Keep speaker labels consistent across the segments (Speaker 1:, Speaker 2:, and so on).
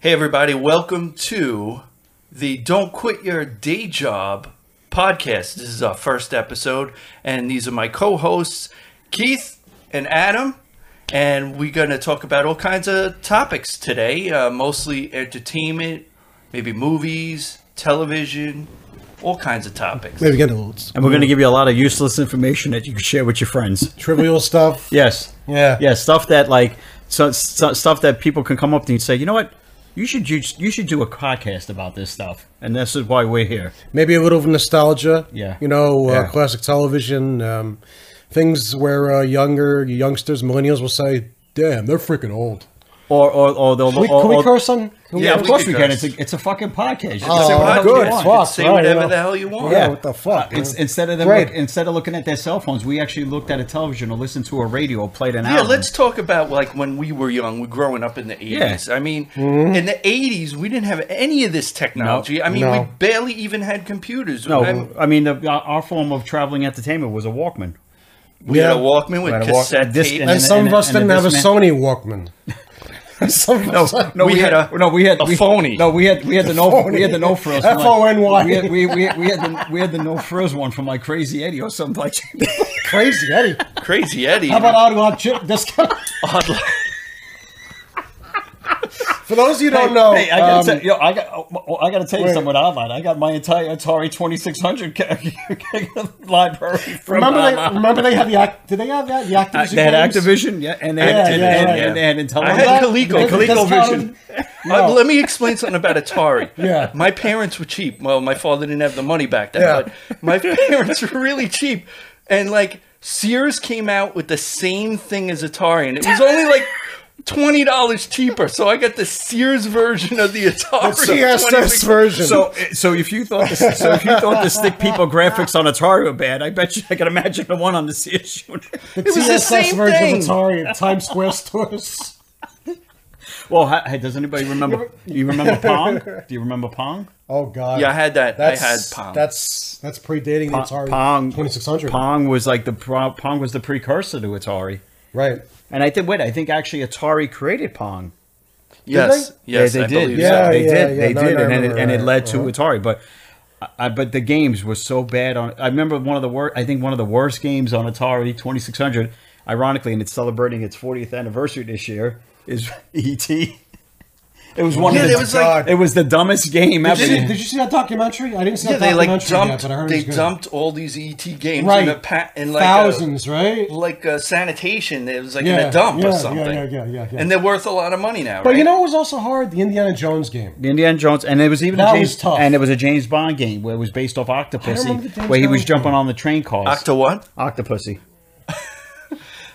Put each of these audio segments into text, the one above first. Speaker 1: Hey, everybody, welcome to the Don't Quit Your Day Job podcast. This is our first episode, and these are my co hosts, Keith and Adam. And we're going to talk about all kinds of topics today, uh, mostly entertainment, maybe movies, television, all kinds of topics.
Speaker 2: Maybe get old.
Speaker 3: And we're going to give you a lot of useless information that you can share with your friends.
Speaker 2: trivial stuff.
Speaker 3: Yes.
Speaker 2: Yeah.
Speaker 3: Yeah. Stuff that like so, so, stuff that people can come up to you and say, you know what, you should you, you should do a podcast about this stuff, and this is why we're here.
Speaker 2: Maybe a little of nostalgia.
Speaker 3: Yeah.
Speaker 2: You know,
Speaker 3: Yeah.
Speaker 2: Uh, classic television, um, things where uh, younger youngsters, millennials will say, "Damn, they're freaking old."
Speaker 3: Or or or they'll
Speaker 2: Can we,
Speaker 3: or,
Speaker 2: can we
Speaker 3: or-
Speaker 2: curse on? Can we-
Speaker 3: Yeah,
Speaker 1: Yeah,
Speaker 3: of
Speaker 1: we
Speaker 3: course
Speaker 1: can
Speaker 3: we can.
Speaker 1: curse.
Speaker 3: It's a it's a fucking podcast.
Speaker 2: Oh,
Speaker 1: Say whatever
Speaker 2: good.
Speaker 1: you want.
Speaker 2: Fuck,
Speaker 1: Say
Speaker 2: right,
Speaker 1: whatever
Speaker 2: yeah.
Speaker 1: the hell you want.
Speaker 2: Yeah, Oh, what the fuck?
Speaker 3: It's, Uh, instead of them
Speaker 2: Great.
Speaker 3: look, instead of looking at their cell phones, we actually looked at a television or listened to a radio or played an
Speaker 1: Yeah,
Speaker 3: album.
Speaker 1: let's talk about like when we were young, we growing up in the 80s. I mean,
Speaker 3: Mm-hmm.
Speaker 1: in the 80s, we didn't have any of this technology. I mean, we
Speaker 2: No.
Speaker 1: barely even had computers.
Speaker 3: No,
Speaker 1: I'm-
Speaker 3: I mean the, our, our form of traveling entertainment was a Walkman.
Speaker 1: we had a
Speaker 2: Yeah.
Speaker 1: Walkman with
Speaker 3: had a Walk-
Speaker 1: cassette
Speaker 3: disc
Speaker 1: tape.
Speaker 3: and
Speaker 2: and,
Speaker 3: then-
Speaker 2: some of us
Speaker 3: and
Speaker 2: didn't
Speaker 3: a
Speaker 2: have a Sony Walkman. some of us.
Speaker 3: No,
Speaker 1: We
Speaker 3: we,
Speaker 1: had
Speaker 3: had,
Speaker 1: a-
Speaker 3: no, we had
Speaker 1: a
Speaker 3: we,
Speaker 1: phony.
Speaker 3: No, we had we had the no
Speaker 2: Phony.
Speaker 3: we had the no frills.
Speaker 2: F O N Y.
Speaker 3: We had we, we, we had the we had the no frills one from like Crazy Eddie or something like. that.
Speaker 2: Crazy Eddie.
Speaker 1: Crazy Eddie.
Speaker 3: How about auto on chip? That's kind of,
Speaker 1: Odd Lot-
Speaker 2: For those of you who
Speaker 3: Oh,
Speaker 2: don't know,
Speaker 3: Hey, I gotta
Speaker 2: um,
Speaker 3: tell, yo, I got oh, oh, I gotta tell you
Speaker 2: wait.
Speaker 3: something online. I got my entire Atari twenty six hundred library from
Speaker 2: remember they
Speaker 3: online.
Speaker 2: remember they had the act. Did they have that the Activision?
Speaker 3: They had
Speaker 2: games?
Speaker 3: Activision, yeah, and they had
Speaker 2: Yeah,
Speaker 3: and,
Speaker 2: yeah,
Speaker 3: and,
Speaker 2: right.
Speaker 3: and, and, and
Speaker 1: I had
Speaker 3: Telemundo.
Speaker 1: Coleco,
Speaker 3: And
Speaker 1: ColecoVision.
Speaker 2: No.
Speaker 1: Uh, let me explain something about Atari.
Speaker 2: Yeah.
Speaker 1: My parents were cheap. Well, my father didn't have the money back then,
Speaker 2: Yeah.
Speaker 1: but my parents were really cheap. And like Sears came out with the same thing as Atari, and it was only like twenty dollars cheaper. So I got the Sears version of the Atari.
Speaker 2: CSS version.
Speaker 3: So, so if you thought the, so if you thought the stick people graphics on Atari were bad, I bet you I can imagine the one on the CS shooter.
Speaker 1: It was the
Speaker 2: CSS
Speaker 1: same
Speaker 2: version
Speaker 1: thing.
Speaker 2: of Atari at Times Square stores.
Speaker 3: Well, hi- hi, does anybody remember? You remember Pong? Do you remember Pong?
Speaker 2: Oh God!
Speaker 1: Yeah, I had that.
Speaker 2: That's,
Speaker 1: I had Palm.
Speaker 2: That's that's predating the Atari
Speaker 3: Pong
Speaker 2: 2600.
Speaker 3: Pong was like the pro- Pong was the precursor to Atari,
Speaker 2: Right.
Speaker 3: and I think wait, I think actually Atari created Pong.
Speaker 1: yes,
Speaker 2: they?
Speaker 1: yes,
Speaker 3: they,
Speaker 1: I
Speaker 3: they did.
Speaker 1: believe
Speaker 3: Yeah,
Speaker 1: so.
Speaker 3: they
Speaker 2: Yeah,
Speaker 3: did.
Speaker 2: yeah,
Speaker 3: they
Speaker 2: no,
Speaker 3: did,
Speaker 2: no, I
Speaker 3: and, then it,
Speaker 2: remember
Speaker 3: and it
Speaker 2: that.
Speaker 3: led to
Speaker 2: Uh-huh.
Speaker 3: Atari. But, I, but the games were so bad on. I remember one of the worst. I think one of the worst games on Atari Twenty Six Hundred. Ironically, and it's celebrating its 40th anniversary this year. Is ET? It was one
Speaker 1: Yeah,
Speaker 3: of
Speaker 1: it
Speaker 3: the.
Speaker 1: was like
Speaker 3: it was the dumbest game
Speaker 2: Did
Speaker 3: ever.
Speaker 2: you, see, did you see that documentary? I didn't see
Speaker 1: yeah,
Speaker 2: that
Speaker 1: they like
Speaker 2: documentary
Speaker 1: dumped.
Speaker 2: yet, but I heard it
Speaker 1: they
Speaker 2: was good.
Speaker 1: dumped all these ET games
Speaker 2: right
Speaker 1: in a pa- in like a-
Speaker 2: thousands, right?
Speaker 1: like uh, sanitation. It was like in
Speaker 2: Yeah,
Speaker 1: a dump
Speaker 2: yeah,
Speaker 1: or
Speaker 2: yeah,
Speaker 1: something.
Speaker 2: yeah, yeah, yeah, yeah.
Speaker 1: And they're worth a lot of money now.
Speaker 2: But
Speaker 1: right?
Speaker 2: you know, it was also hard. The Indiana Jones game.
Speaker 3: The Indiana Jones, and it was even
Speaker 2: That
Speaker 3: a James,
Speaker 2: was tough.
Speaker 3: and it was a James Bond game where it was based off
Speaker 2: I remember the
Speaker 3: Octopussy,
Speaker 2: James
Speaker 3: where he was
Speaker 2: Bond
Speaker 3: jumping
Speaker 2: game.
Speaker 3: on the train cars.
Speaker 1: Octo what?
Speaker 3: Octopussy.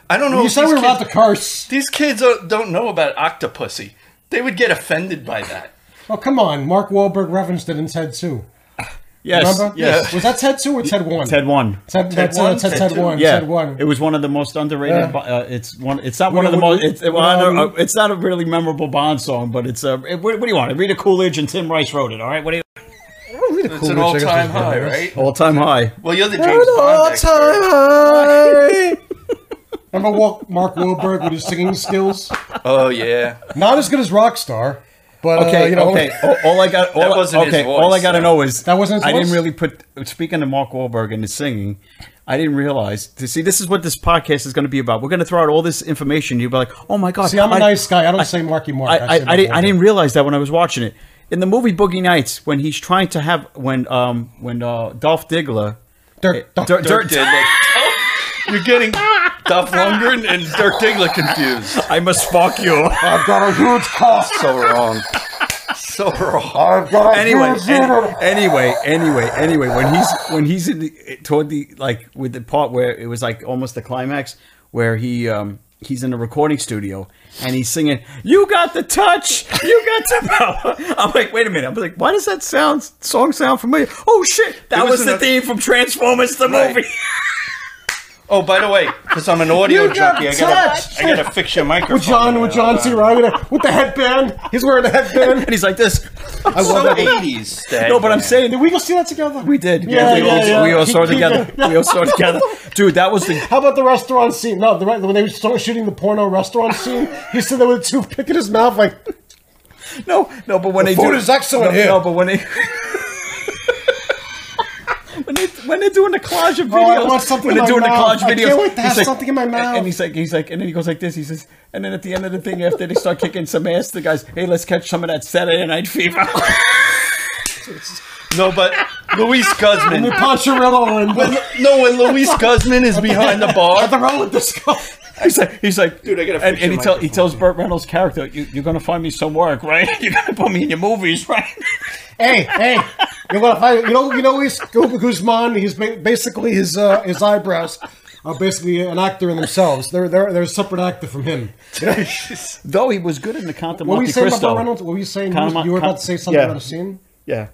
Speaker 1: I don't know.
Speaker 2: You
Speaker 1: if
Speaker 2: said
Speaker 1: these
Speaker 2: we were about to
Speaker 1: kids,
Speaker 2: curse.
Speaker 1: These kids uh, don't know about octopussy. They would get offended by that.
Speaker 2: Oh come on! Mark Wahlberg referenced it in Ted Two.
Speaker 3: Yes,
Speaker 2: Remember?
Speaker 3: yes.
Speaker 2: Was that Ted Two or Ted One?
Speaker 3: Ted one.
Speaker 2: Ted, that's,
Speaker 1: one,
Speaker 2: uh, Ted,
Speaker 1: Ted
Speaker 2: Ted,
Speaker 1: two.
Speaker 2: One.
Speaker 3: Yeah,
Speaker 2: Ted One.
Speaker 3: it was one of the most underrated.
Speaker 2: Yeah.
Speaker 3: Bo- Uh, it's one. It's not
Speaker 2: What-
Speaker 3: one of the
Speaker 2: what-
Speaker 3: most. It's, it-
Speaker 2: what,
Speaker 3: I don't know,
Speaker 2: um,
Speaker 3: it's not a really memorable Bond song, but it's a. It, what, what do you want? Rita Coolidge and Tim Rice wrote it. All right, what do you?
Speaker 1: It's an all-time high, right?
Speaker 3: All time high.
Speaker 1: Well, you're the James Bond expert.
Speaker 3: high.
Speaker 2: Remember Wa- Mark Wahlberg with his singing skills?
Speaker 1: Oh yeah,
Speaker 2: Not as good as Rockstar, but
Speaker 3: Okay,
Speaker 2: uh, you know,
Speaker 3: okay. All, all I got. All,
Speaker 1: That wasn't his
Speaker 3: okay,
Speaker 1: voice,
Speaker 3: all I got to
Speaker 1: so-
Speaker 3: know is
Speaker 2: That wasn't his
Speaker 3: I
Speaker 2: voice?
Speaker 3: didn't really put. Speaking of Mark Wahlberg and his singing, I didn't realize. To see, this is what this podcast is going to be about. We're going to throw out all this information. You'll be like, "Oh my god!"
Speaker 2: See, I'm a
Speaker 3: a
Speaker 2: I, nice guy. I don't say Marky Mark.
Speaker 3: I, I,
Speaker 2: say
Speaker 3: I, didn't,
Speaker 2: Mark
Speaker 3: I
Speaker 2: Wahlberg.
Speaker 3: didn't realize that when I was watching it. In the movie Boogie Nights, when he's trying to have when um when uh, Dolph Diggler,
Speaker 2: Dirk, Dirk,
Speaker 3: Dirk-
Speaker 1: Dirk Diggler. Oh, you're getting Duff Lundgren and Dirk Diggler confused.
Speaker 3: I must fuck you.
Speaker 2: I've got a huge cough.
Speaker 1: So wrong. So wrong.
Speaker 2: I've got a
Speaker 3: anyway,
Speaker 2: huge
Speaker 3: any- anyway, anyway, anyway, when he's when he's in the, toward the like with the part where it was like almost the climax where he um he's in a recording studio and he's singing "You got the touch, you got the power." I'm like, wait a minute. I'm like, why does that sound song sound familiar? Oh shit, that
Speaker 1: It was
Speaker 3: was, the
Speaker 1: an-
Speaker 3: theme from Transformers the
Speaker 1: Right.
Speaker 3: movie.
Speaker 1: Oh, by the way, because I'm an audio
Speaker 2: You got
Speaker 1: junkie, I gotta, I
Speaker 2: touched.
Speaker 1: gotta fix your microphone.
Speaker 2: with John, with John C. Ryan, with the headband. He's wearing a headband.
Speaker 3: and he's like this.
Speaker 2: I love
Speaker 1: So
Speaker 2: that.
Speaker 1: 80s. Dad,
Speaker 3: No, but I'm
Speaker 1: man.
Speaker 3: saying
Speaker 2: Did we go see that together?
Speaker 3: we did.
Speaker 2: Yeah,
Speaker 3: we,
Speaker 2: yeah,
Speaker 3: all,
Speaker 2: yeah.
Speaker 3: we all saw it together. we all saw it together, dude. That was the
Speaker 2: How about the restaurant scene? No, Oh, the, right- when they were shooting the porno restaurant scene, he stood there with a toothpick in his mouth, like
Speaker 3: No, no, but when
Speaker 2: The
Speaker 3: they do
Speaker 2: food is excellent
Speaker 3: no,
Speaker 2: here.
Speaker 3: No, but when they when they when they're doing the collage of videos,
Speaker 2: Oh, I want something
Speaker 3: when
Speaker 2: in my
Speaker 3: they're doing
Speaker 2: mouth.
Speaker 3: the collage
Speaker 2: I
Speaker 3: videos,
Speaker 2: can't wait to
Speaker 3: he's
Speaker 2: have
Speaker 3: like-
Speaker 2: something in my
Speaker 3: and-
Speaker 2: mouth.
Speaker 3: And he's like, he's like, and then he goes like this. He says, and then at the end of the thing, after they start kicking some ass, the guys, hey, let's catch some of that Saturday Night Fever.
Speaker 1: No, but Luis
Speaker 2: And
Speaker 1: Guzman.
Speaker 2: you punch a riddle and
Speaker 1: When, no, when Luis Guzman is behind the bar,
Speaker 2: Oh, the roll with this guy.
Speaker 3: he's like, he's like,
Speaker 1: Dude, I gotta
Speaker 3: and,
Speaker 1: fix
Speaker 3: and he,
Speaker 1: your
Speaker 3: tell, he
Speaker 1: microphone.
Speaker 3: tells Burt Reynolds' character, you, you're gonna find me some work, right? You're gonna put me in your movies, right?
Speaker 2: Hey, hey, you're gonna find you know you know he's Gu- Guzman. He's ba- basically his uh, his eyebrows are basically an actor in themselves. They're they're they're a separate actor from him.
Speaker 3: Though he was good in the Count of
Speaker 2: What were you
Speaker 3: Monte
Speaker 2: saying
Speaker 3: Cristo.
Speaker 2: about Reynolds? What were you saying? You,
Speaker 3: Count
Speaker 2: was- you were
Speaker 3: Mon-
Speaker 2: about to say something
Speaker 3: yeah.
Speaker 2: about a scene.
Speaker 3: Yeah.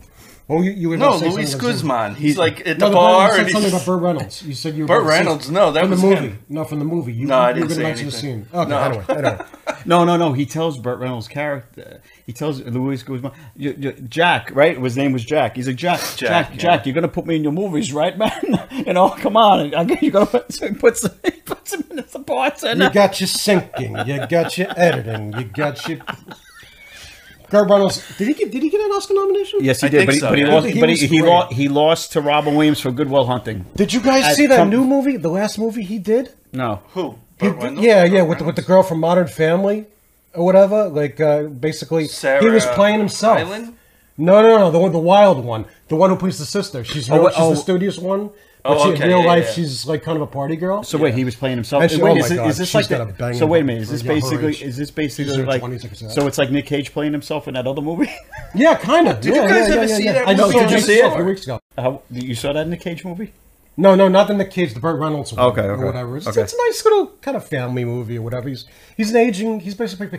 Speaker 2: Oh, you, you were about
Speaker 1: no,
Speaker 2: to say
Speaker 1: Luis
Speaker 2: something about a scene.
Speaker 1: Guzman. He's like at the
Speaker 2: No, the
Speaker 1: bar,
Speaker 2: Reynolds
Speaker 1: and
Speaker 2: said something about
Speaker 1: he's
Speaker 2: Burt Reynolds. You said you were
Speaker 1: Burt
Speaker 2: about to say-
Speaker 1: Reynolds, no, that
Speaker 2: from
Speaker 1: was
Speaker 2: the movie.
Speaker 1: him.
Speaker 2: No, from the movie. You,
Speaker 1: No, I
Speaker 2: you
Speaker 1: didn't
Speaker 2: were
Speaker 1: say
Speaker 2: gonna mention the
Speaker 1: anything.
Speaker 2: scene. Okay,
Speaker 1: No.
Speaker 2: anyway, anyway.
Speaker 3: No, no, no. He tells Burt Reynolds' character. He tells Luis Guzman, you, you, Jack, right? His name was Jack. He's like Jack, Jack, Jack.
Speaker 1: yeah.
Speaker 3: you're gonna put me in your movies, right, man? you know, come on. I guess you're gonna put so he puts he puts him in the parts and
Speaker 2: You got your sinking. You got your editing. You got your. Burt Reynolds. Did he get? Did he get an Oscar nomination?
Speaker 3: Yes, he
Speaker 1: I
Speaker 3: did,
Speaker 1: think
Speaker 3: but he,
Speaker 1: so,
Speaker 3: but he
Speaker 1: yeah.
Speaker 3: lost.
Speaker 2: He
Speaker 3: but he,
Speaker 2: was
Speaker 3: he,
Speaker 2: great.
Speaker 3: lo- he lost to Robin Williams for Goodwill Hunting.
Speaker 2: Did you guys
Speaker 3: At
Speaker 2: see that
Speaker 3: some-
Speaker 2: new movie, the last movie he did?
Speaker 3: No,
Speaker 1: who?
Speaker 2: He-
Speaker 1: Burt Reynolds?
Speaker 2: yeah,
Speaker 1: Burt
Speaker 2: yeah, with the, with the girl from Modern Family or whatever. Like uh, basically,
Speaker 1: Sarah
Speaker 2: he was playing himself.
Speaker 1: Hyland?
Speaker 2: No, no, no, the one, the wild one, the one who plays the sister. She's real,
Speaker 3: what-
Speaker 2: she's
Speaker 3: oh.
Speaker 2: the studious one, but
Speaker 1: Oh,
Speaker 2: she,
Speaker 1: okay,
Speaker 2: in real
Speaker 1: yeah,
Speaker 2: life
Speaker 1: yeah.
Speaker 2: she's like kind of a party girl.
Speaker 3: so wait, he was playing himself.
Speaker 2: Actually,
Speaker 3: wait,
Speaker 2: oh my
Speaker 3: is, it-
Speaker 2: God,
Speaker 3: is this
Speaker 2: she's
Speaker 3: like
Speaker 2: got
Speaker 3: the-
Speaker 2: a banging
Speaker 3: So wait a minute, is this
Speaker 2: career, her
Speaker 3: basically
Speaker 2: age.
Speaker 3: is this
Speaker 2: She's
Speaker 3: basically
Speaker 2: in her
Speaker 3: like
Speaker 2: 20s, like I said.
Speaker 3: so it's like Nick Cage playing himself in that other movie?
Speaker 2: yeah, kind of. Did
Speaker 1: you
Speaker 2: yeah,
Speaker 1: guys
Speaker 2: yeah,
Speaker 1: ever
Speaker 2: yeah,
Speaker 1: see
Speaker 2: yeah.
Speaker 1: that
Speaker 2: I know,
Speaker 1: movie?
Speaker 2: I
Speaker 1: Did you
Speaker 2: just
Speaker 1: see
Speaker 2: saw
Speaker 1: it?
Speaker 2: a few weeks ago.
Speaker 3: How, you saw that Nick Cage movie?
Speaker 2: No, no, not the Nick Cage, the Burt Reynolds one.
Speaker 3: Okay, okay,
Speaker 2: Or whatever. It's,
Speaker 3: okay.
Speaker 2: it's a nice little kind of family movie or whatever. He's he's an aging. He's basically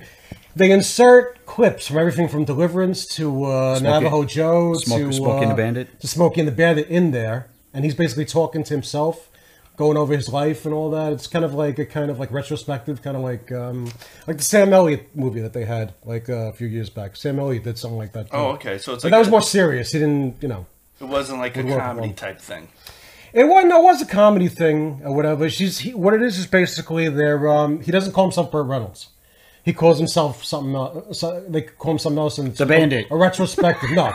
Speaker 2: they insert clips from everything from Deliverance to uh, Navajo Joe
Speaker 3: Smokey-
Speaker 2: to
Speaker 3: Smokey and the
Speaker 2: uh,
Speaker 3: Bandit.
Speaker 2: to Smokey and the Bandit in there, and he's basically talking to himself, going over his life and all that. It's kind of like a kind of like retrospective, kind of like um, like the Sam Elliott movie that they had like uh, a few years back. Sam Elliott did something like that. too.
Speaker 1: Oh, okay. So it's like
Speaker 2: But that was
Speaker 1: a-
Speaker 2: more serious. He didn't, you know.
Speaker 1: It wasn't like a
Speaker 2: Woodwork
Speaker 1: comedy
Speaker 2: one.
Speaker 1: type thing.
Speaker 2: It wasn't. It was a comedy thing or whatever. She's he, what it is is basically they're um, he doesn't call himself Burt Reynolds. He calls himself something. el so they call him something else. And the
Speaker 3: Bandit.
Speaker 2: A, retrospective. no,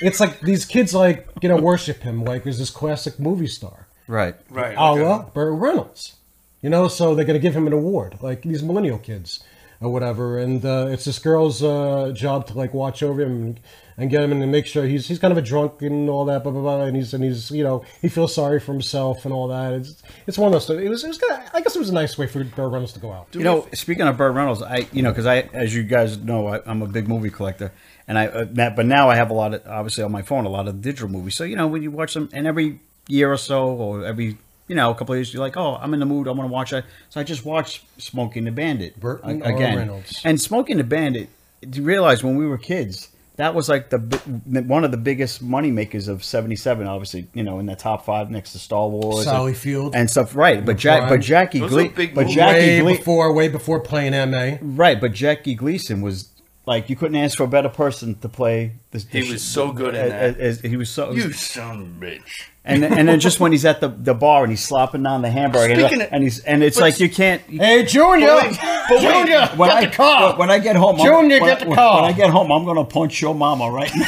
Speaker 2: it's like these kids like you know worship him like he's this classic movie star.
Speaker 3: Right.
Speaker 1: Right.
Speaker 2: A
Speaker 1: okay.
Speaker 2: la Burt Reynolds. You know, so they're going to give him an award, like these millennial kids or whatever. And uh, it's this girl's uh, job to like watch over him and, and get him in and make sure he's he's kind of a drunk and all that, blah blah blah. And he's and he's you know he feels sorry for himself and all that. It's it's one of those. It was it was kind of, I guess it was a nice way for Burt Reynolds to go out.
Speaker 3: you know, speaking of Burt Reynolds, I you know because I, as you guys know, I, I'm a big movie collector, and I uh, that, but now I have a lot of obviously on my phone a lot of digital movies. So you know when you watch them, and every year or so, or every you know a couple of years, you're like, oh, I'm in the mood, I want to watch it. So I just watched Smoking the Bandit
Speaker 2: Burton
Speaker 3: a-
Speaker 2: or
Speaker 3: again,
Speaker 2: Reynolds?
Speaker 3: and Smoking the Bandit. You realize when we were kids. That was like the bi- one of the biggest money makers of '77. Obviously, you know, in the top five next to Star Wars,
Speaker 2: Sally
Speaker 3: and,
Speaker 2: Field.
Speaker 3: uh, and stuff. Right, but Jack, but
Speaker 2: Prime.
Speaker 3: Jackie,
Speaker 1: Those
Speaker 3: Glee,
Speaker 1: were big
Speaker 3: but
Speaker 1: movies.
Speaker 3: Jackie,
Speaker 2: way
Speaker 3: Glee,
Speaker 2: before way before playing MA.
Speaker 3: Right, but Jackie Gleason was like you couldn't ask for a better person to play this.
Speaker 1: He was so good in
Speaker 3: as,
Speaker 1: that.
Speaker 3: as- he was so.
Speaker 1: You son of a bitch.
Speaker 3: and then- and then just when he's at the, the bar and he's slopping down the hamburger, and,
Speaker 1: Speaking of-
Speaker 3: and he's and it's
Speaker 1: but-
Speaker 3: like you can't. you-
Speaker 2: Hey Junior,
Speaker 1: But wait, but wait.
Speaker 2: Junior,
Speaker 3: when
Speaker 2: get
Speaker 3: I
Speaker 2: the car.
Speaker 3: when I get home, I'm-
Speaker 2: Junior,
Speaker 3: when,
Speaker 2: get the
Speaker 3: when-
Speaker 2: car.
Speaker 3: When I get home, I'm gonna punch your mama right now.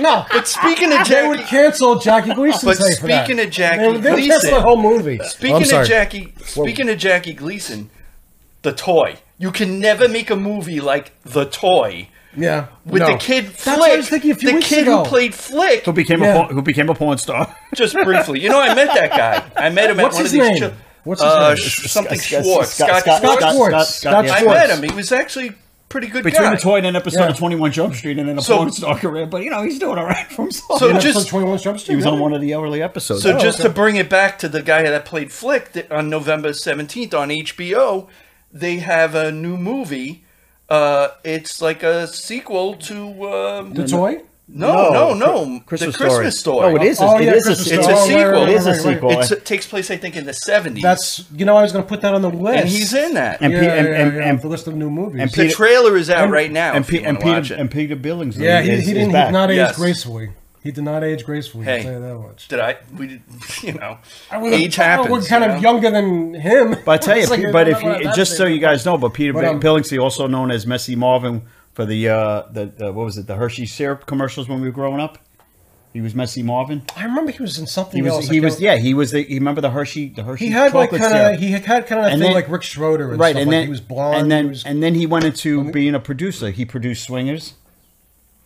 Speaker 2: no,
Speaker 1: But speaking of
Speaker 2: They would
Speaker 1: Jackie,
Speaker 2: cancel Jackie Gleason.
Speaker 1: But
Speaker 2: for that.
Speaker 1: speaking of Jackie
Speaker 2: they, they would
Speaker 1: Gleason-
Speaker 2: cancel the whole movie.
Speaker 1: speaking of Jackie, speaking of Jackie Gleason, the toy. You can never make a movie like the toy
Speaker 2: yeah,
Speaker 1: with
Speaker 2: no.
Speaker 1: the kid
Speaker 2: That's
Speaker 1: Flick.
Speaker 2: what I was thinking a few
Speaker 1: the
Speaker 2: weeks
Speaker 1: kid
Speaker 2: ago.
Speaker 1: who played Flick.
Speaker 3: Who became
Speaker 2: Yeah.
Speaker 3: a porn- who became a porn star?
Speaker 1: Just briefly, you know, I met that guy. I met him at
Speaker 2: What's
Speaker 1: one
Speaker 2: his
Speaker 1: of these.
Speaker 2: name?
Speaker 1: chil-
Speaker 2: What's his
Speaker 1: uh,
Speaker 2: name?
Speaker 1: sh- Something
Speaker 3: Scott-
Speaker 1: Schwartz. Scott, Schwartz.
Speaker 2: Scott Schwartz. Scott
Speaker 1: I
Speaker 2: Schwartz.
Speaker 1: met him. He was actually a pretty good
Speaker 3: Between
Speaker 1: guy.
Speaker 3: the toy and an episode of
Speaker 2: Yeah.
Speaker 3: Twenty One Jump Street and then a
Speaker 1: So-
Speaker 3: porn star career, but you know he's doing all right for himself.
Speaker 1: So
Speaker 2: Episode
Speaker 1: just-
Speaker 2: 21 Jump Street,
Speaker 3: he was
Speaker 2: really?
Speaker 3: on one of the early episodes.
Speaker 1: So
Speaker 3: Oh,
Speaker 1: just
Speaker 3: okay.
Speaker 1: to bring it back to the guy that played Flick th- on November 17th on HBO, they have a new movie. Uh, it's like a sequel to um,
Speaker 2: the toy.
Speaker 1: no, no, no,
Speaker 3: Christmas
Speaker 1: the Christmas
Speaker 3: Story.
Speaker 1: Story.
Speaker 3: Oh, it is.
Speaker 2: Oh,
Speaker 3: it
Speaker 2: yeah,
Speaker 3: is a
Speaker 2: Christmas
Speaker 3: sequel.
Speaker 1: Story. It's a sequel.
Speaker 3: It is a
Speaker 2: Right, right, right.
Speaker 3: sequel.
Speaker 1: It's, it takes place, I think, in the 70s.
Speaker 2: That's you know I was going to put that on the list.
Speaker 1: and he's in that.
Speaker 3: And
Speaker 2: yeah,
Speaker 3: Pe-
Speaker 2: yeah,
Speaker 3: and- and-
Speaker 2: yeah,
Speaker 3: and-
Speaker 2: the list of new movies.
Speaker 3: and
Speaker 1: the
Speaker 3: Peter-
Speaker 1: trailer is out right now.
Speaker 3: and,
Speaker 1: if you
Speaker 3: Pe- and
Speaker 1: wanna watch
Speaker 3: Peter
Speaker 1: it.
Speaker 3: and Peter Billingsley.
Speaker 2: yeah, he,
Speaker 3: is,
Speaker 2: he
Speaker 3: is
Speaker 2: didn't
Speaker 3: back.
Speaker 2: he not age
Speaker 1: Yes.
Speaker 2: gracefully. He did not age gracefully.
Speaker 1: Hey.
Speaker 2: I'll tell you that much.
Speaker 1: Did I? We, did, you know,
Speaker 2: We're-
Speaker 1: age
Speaker 2: we're
Speaker 1: happens.
Speaker 2: kind
Speaker 1: you
Speaker 2: of
Speaker 1: know?
Speaker 2: younger than him.
Speaker 3: But I tell you,
Speaker 2: It's like,
Speaker 3: Pe- but
Speaker 2: I
Speaker 3: if
Speaker 2: don't know
Speaker 3: you
Speaker 2: about
Speaker 3: just
Speaker 2: that
Speaker 3: so
Speaker 2: thing.
Speaker 3: you guys know, but Peter
Speaker 2: But, um,
Speaker 3: Billingsley, also known as Messy Marvin for the uh, the, the what was it, the Hershey syrup commercials when we were growing up. He was Messy Marvin.
Speaker 2: I remember he was in something
Speaker 3: He
Speaker 2: else.
Speaker 3: was
Speaker 2: I
Speaker 3: he
Speaker 2: can't-
Speaker 3: was yeah he was the he remember the Hershey the Hershey
Speaker 2: He had like
Speaker 3: chocolate
Speaker 2: kind
Speaker 3: syrup.
Speaker 2: of he had kind of that
Speaker 3: And
Speaker 2: thing
Speaker 3: then-
Speaker 2: like Rick Schroeder and
Speaker 3: right
Speaker 2: stuff.
Speaker 3: and
Speaker 2: like
Speaker 3: then
Speaker 2: he was blonde.
Speaker 3: and
Speaker 2: he
Speaker 3: then
Speaker 2: was,
Speaker 3: and then he went into being a producer. He produced Swingers.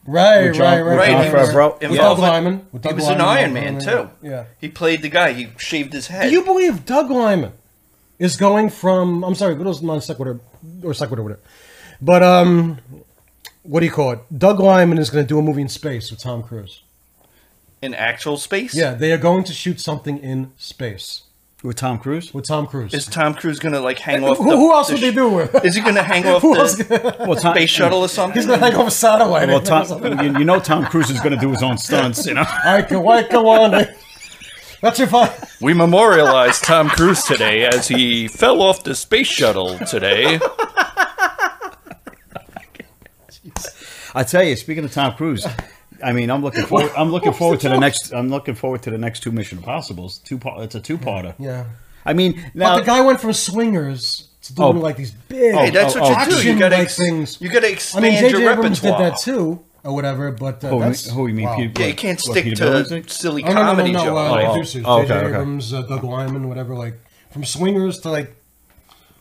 Speaker 2: right,
Speaker 3: with John-
Speaker 2: right, right,
Speaker 3: with
Speaker 1: Right,
Speaker 3: John
Speaker 1: he
Speaker 2: right.
Speaker 1: was
Speaker 3: Favreau.
Speaker 2: With
Speaker 3: Yeah.
Speaker 2: Doug
Speaker 1: involved with-
Speaker 2: Lyman. With
Speaker 1: He
Speaker 2: Doug
Speaker 1: was an
Speaker 2: Liman,
Speaker 1: Iron
Speaker 2: Doug
Speaker 1: Man
Speaker 2: Liman,
Speaker 1: too.
Speaker 2: Yeah.
Speaker 1: He played the guy. He shaved his head.
Speaker 2: Do you believe Doug Lyman is going from I'm sorry, what was non sequitur or sequitur whatever. But um what do you call it? Doug Lyman is gonna do a movie in space with Tom Cruise.
Speaker 1: in actual space?
Speaker 2: Yeah, they are going to shoot something in space
Speaker 3: With Tom Cruise?
Speaker 2: with Tom Cruise.
Speaker 1: Is Tom Cruise gonna like hang
Speaker 2: who,
Speaker 1: off? the,
Speaker 2: who else
Speaker 1: the
Speaker 2: would they
Speaker 1: sh-
Speaker 2: do with?
Speaker 1: Is he gonna hang off
Speaker 2: Who else-
Speaker 1: the
Speaker 3: Well, Tom,
Speaker 1: space shuttle or something?
Speaker 2: He's gonna hang off a satellite.
Speaker 3: Well, Tom, you, you know Tom Cruise is going to do his own stunts, you know.
Speaker 2: I can wake on. That's your fine.
Speaker 1: We memorialized Tom Cruise today as he fell off the space shuttle today.
Speaker 3: I tell you, speaking of Tom Cruise, I mean, I'm looking forward. I'm looking forward to the next. I'm looking forward to the next two Mission Impossible's. Two. par- It's a two-parter.
Speaker 2: Yeah.
Speaker 3: I mean,
Speaker 2: But
Speaker 3: now
Speaker 2: the guy went from swingers to doing
Speaker 3: Oh.
Speaker 2: like these big.
Speaker 1: Hey, that's
Speaker 3: Oh,
Speaker 1: what
Speaker 3: oh,
Speaker 1: you do. You
Speaker 2: action-like
Speaker 1: gotta, ex-
Speaker 2: things.
Speaker 1: you gotta
Speaker 2: I
Speaker 1: expand
Speaker 2: mean, J.J.
Speaker 1: your
Speaker 2: Abrams did
Speaker 1: repertoire.
Speaker 2: that too, or whatever. But uh,
Speaker 3: who,
Speaker 2: that's
Speaker 3: who you mean?
Speaker 2: wow.
Speaker 3: Peter,
Speaker 1: Yeah, you
Speaker 3: what-
Speaker 1: can't
Speaker 3: what,
Speaker 1: stick
Speaker 3: Peter
Speaker 1: to
Speaker 3: Billingsley?
Speaker 1: silly
Speaker 2: Oh, no, no,
Speaker 1: comedy
Speaker 2: no, no.
Speaker 1: jokes.
Speaker 2: Uh,
Speaker 3: Oh,
Speaker 2: producers,
Speaker 3: oh,
Speaker 2: J.J.
Speaker 3: okay, okay.
Speaker 2: Abrams, uh, Doug Lyman, whatever. Like from swingers to like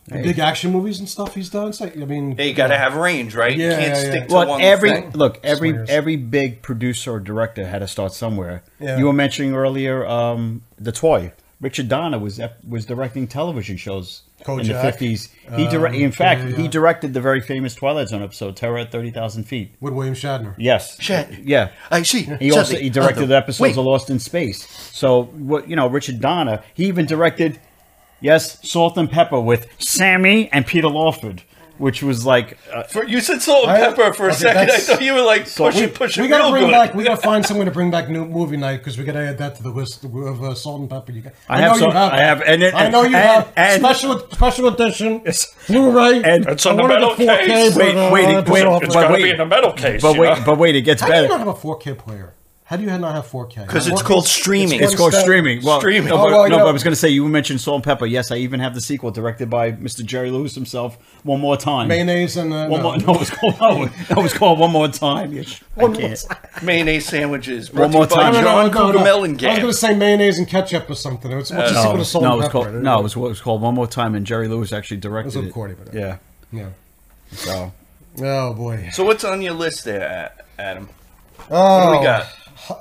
Speaker 2: the big action movies and stuff he's done. It's like I mean,
Speaker 1: Hey, you gotta have range, right? you
Speaker 2: Yeah,
Speaker 1: can't
Speaker 2: yeah, yeah.
Speaker 1: stick to
Speaker 3: Well,
Speaker 1: one
Speaker 3: every
Speaker 1: thing.
Speaker 3: look, every
Speaker 2: Swingers.
Speaker 3: every big producer or director had to start somewhere.
Speaker 2: Yeah.
Speaker 3: You were mentioning earlier um, the toy. Richard Donner was ep- was directing television shows in the
Speaker 2: Kojak.
Speaker 3: fifties. He direct,
Speaker 2: Um,
Speaker 3: in fact,
Speaker 2: yeah,
Speaker 3: he
Speaker 2: yeah.
Speaker 3: directed the very famous Twilight Zone episode, Terror at Thirty Thousand Feet.
Speaker 2: with William Shatner.
Speaker 3: Yes,
Speaker 1: Shat-
Speaker 3: yeah.
Speaker 1: I see.
Speaker 3: He also he directed episodes of Lost in Space. So what you know, Richard Donner. He even directed, yes, Salt and Pepper with Sammy and Peter Lawford, which was like uh,
Speaker 1: For, you said salt and
Speaker 2: I-
Speaker 1: pepper for a
Speaker 2: okay,
Speaker 1: second. I
Speaker 2: that's-
Speaker 1: thought you were like
Speaker 3: Salt-
Speaker 1: pushing,
Speaker 3: we-
Speaker 1: pushing.
Speaker 2: We gotta
Speaker 1: real
Speaker 2: bring
Speaker 1: good.
Speaker 2: back. We gotta find someone to bring back new movie night because we gotta add that to the list of uh, Salt and Pepper. You got,
Speaker 3: I have
Speaker 2: know you
Speaker 3: some- I have- and it-
Speaker 2: I know you
Speaker 3: and-
Speaker 2: have
Speaker 3: and-
Speaker 2: special special edition
Speaker 3: Yes.
Speaker 2: Blu-ray.
Speaker 3: And-
Speaker 1: It's on
Speaker 2: I
Speaker 1: the
Speaker 2: wanted
Speaker 1: metal case.
Speaker 2: but,
Speaker 3: Wait,
Speaker 2: uh,
Speaker 3: wait,
Speaker 2: I put
Speaker 3: wait,
Speaker 2: it off.
Speaker 3: it's
Speaker 1: It's
Speaker 3: But
Speaker 1: gotta
Speaker 3: wait-
Speaker 1: be in a metal case.
Speaker 3: But
Speaker 1: you
Speaker 3: wait,
Speaker 1: know?
Speaker 3: but wait, it gets
Speaker 2: How do you not
Speaker 3: better.
Speaker 2: have a 4K player? How do you not have 4K?
Speaker 1: 'Cause it's
Speaker 2: What-
Speaker 1: called streaming.
Speaker 3: It's
Speaker 2: one
Speaker 3: called
Speaker 2: step-
Speaker 3: streaming. Well,
Speaker 1: Streaming.
Speaker 3: No,
Speaker 1: Oh,
Speaker 3: but,
Speaker 2: well, you
Speaker 3: no,
Speaker 2: know-
Speaker 3: but I was going to say you mentioned Salt and Pepper. Yes, I even have the sequel directed by Mr. Jerry Lewis himself. One more time.
Speaker 2: Mayonnaise and uh, no.
Speaker 3: One more. No, it was called. No, it was called One More Time. Yeah, sh- I can't.
Speaker 1: mayonnaise sandwiches. brought
Speaker 3: One more
Speaker 1: to you by
Speaker 3: time. No, no,
Speaker 1: John
Speaker 2: no, no.
Speaker 1: Cougar
Speaker 2: I was
Speaker 1: Mellencamp.
Speaker 2: going to say mayonnaise and ketchup or something. It's what's the
Speaker 3: No,
Speaker 2: secret of salt
Speaker 3: Uh, no, it
Speaker 2: and
Speaker 3: was
Speaker 2: pepper?
Speaker 3: called. No, it was, it was called One More Time, and Jerry Lewis actually directed
Speaker 2: It was
Speaker 3: it.
Speaker 2: a recording, but-
Speaker 3: yeah.
Speaker 2: Yeah.
Speaker 3: So
Speaker 2: Oh boy.
Speaker 1: So what's on your list there, A- Adam?
Speaker 2: Oh,
Speaker 1: What do we got?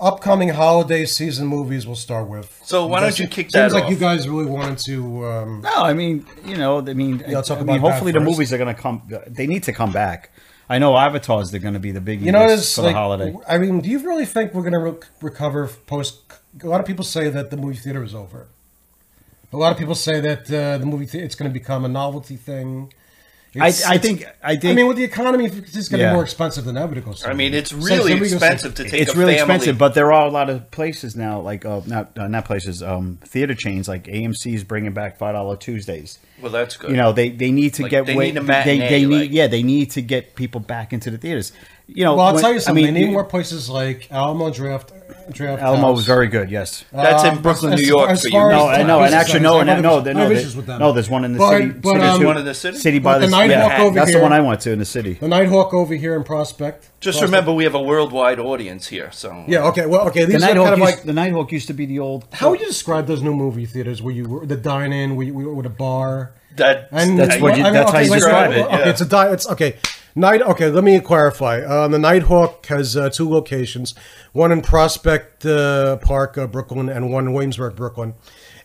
Speaker 2: upcoming holiday season movies. We'll start with.
Speaker 1: So why don't you
Speaker 2: Seems
Speaker 1: kick that
Speaker 2: Seems like
Speaker 1: off?
Speaker 2: you guys really wanted to. Um,
Speaker 3: no, I mean, you know, I mean,
Speaker 2: Yeah, I'll talk
Speaker 3: I mean,
Speaker 2: about that
Speaker 3: hopefully the
Speaker 2: first.
Speaker 3: movies are going to come. They need to come back. I know Avatars they're going to be the big.
Speaker 2: you know, it's
Speaker 3: for
Speaker 2: like.
Speaker 3: the holiday.
Speaker 2: I mean, do you really think we're going to re- recover post? A lot of people say that the movie theater is over. A lot of people say that uh, the movie the- it's going to become a novelty thing.
Speaker 3: I,
Speaker 2: It's-
Speaker 3: I think I
Speaker 2: I
Speaker 3: think
Speaker 2: mean, with the economy, it's going to
Speaker 3: Yeah.
Speaker 2: be more expensive than ever to go. see
Speaker 1: I mean,
Speaker 2: it.
Speaker 1: it's
Speaker 2: Since
Speaker 1: really
Speaker 2: everybody goes
Speaker 1: expensive
Speaker 2: see-
Speaker 1: to take
Speaker 3: it's
Speaker 1: a
Speaker 3: really
Speaker 1: family.
Speaker 3: expensive, but there are a lot of places now, like uh, not uh, not places, um, theater chains like AMC is bringing back five dollar Tuesdays.
Speaker 1: Well, that's good.
Speaker 3: You know, they they need to
Speaker 1: Like,
Speaker 3: get
Speaker 1: they
Speaker 3: way,
Speaker 1: need a
Speaker 3: they,
Speaker 1: matinee,
Speaker 3: they need
Speaker 1: like-
Speaker 3: yeah they need to get people back into the theaters. You know,
Speaker 2: Well, I'll
Speaker 3: when-
Speaker 2: tell you something.
Speaker 3: I mean,
Speaker 2: they need
Speaker 3: you-
Speaker 2: more places like Alamo Draft. Draft
Speaker 3: Alamo
Speaker 2: House.
Speaker 3: was very good. Yes.
Speaker 1: That's
Speaker 2: Um,
Speaker 1: in Brooklyn,
Speaker 2: as-
Speaker 1: New York.
Speaker 2: as
Speaker 1: so
Speaker 2: far
Speaker 1: you
Speaker 2: as
Speaker 1: know.
Speaker 3: No, I know, and
Speaker 2: Business
Speaker 3: actually,
Speaker 2: owners,
Speaker 3: no,
Speaker 2: I
Speaker 3: no,
Speaker 2: have
Speaker 3: no,
Speaker 2: issues-
Speaker 3: no,
Speaker 2: I have
Speaker 3: there-
Speaker 2: issues with them.
Speaker 3: no. There's one in the
Speaker 2: But-
Speaker 3: city.
Speaker 2: but,
Speaker 3: city,
Speaker 2: um,
Speaker 1: One in the city?
Speaker 3: City by
Speaker 2: But
Speaker 3: the,
Speaker 2: the
Speaker 3: yeah,
Speaker 2: Nighthawk over
Speaker 3: That's the
Speaker 2: here-
Speaker 3: one I went to in the city.
Speaker 2: The Nighthawk over here in Prospect.
Speaker 1: Just
Speaker 2: Prospect.
Speaker 1: remember, we have a worldwide audience here. So
Speaker 2: Yeah. Okay. Well. Okay.
Speaker 3: The
Speaker 2: These are
Speaker 3: Nighthawk,
Speaker 2: kind of
Speaker 3: used,
Speaker 2: like.
Speaker 3: the Nighthawk used to be the old.
Speaker 2: How would you describe those new movie theaters? Where you were the dine-in, where you where you were with a bar.
Speaker 1: that
Speaker 3: That's
Speaker 1: I-
Speaker 3: what you- that's how you
Speaker 2: let's-
Speaker 3: describe
Speaker 1: it,
Speaker 2: Okay,
Speaker 1: yeah.
Speaker 2: it's a di- it's okay. Night. Okay, let me clarify. Um, the Nighthawk has uh, two locations, one in Prospect uh, Park, uh, Brooklyn, and one in Williamsburg, Brooklyn.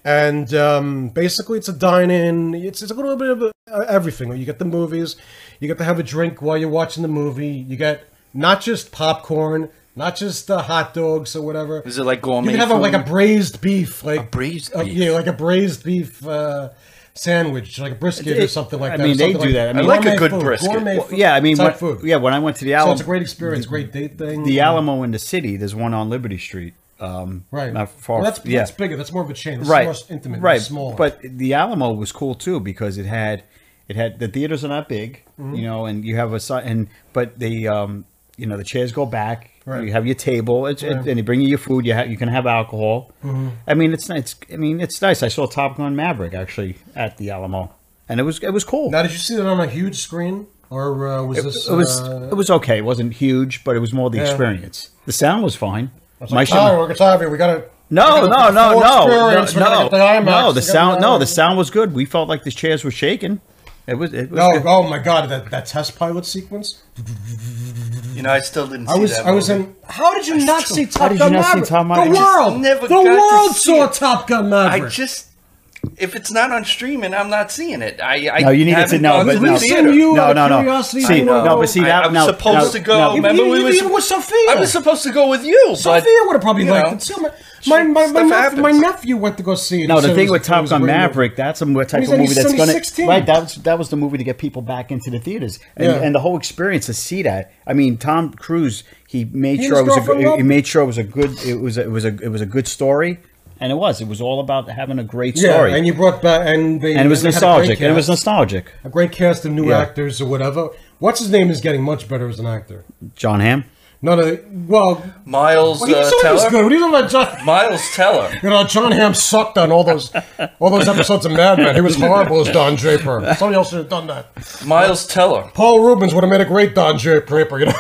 Speaker 2: And um, basically, it's a dine-in. It's, it's a little bit of uh, everything. You get the movies, you get to have a drink while you're watching the movie. You get not just popcorn, not just uh, hot dogs or whatever.
Speaker 1: Is it like gourmet
Speaker 2: You can have a, like a
Speaker 1: food?
Speaker 2: braised beef, like
Speaker 1: braised
Speaker 2: uh,
Speaker 1: beef.
Speaker 2: yeah, like a braised beef uh, sandwich, like a brisket or
Speaker 3: It-
Speaker 2: something like
Speaker 3: I
Speaker 2: that. or
Speaker 3: mean, they
Speaker 2: something
Speaker 3: do that. I mean,
Speaker 1: I like a
Speaker 2: gourmet
Speaker 1: good
Speaker 2: food,
Speaker 1: brisket.
Speaker 2: gourmet
Speaker 3: Well,
Speaker 2: food
Speaker 3: yeah, I mean,
Speaker 2: type
Speaker 3: when,
Speaker 2: food.
Speaker 3: yeah. When I went to the
Speaker 2: so
Speaker 3: Alamo,
Speaker 2: it's a great experience, great date thing.
Speaker 3: the Alamo in the city. There's one on Liberty Street. Um,
Speaker 2: right?
Speaker 3: Not far.
Speaker 2: Well, that's
Speaker 3: yeah.
Speaker 2: that's bigger. That's more of a chain. It's
Speaker 3: right.
Speaker 2: more intimate.
Speaker 3: Right.
Speaker 2: it's smaller.
Speaker 3: But the Alamo was cool too because it had it had the
Speaker 2: Mm-hmm.
Speaker 3: theaters are not big, you know, and you have a si- and but the um, you know the chairs go back.
Speaker 2: Right.
Speaker 3: You have your table, it's, it,
Speaker 2: Right. Mm-hmm.
Speaker 3: and they bring you your food. You ha- you can have alcohol. I mean, it's nice. I mean, it's nice. I saw Top Gun Maverick actually at the Alamo, and it was it was cool.
Speaker 2: Now, did you see that on a huge screen, or uh, was this?
Speaker 3: it was
Speaker 2: uh,
Speaker 3: it was okay. It wasn't huge, but it was more the
Speaker 2: Yeah.
Speaker 3: experience. The sound was fine.
Speaker 2: it's
Speaker 3: My
Speaker 2: like,
Speaker 3: shit-
Speaker 2: oh, we're Gatavi, we got to.
Speaker 3: no, no, no, no, no,
Speaker 2: We're gonna
Speaker 3: no,
Speaker 2: get the IMAX.
Speaker 3: no.
Speaker 2: we
Speaker 3: The
Speaker 2: gotta-
Speaker 3: sound, no, the sound was good. We felt like the chairs were shaking. It was, it was
Speaker 2: No,
Speaker 3: good.
Speaker 2: oh my god, that, that test pilot sequence.
Speaker 1: You know, I still didn't see
Speaker 2: I was
Speaker 1: that.
Speaker 2: I was
Speaker 1: movie.
Speaker 2: in. How did you not see
Speaker 3: How
Speaker 2: Top
Speaker 3: did you
Speaker 2: Gun
Speaker 3: not see
Speaker 2: Maverick?
Speaker 3: Top
Speaker 2: the
Speaker 3: Maverick? I
Speaker 1: just
Speaker 2: world,
Speaker 1: never
Speaker 2: the
Speaker 1: got to
Speaker 2: world
Speaker 1: see
Speaker 2: saw
Speaker 1: it.
Speaker 2: Top Gun
Speaker 1: I
Speaker 2: Maverick.
Speaker 1: just if it's not on streaming, I'm not seeing it. I, I
Speaker 3: No, you need to
Speaker 1: haven't
Speaker 3: no,
Speaker 1: gone
Speaker 3: but
Speaker 1: to
Speaker 3: no.
Speaker 1: the theater.
Speaker 2: Listen, you-
Speaker 3: no,
Speaker 2: out
Speaker 3: no,
Speaker 2: of
Speaker 3: no.
Speaker 2: curiosity,
Speaker 3: See,
Speaker 2: I know.
Speaker 3: no, but see
Speaker 1: I-
Speaker 3: that.
Speaker 1: I was
Speaker 3: no,
Speaker 1: supposed
Speaker 3: no,
Speaker 1: to go.
Speaker 3: no.
Speaker 1: You- Remember
Speaker 2: you,
Speaker 1: we
Speaker 2: you,
Speaker 1: was-
Speaker 2: you were Sophia.
Speaker 1: I was supposed to go with you.
Speaker 2: Sophia would have probably
Speaker 1: you
Speaker 2: liked
Speaker 1: know,
Speaker 2: it. too. My- My my my,
Speaker 1: stuff
Speaker 2: nephew, my
Speaker 1: happens.
Speaker 2: nephew went to go see it.
Speaker 3: No,
Speaker 2: He said
Speaker 3: the
Speaker 2: it
Speaker 3: thing
Speaker 2: was-
Speaker 3: with
Speaker 2: it
Speaker 3: Top
Speaker 2: was a
Speaker 3: Gun
Speaker 2: great movie.
Speaker 3: Maverick, that's a mo- type
Speaker 2: He's
Speaker 3: of
Speaker 2: only-
Speaker 3: movie that's
Speaker 2: he's
Speaker 3: going
Speaker 2: only
Speaker 3: to
Speaker 2: 16.
Speaker 3: right. That was that was the movie to get people back into the theaters, and,
Speaker 2: Yeah.
Speaker 3: and the whole experience to see that. I mean, Tom Cruise, he made
Speaker 2: He and
Speaker 3: sure it
Speaker 2: his
Speaker 3: was a,
Speaker 2: girlfriend
Speaker 3: good- he
Speaker 2: loved
Speaker 3: made sure it was a good it was a, it was a it was a good story, and it was it was all about having a great
Speaker 2: Yeah,
Speaker 3: story,
Speaker 2: and you brought back and they
Speaker 3: And it was
Speaker 2: they had a great
Speaker 3: nostalgic, and it was
Speaker 2: cast.
Speaker 3: nostalgic.
Speaker 2: a great cast of new
Speaker 3: Yeah.
Speaker 2: actors or whatever. What's his name is getting much better as an actor.
Speaker 3: John Hamm.
Speaker 2: No, no. Well,
Speaker 1: Miles
Speaker 2: well, he's
Speaker 1: uh,
Speaker 2: always
Speaker 1: Teller.
Speaker 2: good. What do you talking about John?
Speaker 1: Miles Teller.
Speaker 2: You know, John Hamm sucked on all those all those episodes of Mad Men. He was horrible as Don Draper. Somebody else should have done that.
Speaker 1: Miles Teller.
Speaker 2: Paul Rubens would have made a great Don Dra- Draper. You know,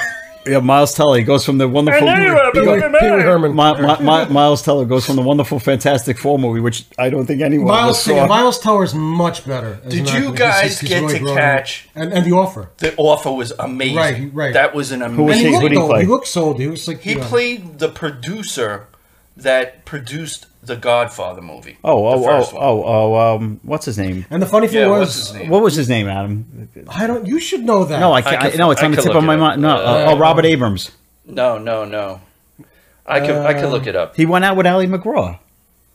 Speaker 3: Yeah, Miles Teller he goes from the wonderful.
Speaker 1: I knew you were
Speaker 2: Pee Wee Pee Wee Herman.
Speaker 3: My, my, my, Miles Teller goes from the wonderful Fantastic Four movie, which I don't think anyone
Speaker 2: Miles,
Speaker 3: of us saw.
Speaker 2: Singer, Miles Teller is much better. as
Speaker 1: Did
Speaker 2: an
Speaker 1: you
Speaker 2: actor. He's-
Speaker 1: guys
Speaker 2: he's- he's
Speaker 1: get
Speaker 2: really
Speaker 1: to
Speaker 2: grown.
Speaker 1: catch-
Speaker 2: and and the offer?
Speaker 1: The offer was amazing.
Speaker 2: Right, right.
Speaker 1: That was an amazing.
Speaker 3: was
Speaker 2: And he
Speaker 3: Who
Speaker 2: looked
Speaker 3: did he
Speaker 2: old.
Speaker 3: play?
Speaker 2: He looks old. He was like
Speaker 1: He
Speaker 2: you know,
Speaker 1: played the producer that produced the Godfather movie.
Speaker 3: oh,
Speaker 1: the
Speaker 3: oh, oh,
Speaker 1: first one.
Speaker 3: oh, oh, um, what's his name?
Speaker 2: And the funny thing
Speaker 1: Yeah, what's
Speaker 2: was,
Speaker 1: his name?
Speaker 3: What was his name, Adam?
Speaker 2: I don't. You should know that.
Speaker 3: No, I can't. I
Speaker 1: could-
Speaker 3: no, it's
Speaker 1: Uh, I
Speaker 3: on the
Speaker 1: could
Speaker 3: tip
Speaker 1: look
Speaker 3: of my
Speaker 1: it up.
Speaker 3: mind. No, uh, oh, Robert Abrams.
Speaker 1: No, no, no. I can I can look it up.
Speaker 3: He went out with Ally McGraw.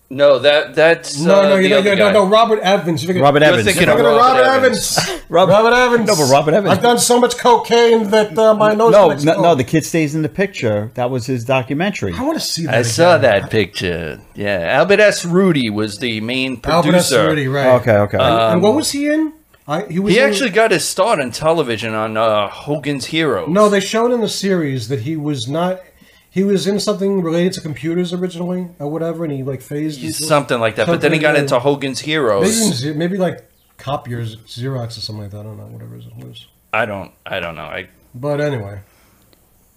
Speaker 1: No, that that's
Speaker 2: No,
Speaker 1: uh,
Speaker 2: no,
Speaker 1: the
Speaker 2: you know,
Speaker 1: other
Speaker 2: you know,
Speaker 1: guy.
Speaker 2: no, Robert Evans. You're
Speaker 3: Robert
Speaker 1: You're
Speaker 3: Evans.
Speaker 1: thinking
Speaker 2: Look
Speaker 1: of
Speaker 2: at Robert,
Speaker 1: Robert
Speaker 2: Evans.
Speaker 3: Rob-
Speaker 2: Robert Evans.
Speaker 3: No, but Robert Evans.
Speaker 2: I've done so much cocaine that uh, my nose.
Speaker 3: No,
Speaker 2: makes-
Speaker 3: no,
Speaker 2: oh.
Speaker 3: no, the kid stays in the picture. That was his documentary.
Speaker 2: I want to see that.
Speaker 1: I saw
Speaker 2: again.
Speaker 1: that picture. Yeah, Albert S. Rudy was the main
Speaker 2: Albert S.
Speaker 1: producer. Um,
Speaker 2: Rudy, right?
Speaker 3: Okay, okay.
Speaker 2: and what was he in? I, he was.
Speaker 1: He
Speaker 2: in-
Speaker 1: actually got his start on television on uh, Hogan's Heroes.
Speaker 2: No, they showed in the series that he was not. He was in something related to computers originally, or whatever, and he like phased
Speaker 1: He's something like that. But then he got
Speaker 2: Something, uh,
Speaker 1: into Hogan's
Speaker 2: Maybe,
Speaker 1: Heroes.
Speaker 2: even Xer- maybe like copiers, Xerox, or something like that. I don't know, whatever it was.
Speaker 1: I don't. I don't know. I
Speaker 2: But anyway,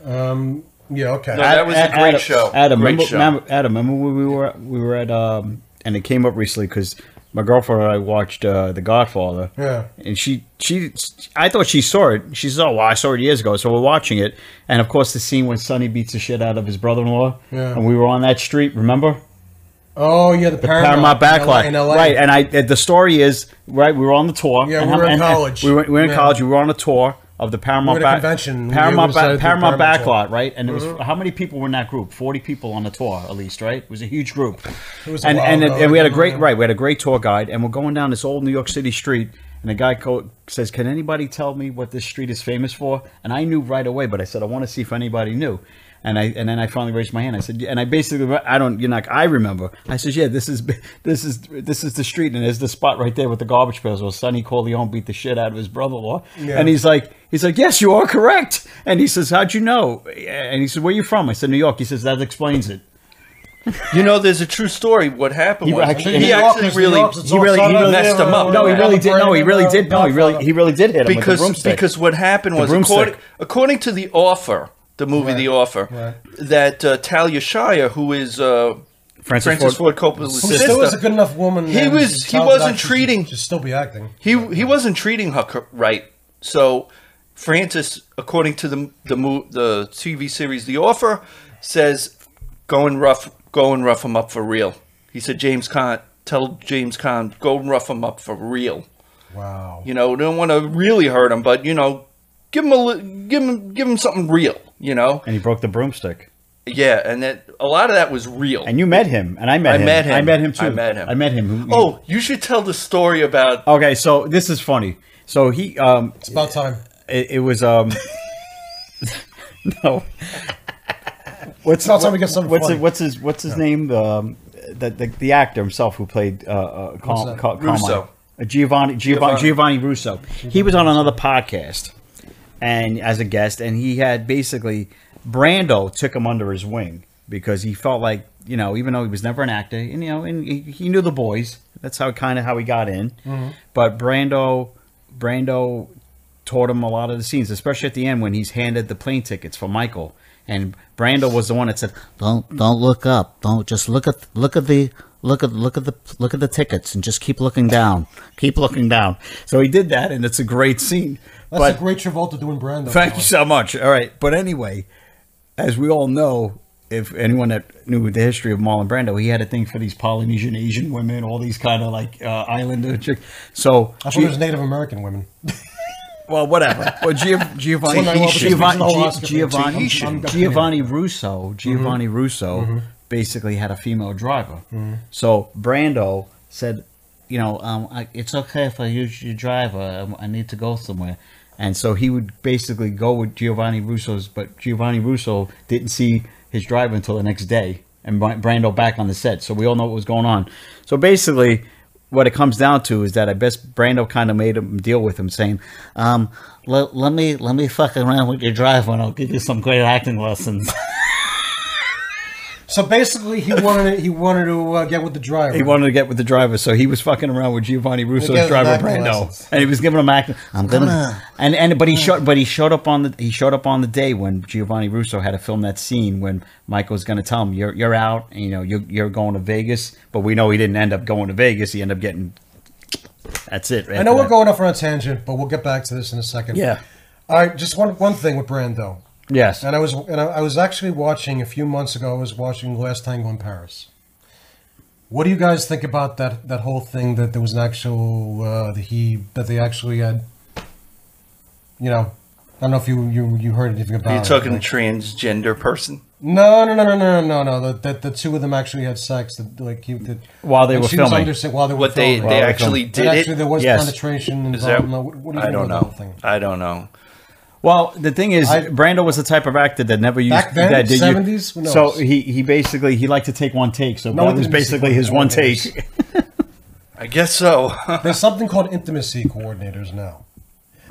Speaker 2: um, yeah, okay.
Speaker 1: No, that was a great
Speaker 3: Adam,
Speaker 1: show.
Speaker 3: Adam,
Speaker 1: Great
Speaker 3: remember,
Speaker 1: show.
Speaker 3: remember- Adam, remember when we were at- we were at um, and it came up recently because my girlfriend and I watched uh, The Godfather.
Speaker 2: Yeah.
Speaker 3: and she she I thought she saw it. She says, "Oh, well, I saw it years ago." So we're watching it, and of course the scene when Sonny beats the shit out of his brother-in-law,
Speaker 2: Yeah.
Speaker 3: and we were on that street. Remember?
Speaker 2: oh yeah, the,
Speaker 3: Paramount backlot,
Speaker 2: in LA, in LA.
Speaker 3: right? And I, uh, the story is right. We were on the tour.
Speaker 2: Yeah,
Speaker 3: and
Speaker 2: we were in
Speaker 3: and- and
Speaker 2: college.
Speaker 3: We were, we were in
Speaker 2: Yeah.
Speaker 3: college. We were on a tour of the Paramount
Speaker 2: We were at a
Speaker 3: Back-
Speaker 2: convention. We
Speaker 3: Paramount,
Speaker 2: decided to
Speaker 3: ba-
Speaker 2: do
Speaker 3: Paramount
Speaker 2: Paramount tour.
Speaker 3: backlot, right? And it was how many people were in that group? Forty people on the tour, at least, right? It was a huge group.
Speaker 2: It was a
Speaker 3: and
Speaker 2: while
Speaker 3: and,
Speaker 2: ago,
Speaker 3: and we had a
Speaker 2: I
Speaker 3: great
Speaker 2: remember.
Speaker 3: right. We had a great tour guide, and we're going down this old New York City street. And the guy co- says, "Can anybody tell me what this street is famous for?" And I knew right away, but I said, "I want to see if anybody knew." And I and then I finally raised my hand. I said, and I basically I don't you know like, I remember. I said, "Yeah, this is this is this is the street, and there's the spot right there with the garbage pails where Sonny Corleone beat the shit out of his brother-in-law."
Speaker 2: Yeah.
Speaker 3: And he's like, he's like, "Yes, you are correct." And he says, "How'd you know?" And he said, "Where you from?" I said, "New York." He says, "That explains it."
Speaker 1: You know, there's a true story. What happened
Speaker 3: He
Speaker 1: was
Speaker 3: actually-
Speaker 1: he
Speaker 3: New York
Speaker 1: actually really
Speaker 3: he really- he really
Speaker 1: messed him up.
Speaker 3: No, he really did. No, he really did. No, he really he really did hit him with the
Speaker 1: because
Speaker 3: broomstick.
Speaker 1: because what happened was
Speaker 3: broomstick.
Speaker 1: according, according to the offer, the movie The Offer,
Speaker 2: Right.
Speaker 1: that uh, Talia Shire, who is uh,
Speaker 3: Francis
Speaker 1: Francis,
Speaker 3: Ford-
Speaker 1: Ford, Coppola's
Speaker 2: Who still is a
Speaker 1: sister,
Speaker 2: good enough woman.
Speaker 1: He
Speaker 2: and
Speaker 1: was- he
Speaker 2: talented
Speaker 1: wasn't
Speaker 2: actress
Speaker 1: treating-
Speaker 2: to still be acting.
Speaker 1: he he wasn't treating her cor- right. So Francis, according to the the mo- the TV series The Offer, says go and rough go and rough him up for real. He said James Con tell James Con go and rough him up for real.
Speaker 2: Wow.
Speaker 1: You know, don't want to really hurt him, but you know, give him a li- give him give him something real. You know,
Speaker 3: and he broke the broomstick.
Speaker 1: yeah, and that a lot of that was real.
Speaker 3: And you met him, and I met
Speaker 1: I
Speaker 3: him.
Speaker 1: met him.
Speaker 3: I met him too.
Speaker 1: I met him.
Speaker 3: I met him. Who-
Speaker 1: oh, you should tell the story about
Speaker 3: okay. So this is funny. So he um
Speaker 2: It's about time.
Speaker 3: it, it was um no. What's
Speaker 2: It's about time we get something
Speaker 3: what's
Speaker 2: funny.
Speaker 3: his, what's his what's his name? Um, the, the the actor himself who played uh, uh, Cal-
Speaker 2: that?
Speaker 3: Cal-
Speaker 1: Russo.
Speaker 3: Uh, Giovanni, Giovanni
Speaker 1: Giovanni.
Speaker 3: Giovanni
Speaker 2: Mm-hmm.
Speaker 3: Russo. He was on another podcast, and as a guest, and he had basically Brando took him under his wing because he felt like you know, even though he was never an actor, and you know, and he, he knew the boys. That's how kind of how he got in.
Speaker 2: Mm-hmm.
Speaker 3: But Brando, Brando taught him a lot of the scenes, especially at the end when he's handed the plane tickets for Michael. And Brando was the one that said,
Speaker 4: Don't don't look up. Don't just look at look at the look at look at the look at the tickets and just keep looking down.
Speaker 3: "Keep looking down." So he did that, and it's a great scene.
Speaker 2: That's
Speaker 3: but
Speaker 2: a great Travolta doing Brando.
Speaker 3: Thank you so much. All right. But anyway, as we all know, if anyone that knew the history of Marlon Brando, he had a thing for these Polynesian Asian women, all these kind of like uh, islander chicks. So,
Speaker 2: I thought it was Native American women.
Speaker 3: well, whatever. Well, Giov- Giovanni,
Speaker 2: Well, no, well, because
Speaker 3: Giovanni,
Speaker 2: there's no
Speaker 3: Giovanni,
Speaker 2: Oscar for
Speaker 3: Giovanni,
Speaker 2: Tahitian. I'm- I'm-
Speaker 3: Giovanni Mm-hmm. Russo, Giovanni Russo basically had a female driver. So Brando said,
Speaker 4: You know, um, I, it's okay if I use your driver. Um, I need to go somewhere.
Speaker 3: And so he would basically go with Giovanni Russo's, but Giovanni Russo didn't see his driver until the next day and Bra- Brando back on the set. So we all know what was going on. So basically, what it comes down to is that I guess Brando kind of made him deal with him, saying,
Speaker 4: Um, let, let me let me fuck around with your driver, and I'll give you some great acting lessons.
Speaker 2: So basically, he wanted he wanted to uh, get with the driver.
Speaker 3: he wanted to get with the driver. So he was fucking around with Giovanni Russo's
Speaker 2: gave him
Speaker 3: driver,
Speaker 2: acting
Speaker 3: Brando.
Speaker 2: lessons.
Speaker 3: And he was giving him acting. I'm
Speaker 4: gonna-
Speaker 3: And and but he showed but he showed up on the he showed up on the day when Giovanni Russo had to film that scene when Michael was going to tell him you're you're out and, you know you're you're going to Vegas but we know he didn't end up going to Vegas he ended up getting that's it
Speaker 2: I know we're going off on a tangent, but we'll get back to this in a second.
Speaker 3: yeah
Speaker 2: All right, just one one thing with Brando,
Speaker 3: yes
Speaker 2: and I was and I, I was actually watching a few months ago. I was watching Last Tango in Paris. What do you guys think about that that whole thing that there was an actual uh, that he that they actually had? You know, I don't know if you you, you heard anything about
Speaker 1: Are you
Speaker 2: it.
Speaker 1: talking
Speaker 2: like-
Speaker 1: transgender person?
Speaker 2: No, no, no, no, no, no, no. That that the two of them actually had sex. That like he, that,
Speaker 3: While they
Speaker 2: and
Speaker 3: were
Speaker 2: she
Speaker 3: filming.
Speaker 2: Was under, while they were
Speaker 1: What they
Speaker 2: filming.
Speaker 1: they actually
Speaker 2: And
Speaker 1: did
Speaker 2: actually, there
Speaker 1: it?
Speaker 2: was
Speaker 3: Yes.
Speaker 2: penetration
Speaker 1: Is that?
Speaker 2: involved. No, what, what do you
Speaker 1: I
Speaker 2: think
Speaker 1: don't
Speaker 2: about
Speaker 1: know.
Speaker 2: that thing?
Speaker 1: I don't know.
Speaker 3: Well, the thing is,
Speaker 2: I-
Speaker 3: Brando was the type of actor that never used
Speaker 2: Back then,
Speaker 3: that you-
Speaker 2: 70s? Who knows?
Speaker 3: So he he basically he liked to take one take. So
Speaker 2: No,
Speaker 3: that was
Speaker 2: it didn't
Speaker 3: basically
Speaker 2: seem
Speaker 3: his
Speaker 2: like
Speaker 3: one
Speaker 2: that.
Speaker 3: take.
Speaker 1: I guess so.
Speaker 2: There's something called intimacy coordinators now.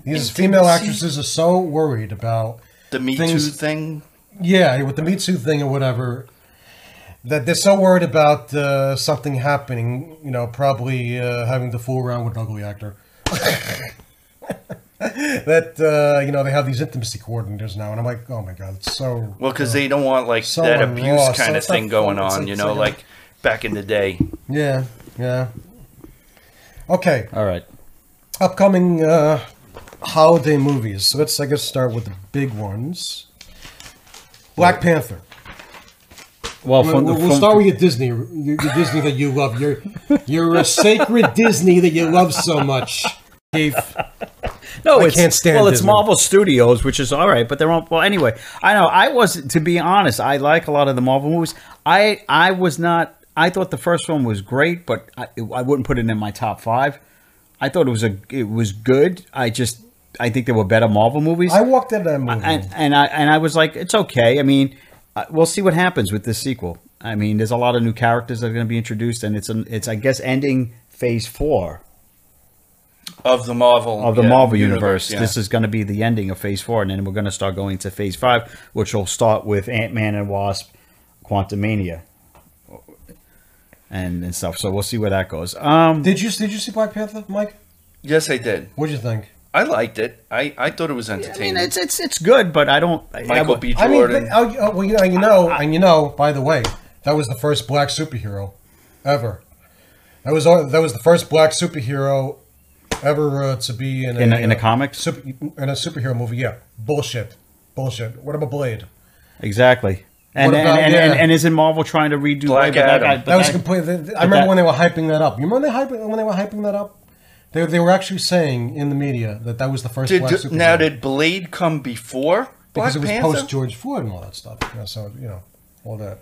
Speaker 2: These female
Speaker 1: Intimacy?
Speaker 2: actresses are so worried about
Speaker 1: the Me Too
Speaker 2: Things-
Speaker 1: thing.
Speaker 2: yeah with the Me Too thing or whatever that they're so worried about uh, something happening. You know, probably uh, having to fool around with an ugly actor. that uh, you know they have these intimacy coordinators now, and I'm like, oh my god, it's so
Speaker 1: Well, because they don't want like
Speaker 2: So
Speaker 1: that
Speaker 2: on
Speaker 1: abuse
Speaker 2: Raw, so
Speaker 1: kind of
Speaker 2: it's not
Speaker 1: thing going
Speaker 2: fun. It's
Speaker 1: on.
Speaker 2: like-
Speaker 1: you
Speaker 2: it's
Speaker 1: know,
Speaker 2: like a-
Speaker 1: like back in the day.
Speaker 2: Yeah, yeah. Okay,
Speaker 3: All right.
Speaker 2: upcoming uh, holiday movies. So let's, I guess, start with the big ones. Black Panther.
Speaker 3: Well,
Speaker 2: We'll,
Speaker 3: from the
Speaker 2: we'll- we'll
Speaker 3: from-
Speaker 2: start with your Disney, your, your Disney that you love, your your uh, sacred Disney that you love so much. Keith.
Speaker 3: no,
Speaker 2: I
Speaker 3: it's,
Speaker 2: can't stand
Speaker 3: Well, it's
Speaker 2: Disney.
Speaker 3: Marvel Studios, which is all right, but they're all, well. Anyway, I know I was to be honest. I like a lot of the Marvel movies. I I was not. I thought the first one was great, but I, I wouldn't put it in my top five. I thought it was a it was good. I just I think there were better Marvel movies.
Speaker 2: I walked into that movie.
Speaker 3: and and I and I was like, it's okay. I mean, uh, we'll see what happens with this sequel. I mean, there's a lot of new characters that are going to be introduced, and it's an, it's I guess ending phase four
Speaker 1: Of the Marvel
Speaker 3: of the
Speaker 1: yeah,
Speaker 3: Marvel universe.
Speaker 1: yeah.
Speaker 3: This is going to be the ending of phase four, and then we're going to start going to phase five, which will start with Ant Man and Wasp, Quantum Mania, and and stuff. So we'll see where that goes. Um,
Speaker 2: did you did you see Black Panther, Mike?
Speaker 1: yes, I did.
Speaker 2: What'd you think?
Speaker 1: I liked it. I, I thought it was
Speaker 3: I mean,
Speaker 1: entertaining.
Speaker 3: it's it's it's good, but I don't. I- I
Speaker 1: Michael
Speaker 3: would-
Speaker 1: B.
Speaker 2: I mean, but,
Speaker 1: Jordan.
Speaker 2: oh, you- oh, well, you know, you know, and you know. By the way, that was the first black superhero ever. That was all- that was the first black superhero ever uh, to be in a,
Speaker 3: In a- in a
Speaker 2: uh,
Speaker 3: comic?
Speaker 2: sup- in a superhero movie. Yeah, bullshit, bullshit. What about Blade?
Speaker 3: Exactly. And,
Speaker 2: What
Speaker 3: and,
Speaker 2: about-
Speaker 3: and, and,
Speaker 2: yeah.
Speaker 3: and isn't Marvel trying to redo
Speaker 1: Black
Speaker 3: but
Speaker 1: Adam.
Speaker 2: That was
Speaker 3: that-
Speaker 2: completely. I remember
Speaker 3: that-
Speaker 2: when they were hyping that up. You remember when they hyping when they were hyping that up? They, they were actually saying in the media that that was the first
Speaker 1: Did-
Speaker 2: black superhero.
Speaker 1: now, did Blade come before Black
Speaker 2: because it was
Speaker 1: Panther?
Speaker 2: post George Floyd and all that stuff. You know, so you know all that.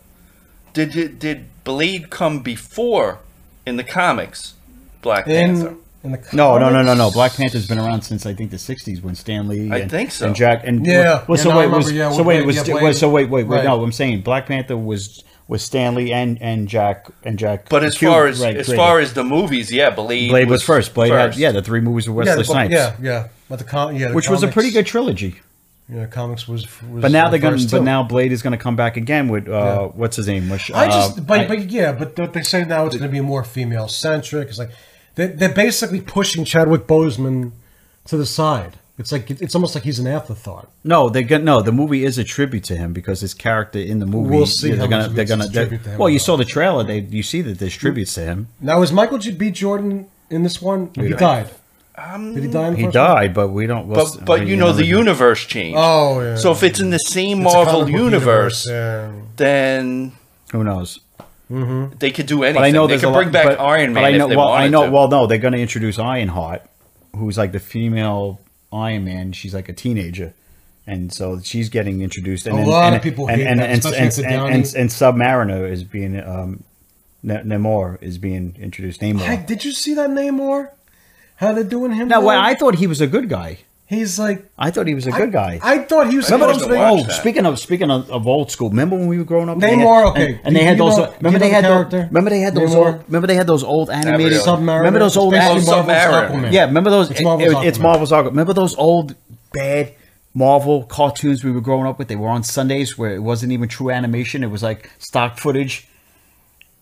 Speaker 1: did, did did Blade come before in the comics? Black Panther.
Speaker 2: In, in the
Speaker 3: No, no, no, no, no.
Speaker 2: comics-
Speaker 3: Black Panther's been around since I think the '60s when Stan Lee.
Speaker 1: I
Speaker 3: and-
Speaker 1: think so.
Speaker 3: And Jack and
Speaker 2: Yeah.
Speaker 3: Well,
Speaker 2: Yeah,
Speaker 3: so
Speaker 2: no, I
Speaker 3: wait, it was,
Speaker 2: remember, yeah,
Speaker 3: so wait, it
Speaker 2: with-
Speaker 3: was
Speaker 2: yeah,
Speaker 3: well, so wait, wait, wait.
Speaker 2: Blade.
Speaker 3: No, I'm saying Black Panther was was Stanley and and Jack and Jack.
Speaker 1: But as
Speaker 3: Cube,
Speaker 1: far as
Speaker 3: right,
Speaker 1: as
Speaker 3: created.
Speaker 1: far as the movies, yeah, Blade,
Speaker 3: Blade was first. Blade had
Speaker 1: first.
Speaker 3: yeah, the three movies with
Speaker 2: yeah,
Speaker 3: Wesley
Speaker 2: the,
Speaker 3: Snipes,
Speaker 2: yeah, yeah. But the com- yeah, the
Speaker 3: which was a pretty
Speaker 2: comics-
Speaker 3: good trilogy.
Speaker 2: You know, comics was. was
Speaker 3: But now
Speaker 2: the
Speaker 3: they're going.
Speaker 2: first,
Speaker 3: But
Speaker 2: too.
Speaker 3: now Blade is going to come back again with uh, what's his name? Which,
Speaker 2: I
Speaker 3: uh,
Speaker 2: just, but,
Speaker 3: I-
Speaker 2: but yeah, but don't they say now it's going to be more female centric? It's like they're, they're basically pushing Chadwick Boseman to the side. It's like it's almost like he's an afterthought.
Speaker 3: no, they're going no. The movie is a tribute to him because his character in the movie.
Speaker 2: We'll see
Speaker 3: They're
Speaker 2: how
Speaker 3: going
Speaker 2: much
Speaker 3: to.
Speaker 2: of
Speaker 3: They're
Speaker 2: it's a
Speaker 3: going
Speaker 2: tribute to
Speaker 3: to.
Speaker 2: him
Speaker 3: Well,
Speaker 2: or
Speaker 3: you
Speaker 2: not.
Speaker 3: saw the trailer. They you see that there's tributes to him.
Speaker 2: Now is Michael J. B. Jordan in this one? He died. Did he die? In the
Speaker 3: He
Speaker 2: first one?
Speaker 3: died, but we don't. We'll,
Speaker 1: Um, But, but you know the universe changed.
Speaker 2: Oh, yeah.
Speaker 1: So if it's in the same
Speaker 2: It's a comic
Speaker 1: Marvel
Speaker 2: book
Speaker 1: universe,
Speaker 2: yeah.
Speaker 1: then
Speaker 3: Who knows?
Speaker 1: they could do anything.
Speaker 3: But I know
Speaker 1: they
Speaker 3: there's a
Speaker 1: could
Speaker 3: lot-
Speaker 1: bring back
Speaker 3: but-
Speaker 1: Iron Man
Speaker 3: But I know.
Speaker 1: if they
Speaker 3: well,
Speaker 1: wanted
Speaker 3: I know.
Speaker 1: to.
Speaker 3: Well, no, they're going to introduce Ironheart, who's like the female Iron Man. She's like a teenager, and so she's getting introduced. And
Speaker 2: A
Speaker 3: then-
Speaker 2: lot
Speaker 3: and,
Speaker 2: of people
Speaker 3: and,
Speaker 2: hate
Speaker 3: and,
Speaker 2: that,
Speaker 3: and,
Speaker 2: especially
Speaker 3: and,
Speaker 2: after
Speaker 3: and,
Speaker 2: Downey.
Speaker 3: and, and Submariner is being um, Na- Namor is being introduced. Namor.
Speaker 2: Hey, did you see that Namor? How they're doing him?
Speaker 3: now,
Speaker 2: now?
Speaker 3: well, I thought he was a good guy.
Speaker 2: he's like
Speaker 3: I thought he was a good guy.
Speaker 2: I thought he was
Speaker 1: Remember
Speaker 2: supposed to
Speaker 1: those-
Speaker 2: be.
Speaker 1: watch
Speaker 3: oh,
Speaker 1: that.
Speaker 3: speaking of speaking of, of old school, remember when we were growing up? and they
Speaker 2: Namor,
Speaker 3: had-
Speaker 2: okay.
Speaker 3: and, and they
Speaker 2: Do
Speaker 3: had
Speaker 2: you
Speaker 3: those.
Speaker 2: know- do
Speaker 3: remember
Speaker 2: you
Speaker 3: they
Speaker 2: know
Speaker 3: had
Speaker 2: the
Speaker 3: those,
Speaker 2: character?
Speaker 3: remember they had those.
Speaker 2: Namor?
Speaker 3: Old, remember they had those old animated.
Speaker 1: really.
Speaker 2: Submariner.
Speaker 3: Remember those old.
Speaker 2: It's
Speaker 1: Oh,
Speaker 2: basically
Speaker 1: Submariner.
Speaker 2: Aquaman.
Speaker 3: Yeah, remember those?
Speaker 2: It's
Speaker 3: it-
Speaker 2: Marvel's
Speaker 3: it- it's
Speaker 2: Aquaman.
Speaker 3: Marvel's Aquaman. Remember those old bad Marvel cartoons we were growing up with? They were on Sundays where it wasn't even true animation. It was like stock footage.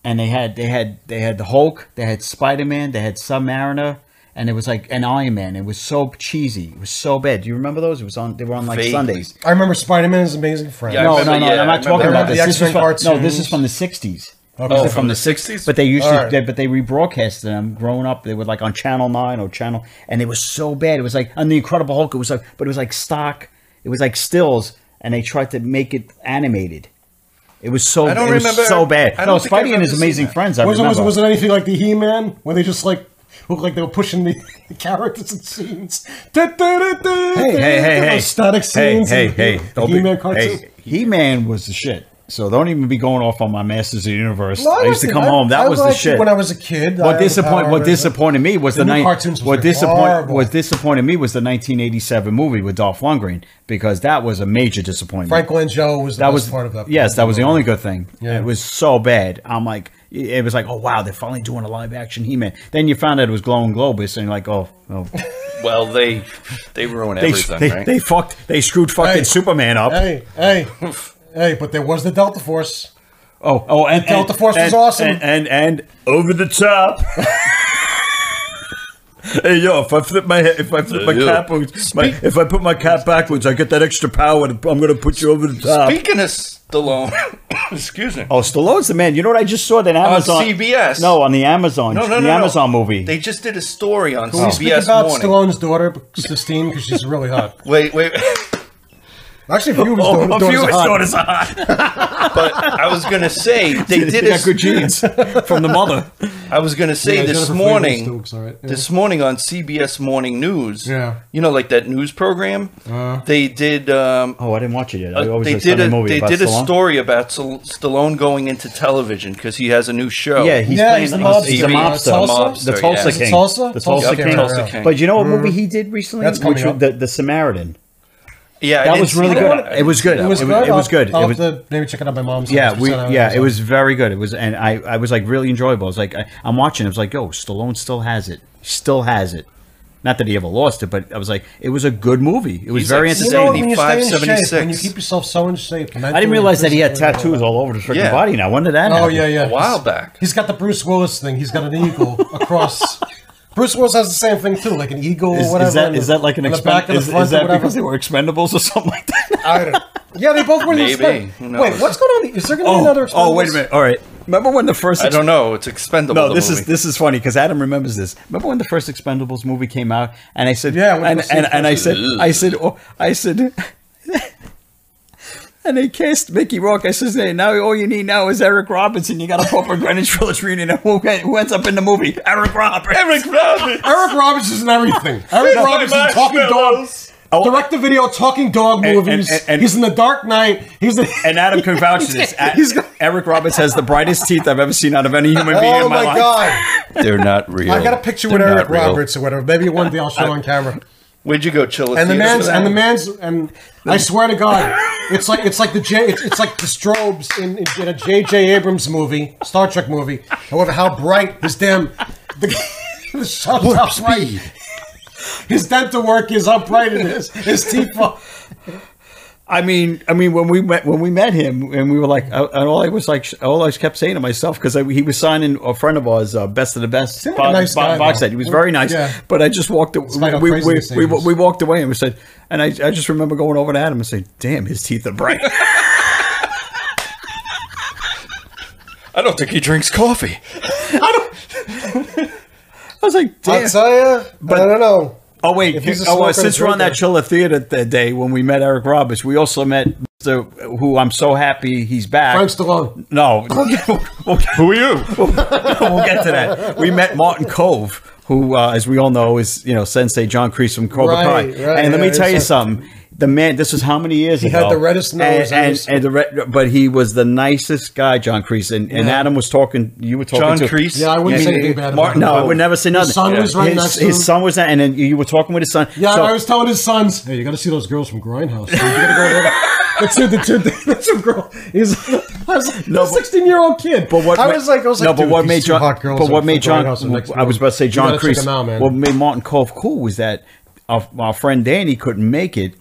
Speaker 3: And they had they had they had the Hulk, they had Spider Man, they had Submariner, and it was like an Iron Man. It was so cheesy. It was so bad. Do you remember those? It was on. They were on like
Speaker 1: Vaguely.
Speaker 3: Sundays.
Speaker 2: I remember Spider Man is amazing friend.
Speaker 1: Yeah, I
Speaker 3: No,
Speaker 1: remember-
Speaker 3: no, no.
Speaker 1: yeah,
Speaker 3: I'm
Speaker 1: I
Speaker 3: not
Speaker 1: remember
Speaker 3: talking about
Speaker 2: that.
Speaker 3: this. this is
Speaker 2: Remember
Speaker 3: from,
Speaker 2: the
Speaker 3: no,
Speaker 2: X-Men
Speaker 3: this is
Speaker 2: cartoons?
Speaker 3: from the '60s.
Speaker 2: Okay.
Speaker 1: Oh,
Speaker 3: They're
Speaker 1: from the 60s?
Speaker 3: But they used
Speaker 2: All
Speaker 3: to,
Speaker 2: right.
Speaker 3: they, but they rebroadcasted them growing up. They were like on Channel 9 or Channel, and it was so bad. It was like, on The Incredible Hulk, it was like, but it was like stock, it was like stills, and they tried to make it animated. It was so,
Speaker 1: I don't
Speaker 3: it was
Speaker 1: remember-
Speaker 3: so bad.
Speaker 1: I
Speaker 3: No,
Speaker 1: don't think I've
Speaker 3: Spidey and his
Speaker 1: ever seen
Speaker 3: amazing
Speaker 1: that.
Speaker 3: friends, I
Speaker 2: Was it,
Speaker 3: remember.
Speaker 2: was, it, was it anything like the He Man, where they just like looked like they were pushing the, the characters and scenes? Hey,
Speaker 3: hey, hey, hey, hey.
Speaker 2: Static scenes.
Speaker 3: Hey,
Speaker 2: and
Speaker 3: hey, hey.
Speaker 2: The
Speaker 3: Don't
Speaker 2: He
Speaker 3: be,
Speaker 2: Man cartoon.
Speaker 3: hey, He-Man was the shit. So don't even be going off on my Masters of the Universe.
Speaker 2: No,
Speaker 3: I used to
Speaker 2: liked it.
Speaker 3: come home. That
Speaker 2: I
Speaker 3: was the
Speaker 2: liked it
Speaker 3: shit.
Speaker 2: When I was a kid, I
Speaker 3: What
Speaker 2: had the
Speaker 3: disappoint
Speaker 2: Power
Speaker 3: what
Speaker 2: Rangers.
Speaker 3: disappointed me was the,
Speaker 2: new
Speaker 3: night
Speaker 2: cartoons was
Speaker 3: what disappoint
Speaker 2: horrible.
Speaker 3: what disappointed me was the 1987 movie with Dolph Lundgren because that was a major disappointment.
Speaker 2: Frank Langella was the
Speaker 3: that
Speaker 2: best
Speaker 3: was
Speaker 2: part of that.
Speaker 3: Yes, that was the only good thing.
Speaker 2: Yeah.
Speaker 3: It was so bad. I'm like it was like, oh wow, they're finally doing a live action He Man. Then you found out it was Glowing Globus, and you're like, oh, oh.
Speaker 1: Well, they they ruin
Speaker 3: they,
Speaker 1: everything,
Speaker 3: they,
Speaker 1: right?
Speaker 3: they fucked, they screwed fucking
Speaker 2: Hey.
Speaker 3: Superman up.
Speaker 2: Hey, hey, hey! But there was the Delta Force.
Speaker 3: Oh, oh, and
Speaker 2: Delta
Speaker 3: and-
Speaker 2: Force was
Speaker 3: and-
Speaker 2: awesome.
Speaker 3: and, and and over the top. hey yo, if I flip my head, if I flip my
Speaker 1: Hey, yo.
Speaker 3: cap, my, if I put my cap backwards, I get that extra power. and I'm gonna put you over the top.
Speaker 1: Speaking of Stallone, excuse me.
Speaker 3: Oh, Stallone's the man. You know what I just saw? That Amazon
Speaker 1: CBS.
Speaker 3: No, on the Amazon.
Speaker 1: no, no, no,
Speaker 3: the
Speaker 1: no.
Speaker 3: Amazon movie.
Speaker 1: They just did a story on
Speaker 3: Oh,
Speaker 2: Can we speak
Speaker 1: CBS
Speaker 2: about
Speaker 1: Morning.
Speaker 2: Stallone's daughter, Christine, because she's really hot.
Speaker 1: Wait, wait.
Speaker 2: Actually, a few of his
Speaker 3: oh,
Speaker 2: daughter-
Speaker 3: a
Speaker 2: daughters
Speaker 3: few
Speaker 2: are
Speaker 3: of his
Speaker 2: hot.
Speaker 3: daughters are hot.
Speaker 1: But I was gonna say they
Speaker 3: They
Speaker 1: did.
Speaker 3: got
Speaker 1: A,
Speaker 3: good genes from the mother.
Speaker 1: I was gonna say
Speaker 2: Yeah,
Speaker 1: this
Speaker 2: Jennifer
Speaker 1: morning.
Speaker 2: Freeman's Stokes, all right. Yeah.
Speaker 1: This morning on CBS Morning News.
Speaker 2: Yeah.
Speaker 1: You know, like that news program.
Speaker 2: Uh.
Speaker 1: they did. Um,
Speaker 3: Oh, I didn't watch it yet. I
Speaker 1: Uh,
Speaker 3: always
Speaker 1: they
Speaker 3: like
Speaker 1: did
Speaker 3: Sunday
Speaker 1: a
Speaker 3: movie
Speaker 1: they
Speaker 3: about
Speaker 1: did a
Speaker 3: Stallone.
Speaker 1: story about Stal- Stallone going into television because he has a new show.
Speaker 3: Yeah, he's
Speaker 2: Yeah,
Speaker 3: playing
Speaker 2: he's the mobster.
Speaker 3: he's a
Speaker 2: Tulsa?
Speaker 3: mobster.
Speaker 2: Mobster,
Speaker 3: the
Speaker 1: Oh. yeah.
Speaker 3: Tulsa
Speaker 1: Is
Speaker 2: it
Speaker 3: King.
Speaker 2: Tulsa?
Speaker 3: The Tulsa,
Speaker 2: Tulsa
Speaker 3: King.
Speaker 2: King. Tulsa
Speaker 1: King.
Speaker 3: But you know what movie he did recently?
Speaker 2: That's coming
Speaker 3: Which was
Speaker 2: up.
Speaker 3: The, the Samaritan.
Speaker 1: yeah. I
Speaker 3: That
Speaker 1: didn't
Speaker 3: was really
Speaker 1: see
Speaker 3: good.
Speaker 1: that.
Speaker 3: It was good.
Speaker 2: It was good.
Speaker 3: It was good.
Speaker 2: I'll,
Speaker 3: It
Speaker 2: I'll
Speaker 3: was-
Speaker 2: have to maybe check it out my mom's.
Speaker 3: yeah,
Speaker 2: house.
Speaker 3: we
Speaker 2: It's uh, on
Speaker 3: yeah, it
Speaker 2: Amazon.
Speaker 3: was very good. It was, and I I was like really enjoyable. I was like I, I'm watching. I was like, yo, Stallone still has it. He still has it. Not that he ever lost it, but I was like, it was a good movie. It was
Speaker 1: He's
Speaker 3: very
Speaker 1: like
Speaker 2: You
Speaker 3: entertaining.
Speaker 2: know, when you stay in
Speaker 1: 75,
Speaker 2: shape, when you
Speaker 1: 76.
Speaker 2: keep yourself so in shape.
Speaker 3: I didn't realize that he had tattoos all over his freaking
Speaker 1: Yeah.
Speaker 3: body. Now when did that?
Speaker 2: Oh
Speaker 3: happen?
Speaker 2: yeah, yeah.
Speaker 1: a while back.
Speaker 2: He's got the Bruce Willis thing. He's got an eagle across. Bruce Willis has the same thing too, like an eagle
Speaker 3: Is,
Speaker 2: or
Speaker 3: is
Speaker 2: whatever.
Speaker 3: that
Speaker 2: on
Speaker 3: is
Speaker 2: the-
Speaker 3: that like an
Speaker 2: on the
Speaker 3: expend-
Speaker 2: back and the
Speaker 3: is,
Speaker 2: front
Speaker 3: is
Speaker 2: or
Speaker 3: that
Speaker 2: whatever.
Speaker 3: because they were expendables or something like that?
Speaker 2: I don't. Yeah, they both were in the
Speaker 1: Maybe.
Speaker 2: Expendables.
Speaker 1: Who knows?
Speaker 2: Wait, what's going on? Is there going to be
Speaker 3: Oh,
Speaker 2: another?
Speaker 3: oh, wait
Speaker 2: Expendables?
Speaker 3: a minute. All right. Remember when the first
Speaker 1: I don't know. It's expendable.
Speaker 3: No,
Speaker 1: the
Speaker 3: this
Speaker 1: movie.
Speaker 3: is this is funny because Adam remembers this. Remember when the first Expendables movie came out, and I said,
Speaker 2: Yeah, when
Speaker 3: and
Speaker 2: it was
Speaker 3: and,
Speaker 2: the
Speaker 3: and I
Speaker 2: first-
Speaker 3: said, I said, oh, I said, and they cast Mickey Rourke. I said, hey, now all you need now is Eric Robinson. You got a proper Greenwich Village reunion. And who, who ends up in the movie? Eric Roberts.
Speaker 1: Eric Roberts.
Speaker 2: Eric Robinson's in everything. Eric
Speaker 1: my
Speaker 2: Robinson's talking dog.
Speaker 1: marshmallows.
Speaker 3: Oh,
Speaker 2: Direct to video talking dog
Speaker 3: and-
Speaker 2: movies.
Speaker 3: and- and-
Speaker 2: he's in The Dark Knight. He's in,
Speaker 3: And Adam can vouch for this. A-
Speaker 2: he's got-
Speaker 3: Eric Roberts has the brightest teeth I've ever seen out of any human being
Speaker 2: oh
Speaker 3: in my,
Speaker 2: my,
Speaker 3: life.
Speaker 2: god!
Speaker 1: They're not real.
Speaker 2: I got a picture with
Speaker 1: They're
Speaker 2: Eric
Speaker 1: not real.
Speaker 2: Roberts or whatever. Maybe one day I'll show on camera.
Speaker 1: Where'd you go, Chilla?
Speaker 2: And the
Speaker 1: Theater
Speaker 2: man's
Speaker 1: for that?
Speaker 2: and the man's and I swear to God, it's like it's like the J, it's, it's like the strobes in, in, in a J.J. Abrams movie, Star Trek movie. However, how bright his damn the, the shot up right. His dental work is how bright it is. His teeth. are-
Speaker 3: I mean, I mean, when we met when we met him, and we were like, uh, and all I was like, all I kept saying to myself because he was signing a friend of ours, uh, best of the best
Speaker 2: Seemed like a nice guy,
Speaker 3: box
Speaker 2: though.
Speaker 3: set. He was very nice,
Speaker 2: Yeah.
Speaker 3: but I just walked. away.
Speaker 2: kind of
Speaker 3: we,
Speaker 2: crazy
Speaker 3: we,
Speaker 2: to say
Speaker 3: we,
Speaker 2: this.
Speaker 3: we walked away and we said, and I, I just remember going over to Adam and saying, "Damn, his teeth are bright."
Speaker 1: I don't think he drinks coffee.
Speaker 3: I was like,
Speaker 2: I'll
Speaker 3: "Damn."
Speaker 2: tell you,
Speaker 3: But-
Speaker 2: I don't know.
Speaker 3: Oh wait,
Speaker 2: If he's a
Speaker 3: oh, uh,
Speaker 2: smoker,
Speaker 3: since
Speaker 2: it's
Speaker 3: we're
Speaker 2: right
Speaker 3: on that
Speaker 2: there.
Speaker 3: Chilla Theater that day when we met Eric Roberts, we also met the who I'm so happy he's back.
Speaker 2: Frank Stallone.
Speaker 3: No, we'll get, we'll,
Speaker 1: Who are you?
Speaker 3: we'll get to that. We met Martin Cove, who, uh, as we all know, is you know Sensei John Kreese from Cobra
Speaker 2: Right,
Speaker 3: Kai.
Speaker 2: right,
Speaker 3: and let me
Speaker 2: yeah,
Speaker 3: tell you
Speaker 2: it's a-
Speaker 3: something. The man, this was how many years
Speaker 2: He
Speaker 3: ago?
Speaker 2: had the reddest nose
Speaker 3: and,
Speaker 2: I've
Speaker 3: and,
Speaker 2: ever
Speaker 3: and the red, but he was the nicest guy, John Kreese. And, and
Speaker 2: Yeah.
Speaker 3: Adam was talking. You were talking
Speaker 1: John
Speaker 3: to
Speaker 1: Creese.
Speaker 2: Yeah, I wouldn't
Speaker 3: Yeah,
Speaker 2: say
Speaker 3: yeah,
Speaker 2: anything bad
Speaker 1: Martin-
Speaker 2: about
Speaker 3: No,
Speaker 2: him.
Speaker 3: I would never say nothing.
Speaker 2: His son was right
Speaker 3: his,
Speaker 2: next to
Speaker 3: his
Speaker 2: him.
Speaker 3: son was that, and then you were talking with his son.
Speaker 2: Yeah,
Speaker 3: So-
Speaker 2: I was telling his sons, hey, you got to see those girls from Grindhouse. dude. You gotta go there. That's it. That's it. That's a girl. He's, I was like,
Speaker 3: No,
Speaker 2: a
Speaker 3: but-
Speaker 2: sixteen-year-old kid.
Speaker 3: But what
Speaker 2: I was like, I was like,
Speaker 3: no, but
Speaker 2: dude,
Speaker 3: what
Speaker 2: these
Speaker 3: made
Speaker 2: two
Speaker 3: John?
Speaker 2: hot girls
Speaker 3: but what
Speaker 2: from
Speaker 3: made John?
Speaker 2: Grindhouse are next
Speaker 3: I was about to say
Speaker 2: You
Speaker 3: John
Speaker 2: gotta check
Speaker 3: Kreese.
Speaker 2: them out, man.
Speaker 3: What made Martin Cove cool was that our, our friend Danny couldn't make it.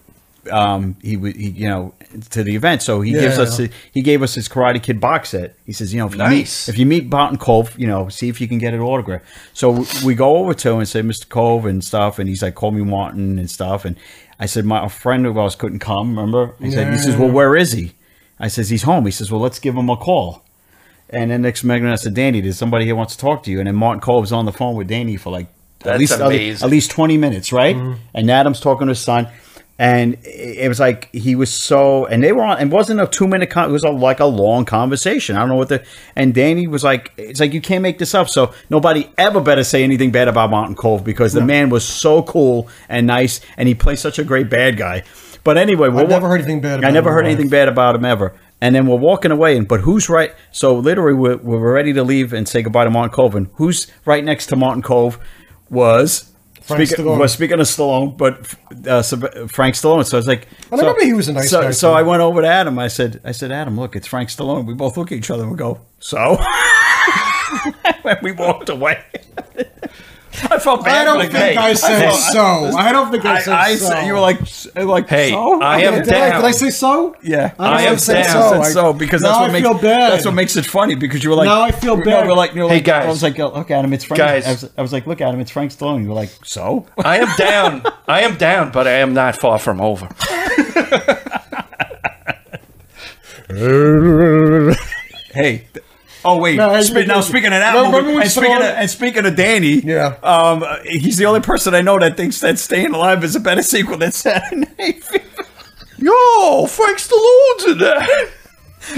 Speaker 3: Um, he would, he, you know, to the event. So he gives
Speaker 2: Yeah.
Speaker 3: us, he gave us his Karate Kid box set. He says, you know, if you
Speaker 1: Nice.
Speaker 3: meet, if you meet Martin Cove, you know, see if you can get an autograph. So we go over to him and say, Mr. Cove and stuff, and he's like, call me Martin and stuff. And I said, my a friend of ours couldn't come. Remember? He said, he says, well, where is he? I says, he's home. He says, well, let's give him a call. And then next Megan I said, Danny, there's somebody here wants to talk to you. And then Martin Cole was on the phone with Danny for like at
Speaker 1: That's
Speaker 3: least at least,
Speaker 1: amazing.
Speaker 3: at least 20 minutes, right?
Speaker 2: Mm-hmm.
Speaker 3: And Adam's talking to his son. And it it was like he was so, and they were on. It wasn't a two minute. Con- it was a, like a long conversation. I don't know what the. And Danny was like, "It's like you can't make this up." So nobody ever better say anything bad about Mountain Cove because the man was so cool and nice, and he played such a great bad guy. But anyway, we're
Speaker 2: never
Speaker 3: wa-
Speaker 2: heard anything bad about
Speaker 3: I
Speaker 2: him
Speaker 3: never
Speaker 2: in
Speaker 3: heard
Speaker 2: my life.
Speaker 3: anything bad about him ever. And then we're walking away, and but who's right? So literally, we're, we're ready to leave and say goodbye to Martin Cove. And who's right next to Martin Cove was
Speaker 2: Frank
Speaker 3: speaking,
Speaker 2: Stallone.
Speaker 3: was speaking of Stallone, but uh, Seb- Frank Stallone. So I was like,
Speaker 2: I
Speaker 3: so,
Speaker 2: remember he was a nice
Speaker 3: so,
Speaker 2: guy,
Speaker 3: So
Speaker 2: too.
Speaker 3: I went over to Adam. I said, I said, Adam, look, it's Frank Stallone. We both look at each other and we go, so. and we walked away. I felt bad.
Speaker 2: I don't
Speaker 3: like,
Speaker 2: think
Speaker 3: hey,
Speaker 2: I said so. I don't think I, said
Speaker 3: I, I
Speaker 2: so.
Speaker 3: said you were like, s- like
Speaker 1: Hey,
Speaker 3: so?
Speaker 1: I am
Speaker 2: Did I,
Speaker 1: down.
Speaker 2: did I say so?
Speaker 3: Yeah,
Speaker 2: I, don't
Speaker 1: I
Speaker 2: know if
Speaker 1: am
Speaker 2: I said
Speaker 1: down.
Speaker 2: so.
Speaker 1: I
Speaker 3: said so because that's
Speaker 2: now
Speaker 3: what
Speaker 2: I
Speaker 3: makes
Speaker 2: feel bad.
Speaker 3: that's what makes it funny because you were like
Speaker 2: Now I feel
Speaker 3: no,
Speaker 2: bad.
Speaker 3: We're like, you're
Speaker 1: Hey,
Speaker 3: like
Speaker 1: guys.
Speaker 3: I was like, look, Adam, it's Frank.
Speaker 1: Guys.
Speaker 3: I was, I was like, look, Adam, it's Frank Stallone. You were like, so
Speaker 1: I am down. I am down, but I am not far from over.
Speaker 3: hey. th- Oh wait!
Speaker 2: No, I-
Speaker 3: Spe- now speaking of that
Speaker 2: No,
Speaker 3: movie,
Speaker 2: remember when
Speaker 3: and speaking of,
Speaker 2: Stallone-
Speaker 3: and speaking of Danny,
Speaker 2: Yeah.
Speaker 3: um, uh, he's the only person I know that thinks that Staying Alive is a better sequel than Saturday Night Fever.
Speaker 1: Yo, Frank Stallone's in there.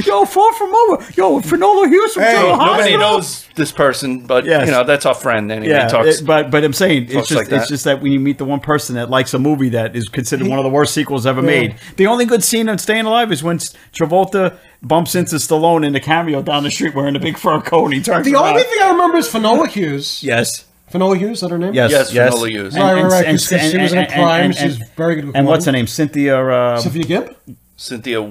Speaker 3: Yo, Far From Over. Yo, Fernando Hughes from
Speaker 2: Hey,
Speaker 3: General
Speaker 1: Nobody
Speaker 3: Hospital.
Speaker 1: knows this person, but
Speaker 3: Yes.
Speaker 1: you know that's our friend. Anyway,
Speaker 3: Yeah,
Speaker 1: he talks.
Speaker 3: it- but but I'm saying it's
Speaker 1: talks
Speaker 3: just
Speaker 1: like that.
Speaker 3: it's just that when you meet the one person that likes a movie that is considered one of the worst sequels ever made. The only good scene of Staying Alive is when Travolta bumps into Stallone in a cameo down the street wearing a big fur coat. And he turns
Speaker 2: The
Speaker 3: around.
Speaker 2: only thing I remember is Finola Hughes.
Speaker 3: yes,
Speaker 2: Finola Hughes, is that her name?
Speaker 3: yes,
Speaker 1: Yes,
Speaker 3: yes,
Speaker 1: Finola Hughes.
Speaker 2: Right, right, right, 'cause she was in a prime, she was very good with
Speaker 3: And what's her
Speaker 2: women.
Speaker 3: name? Cynthia. Uh,
Speaker 2: Sophia Gibb.
Speaker 1: Cynthia,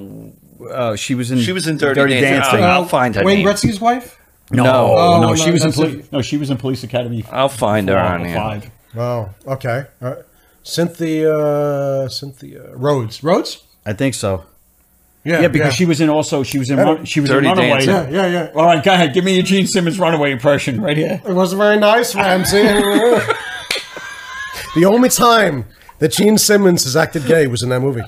Speaker 3: uh, she was in.
Speaker 1: she was in Dirty, Dancing. Oh.
Speaker 3: Dancing.
Speaker 1: I'll find her.
Speaker 2: Uh, Wayne
Speaker 1: name.
Speaker 2: Gretzky's wife.
Speaker 3: No,
Speaker 2: Oh,
Speaker 3: no,
Speaker 2: no,
Speaker 3: she was in.
Speaker 2: that's
Speaker 3: Poli-
Speaker 2: it.
Speaker 3: no, she was in Police Academy.
Speaker 1: I'll find her
Speaker 3: four
Speaker 1: on
Speaker 3: or
Speaker 1: here.
Speaker 3: five.
Speaker 2: Oh, okay. All right. Cynthia, uh, Cynthia Rhodes. Rhodes.
Speaker 3: I think so. Yeah, because she was in also she was in
Speaker 2: Yeah.
Speaker 3: run, she was
Speaker 1: Dirty
Speaker 3: in Runaway.
Speaker 1: Dancing.
Speaker 2: Yeah, yeah, yeah.
Speaker 3: All right, go ahead. Give me your Gene Simmons Runaway impression right here.
Speaker 2: It wasn't very nice, Ramsey. the only time that Gene Simmons has acted gay was in that movie.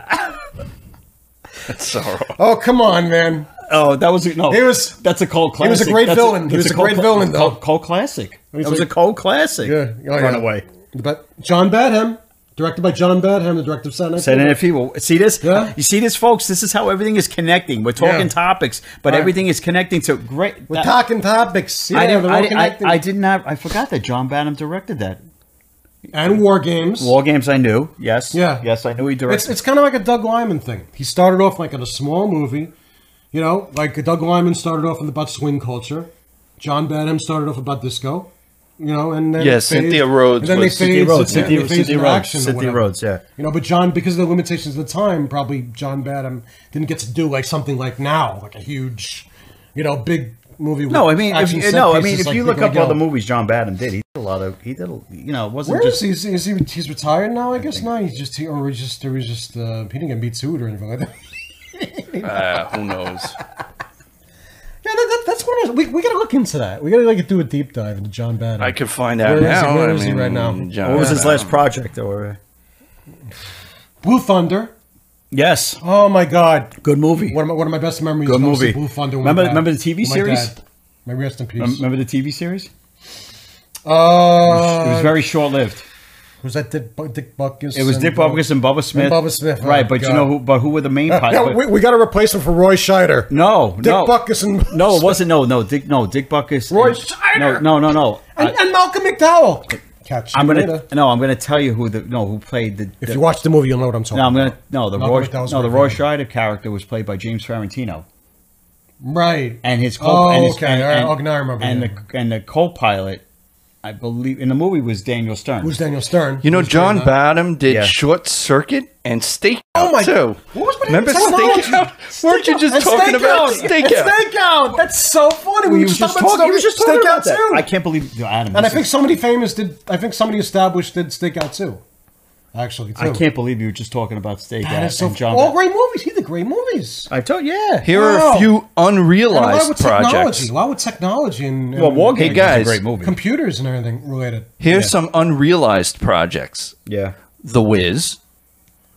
Speaker 1: That's so wrong.
Speaker 2: Oh, come on, man.
Speaker 3: Oh, that was no.
Speaker 2: He was-
Speaker 3: that's a cult
Speaker 2: he
Speaker 3: classic.
Speaker 2: was a great
Speaker 3: That's
Speaker 2: villain. He
Speaker 3: that's
Speaker 2: was a
Speaker 3: cult
Speaker 2: great
Speaker 3: cla-
Speaker 2: villain, though.
Speaker 3: Cult, cult classic. It
Speaker 2: was
Speaker 3: was a
Speaker 2: like-
Speaker 3: cult classic.
Speaker 2: Yeah, oh, yeah.
Speaker 3: Runaway.
Speaker 2: But John Badham, directed by John Badham, the director of Saturday Night.
Speaker 3: Said
Speaker 2: Fever.
Speaker 3: NFP. Well, see this?
Speaker 2: Yeah.
Speaker 3: You see this, folks? This is how everything is connecting. We're talking
Speaker 2: Yeah.
Speaker 3: topics, but
Speaker 2: Right.
Speaker 3: everything is connecting to great.
Speaker 2: We're
Speaker 3: that-
Speaker 2: talking topics. Yeah,
Speaker 3: I didn't.
Speaker 2: they're all
Speaker 3: I, I,
Speaker 2: connected.
Speaker 3: I did not. I forgot that John Badham directed that.
Speaker 2: and war games.
Speaker 3: War Games. I knew. Yes.
Speaker 2: Yeah.
Speaker 3: Yes, I knew he directed.
Speaker 2: It's, it's kind of like a Doug Lyman thing. He started off like in a small movie, you know, like Doug Lyman started off with about swing culture. John Badham started off about disco, you know, and then
Speaker 1: Yeah,
Speaker 2: it fades-
Speaker 1: Cynthia Rhodes
Speaker 2: And then they
Speaker 1: was- Cynthia
Speaker 2: fades
Speaker 3: Rhodes,
Speaker 2: into-
Speaker 3: Cynthia-
Speaker 2: they fades
Speaker 3: Cynthia
Speaker 2: into
Speaker 3: Rhodes,
Speaker 2: action or
Speaker 3: Cynthia
Speaker 2: whatever.
Speaker 3: Rhodes, yeah.
Speaker 2: You know, but John, because of the limitations of the time, probably John Badham didn't get to do like something like now, like a huge, you know, big movie. with
Speaker 3: No, I mean, if
Speaker 2: action
Speaker 3: you,
Speaker 2: set
Speaker 3: no, I mean,
Speaker 2: pieces
Speaker 3: if
Speaker 2: like
Speaker 3: you
Speaker 2: Big
Speaker 3: look up
Speaker 2: Miguel.
Speaker 3: all the movies John Badham did, he did a lot of, he did, a, you know, it wasn't
Speaker 2: Where is
Speaker 3: just.
Speaker 2: he? Is he, is he he's retired now? I guess not. He's just he or he's just or he's just uh, he didn't get beat sued or anything like that.
Speaker 1: Uh, who knows?
Speaker 2: Yeah, that, that, that's what it is. We, we gotta look into that. We gotta like do a deep dive into John Bannon.
Speaker 1: I could find out
Speaker 2: Where is he-
Speaker 1: now.
Speaker 2: where
Speaker 1: I
Speaker 2: is he
Speaker 1: mean,
Speaker 2: right now?
Speaker 1: John-
Speaker 3: What was his last project? Or
Speaker 2: Blue Thunder.
Speaker 3: yes,
Speaker 2: Oh my God!
Speaker 3: good movie.
Speaker 2: One of my, one of my best memories.
Speaker 3: Good
Speaker 2: was
Speaker 3: movie.
Speaker 2: Blue Thunder. with
Speaker 3: Remember-
Speaker 2: my dad.
Speaker 3: remember the TV
Speaker 2: My
Speaker 3: series?
Speaker 2: dad. May rest in peace.
Speaker 3: Rem- um, Remember the TV series?
Speaker 2: uh,
Speaker 3: it was very short lived.
Speaker 2: was that Dick, Bu- Dick Buckus?
Speaker 3: It was
Speaker 2: and-
Speaker 3: Dick Bobkus and Bubba Smith.
Speaker 2: Bubba Smith, oh
Speaker 3: right?
Speaker 2: my
Speaker 3: But you
Speaker 2: God.
Speaker 3: know who? But who were the main?
Speaker 2: uh, Yeah,
Speaker 3: pi-
Speaker 2: yeah,
Speaker 3: but-
Speaker 2: we, we got to replace him for Roy Scheider.
Speaker 3: no,
Speaker 2: Dick
Speaker 3: no.
Speaker 2: Buckus and
Speaker 3: No, it wasn't. No, no, Dick. No, Dick Buckus.
Speaker 2: Roy
Speaker 3: and-
Speaker 2: Scheider!
Speaker 3: No, no, no, no.
Speaker 2: and,
Speaker 3: I,
Speaker 2: and Malcolm McDowell. Catch.
Speaker 3: am
Speaker 2: you
Speaker 3: gonna
Speaker 2: later.
Speaker 3: no. I'm gonna tell you who the no who played the.
Speaker 2: If
Speaker 3: the-
Speaker 2: you watch the movie, you'll know what I'm talking.
Speaker 3: no, I'm
Speaker 2: about.
Speaker 3: gonna no the
Speaker 2: Malcolm
Speaker 3: Roy
Speaker 2: McDowell's
Speaker 3: no the
Speaker 2: great
Speaker 3: Roy
Speaker 2: movie.
Speaker 3: Scheider character was played by James Ferrantino.
Speaker 2: Right.
Speaker 3: and his co
Speaker 2: Oh,
Speaker 3: and his,
Speaker 2: okay.
Speaker 3: and,
Speaker 2: All right.
Speaker 3: and-
Speaker 2: Oh, now I remember.
Speaker 3: and
Speaker 2: yeah.
Speaker 3: the and the co-pilot, I believe in the movie was Daniel Stern.
Speaker 2: Who's Daniel Stern?
Speaker 1: You know,
Speaker 2: Who's
Speaker 1: John
Speaker 2: doing that?
Speaker 1: Badham did
Speaker 3: Yeah.
Speaker 1: Short Circuit and Stakeout
Speaker 2: Oh my-
Speaker 1: too.
Speaker 2: What was with
Speaker 1: Remember
Speaker 2: the technology?
Speaker 1: Stakeout? Weren't you just
Speaker 2: And
Speaker 1: talking about
Speaker 2: And
Speaker 1: Stakeout?
Speaker 2: Stakeout. That's so funny.
Speaker 3: He
Speaker 2: We were
Speaker 3: was
Speaker 2: just
Speaker 3: just
Speaker 2: talking
Speaker 3: talking.
Speaker 2: about
Speaker 3: He was just talking about
Speaker 2: Stakeout
Speaker 3: that.
Speaker 2: too.
Speaker 3: I can't believe Adam.
Speaker 2: And I
Speaker 3: this
Speaker 2: think
Speaker 3: is-
Speaker 2: somebody famous did. I think somebody established did Stakeout too. Actually, too.
Speaker 3: I can't believe you were just talking about Steak
Speaker 2: That
Speaker 3: and
Speaker 2: is so.
Speaker 3: John.
Speaker 2: all great movies. He did great movies.
Speaker 3: I told yeah.
Speaker 1: Here are
Speaker 2: Wow.
Speaker 1: a few
Speaker 2: And a lot
Speaker 1: unrealized
Speaker 2: with technology.
Speaker 1: projects.
Speaker 2: A lot with technology and, and
Speaker 3: well, War
Speaker 1: Hey,
Speaker 3: Games
Speaker 1: guys.
Speaker 3: is a great movie.
Speaker 2: computers and everything related.
Speaker 1: Here's
Speaker 3: Yeah.
Speaker 1: some unrealized projects:
Speaker 3: yeah.
Speaker 1: The Wiz,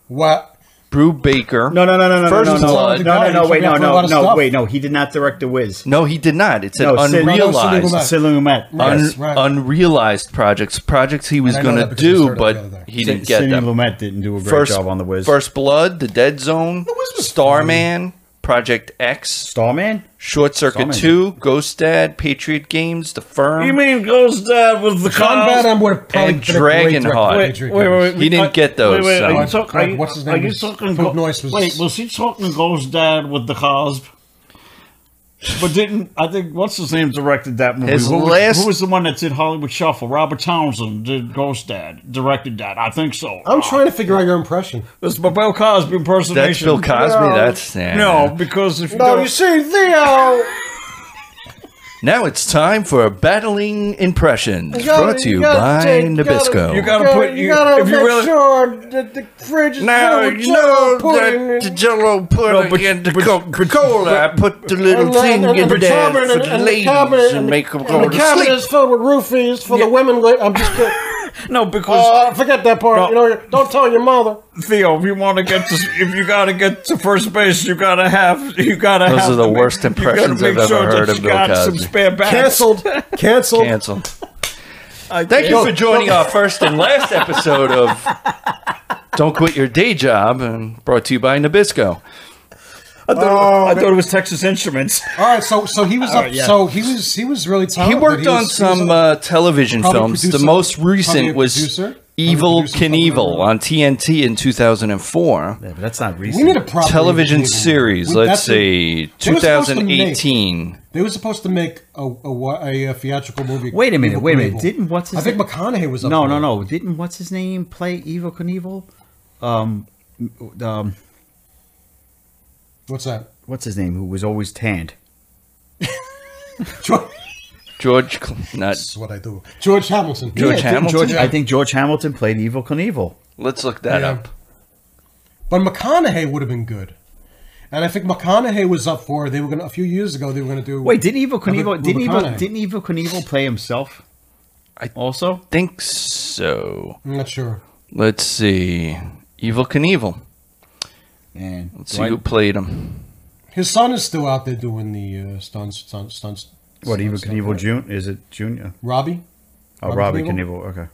Speaker 2: What?
Speaker 1: Brew Baker.
Speaker 3: No, no, no, no, no,
Speaker 1: First
Speaker 3: no, no, no,
Speaker 1: Blood.
Speaker 3: no, no, wait, no,
Speaker 2: A lot
Speaker 3: no,
Speaker 2: of
Speaker 3: no,
Speaker 2: stuff.
Speaker 3: wait, no. He did not direct The Wiz.
Speaker 1: No, he did not. It said
Speaker 3: No, Sid-
Speaker 1: unrealized.
Speaker 2: No, no, Sid Lumet.
Speaker 3: Sid Lumet. Uh,
Speaker 1: Un-
Speaker 2: Yes, right.
Speaker 1: Unrealized projects, projects he was
Speaker 2: And I know
Speaker 1: going to
Speaker 2: that because we
Speaker 1: do,
Speaker 2: started
Speaker 1: but
Speaker 2: the other day.
Speaker 1: he
Speaker 3: Sid-
Speaker 1: didn't get
Speaker 3: Sidney
Speaker 1: them.
Speaker 3: Lumet didn't do a great job on The Wiz.
Speaker 1: First Blood, The Dead Zone,
Speaker 2: The Wiz was
Speaker 1: Starman, Project X,
Speaker 3: Starman.
Speaker 1: Short Circuit
Speaker 3: Starman.
Speaker 1: Two, Ghost Dad, Patriot Games, The Firm.
Speaker 3: mean Ghost Dad was the
Speaker 2: John Badham would have probably
Speaker 1: and
Speaker 2: been a great director.
Speaker 1: Dragonheart. Wait,
Speaker 2: Wait, wait, wait.
Speaker 1: He didn't get those,
Speaker 3: Wait, wait, are you
Speaker 1: so-
Speaker 3: talk- are you-
Speaker 2: What's his name
Speaker 3: Are you
Speaker 2: was-
Speaker 3: talking?
Speaker 2: Pope
Speaker 3: Go-
Speaker 2: Noyce was-
Speaker 3: Wait, was he talking Ghost Dad with the Cosb? But didn't I think what's his name directed that movie?
Speaker 1: His
Speaker 3: who, was,
Speaker 1: last-
Speaker 3: who was the one that did Hollywood Shuffle? Robert Townsend did Ghost Dad, directed that. I think so.
Speaker 2: I'm trying to figure out your impression.
Speaker 3: It's my Bill Cosby impersonation.
Speaker 1: That's Bill Cosby. That's yeah.
Speaker 3: no, because if you don't,
Speaker 2: see, Theo.
Speaker 1: Now it's time for battling impressions brought to you by Nabisco.
Speaker 3: you gotta put you, if you really
Speaker 2: sure that the fridge is
Speaker 1: now
Speaker 2: filled with
Speaker 1: you know
Speaker 2: jello pudding
Speaker 1: that
Speaker 2: and-
Speaker 1: the Jello pudding
Speaker 3: but-
Speaker 1: and the
Speaker 3: but-
Speaker 1: Coca Cola. I put the little
Speaker 2: and-
Speaker 1: thing
Speaker 2: and-
Speaker 1: in
Speaker 2: and the
Speaker 1: there
Speaker 2: cabinet
Speaker 1: for
Speaker 2: and-
Speaker 1: the
Speaker 2: and
Speaker 1: ladies
Speaker 2: cabinet
Speaker 1: and
Speaker 2: and-
Speaker 1: make them
Speaker 2: and
Speaker 1: go
Speaker 2: The
Speaker 1: to
Speaker 2: cabinet
Speaker 1: sleep.
Speaker 2: is filled with roofies for the women. li- I'm just. Gonna,
Speaker 3: no because
Speaker 2: uh, forget that part.
Speaker 3: No.
Speaker 2: You know, don't tell your mother.
Speaker 3: Theo, if you want to get to, if you got to get to first base, you gotta have, you gotta.
Speaker 1: Those
Speaker 3: have
Speaker 1: are the
Speaker 3: to
Speaker 1: worst
Speaker 3: you gotta
Speaker 1: impressions I've
Speaker 3: make
Speaker 1: ever
Speaker 3: that
Speaker 1: heard of
Speaker 3: you
Speaker 1: Bill
Speaker 3: got Some
Speaker 1: Cosby.
Speaker 3: spare bags.
Speaker 2: Canceled. Canceled.
Speaker 1: Cancel. Thank you for joining our first and last episode of Don't Quit Your Day Job, and brought to you by Nabisco.
Speaker 3: I thought,
Speaker 2: Oh,
Speaker 3: uh, I thought it was Texas Instruments.
Speaker 2: All right, so so he was up.
Speaker 3: right, yeah.
Speaker 2: So he was he was really
Speaker 1: He
Speaker 2: talented.
Speaker 1: worked on
Speaker 2: was- he was
Speaker 1: some
Speaker 2: a-
Speaker 1: uh, television
Speaker 2: probably a
Speaker 1: films. the
Speaker 2: producer-
Speaker 1: most
Speaker 2: probably
Speaker 1: recent
Speaker 2: a
Speaker 1: was
Speaker 2: producer.
Speaker 1: Evil
Speaker 2: Probably a producer, probably a
Speaker 1: Knievel
Speaker 2: producer.
Speaker 1: on TNT in 2004.
Speaker 3: Yeah, but that's not
Speaker 2: we
Speaker 3: recent.
Speaker 2: need a proper
Speaker 1: uh, Television
Speaker 2: Evil Knievel.
Speaker 1: series,
Speaker 2: We-
Speaker 1: let's
Speaker 2: that's what-
Speaker 1: see,
Speaker 2: they were supposed to make-
Speaker 1: 2018.
Speaker 2: They were supposed to make a a, wa- a, uh, theatrical movie.
Speaker 3: Wait a minute,
Speaker 2: Evil
Speaker 3: wait a minute.
Speaker 2: Knievel.
Speaker 3: Didn't- what's his
Speaker 2: I think
Speaker 3: name?
Speaker 2: McConaughey was up.
Speaker 3: no,
Speaker 2: for
Speaker 3: no,
Speaker 2: it.
Speaker 3: no. Didn't what's his name play Evil Knievel? Um, um,
Speaker 2: What's that?
Speaker 3: what's his name? Who was always tanned?
Speaker 2: George,
Speaker 1: George, Cl- not,
Speaker 2: this is what I do. George Hamilton.
Speaker 1: George
Speaker 3: didn't
Speaker 1: Hamilton?
Speaker 3: George,
Speaker 2: Yeah.
Speaker 3: I think George Hamilton played Evil Knievel.
Speaker 1: let's look that
Speaker 2: Yeah.
Speaker 1: up.
Speaker 2: But McConaughey would have been good. And I think McConaughey was up for. They were gonna a few years ago. They were gonna do.
Speaker 3: Wait, didn't Evil
Speaker 2: I think
Speaker 3: Knievel? Didn't Evil,
Speaker 2: McConaughey.
Speaker 3: didn't Evil Knievel play himself?
Speaker 1: I-
Speaker 3: also
Speaker 1: Think so.
Speaker 2: I'm not sure.
Speaker 1: Let's see. Evil Knievel.
Speaker 3: and
Speaker 1: Let's see who played him.
Speaker 2: His son is still out there doing the uh, stunts, stunts, stunts.
Speaker 3: What Evil
Speaker 2: stunts,
Speaker 3: Knievel
Speaker 2: right?
Speaker 3: Jun Is it Junior?
Speaker 2: Robbie.
Speaker 3: Oh,
Speaker 2: Robert
Speaker 3: Robbie
Speaker 2: Knievel?
Speaker 3: Knievel. Okay.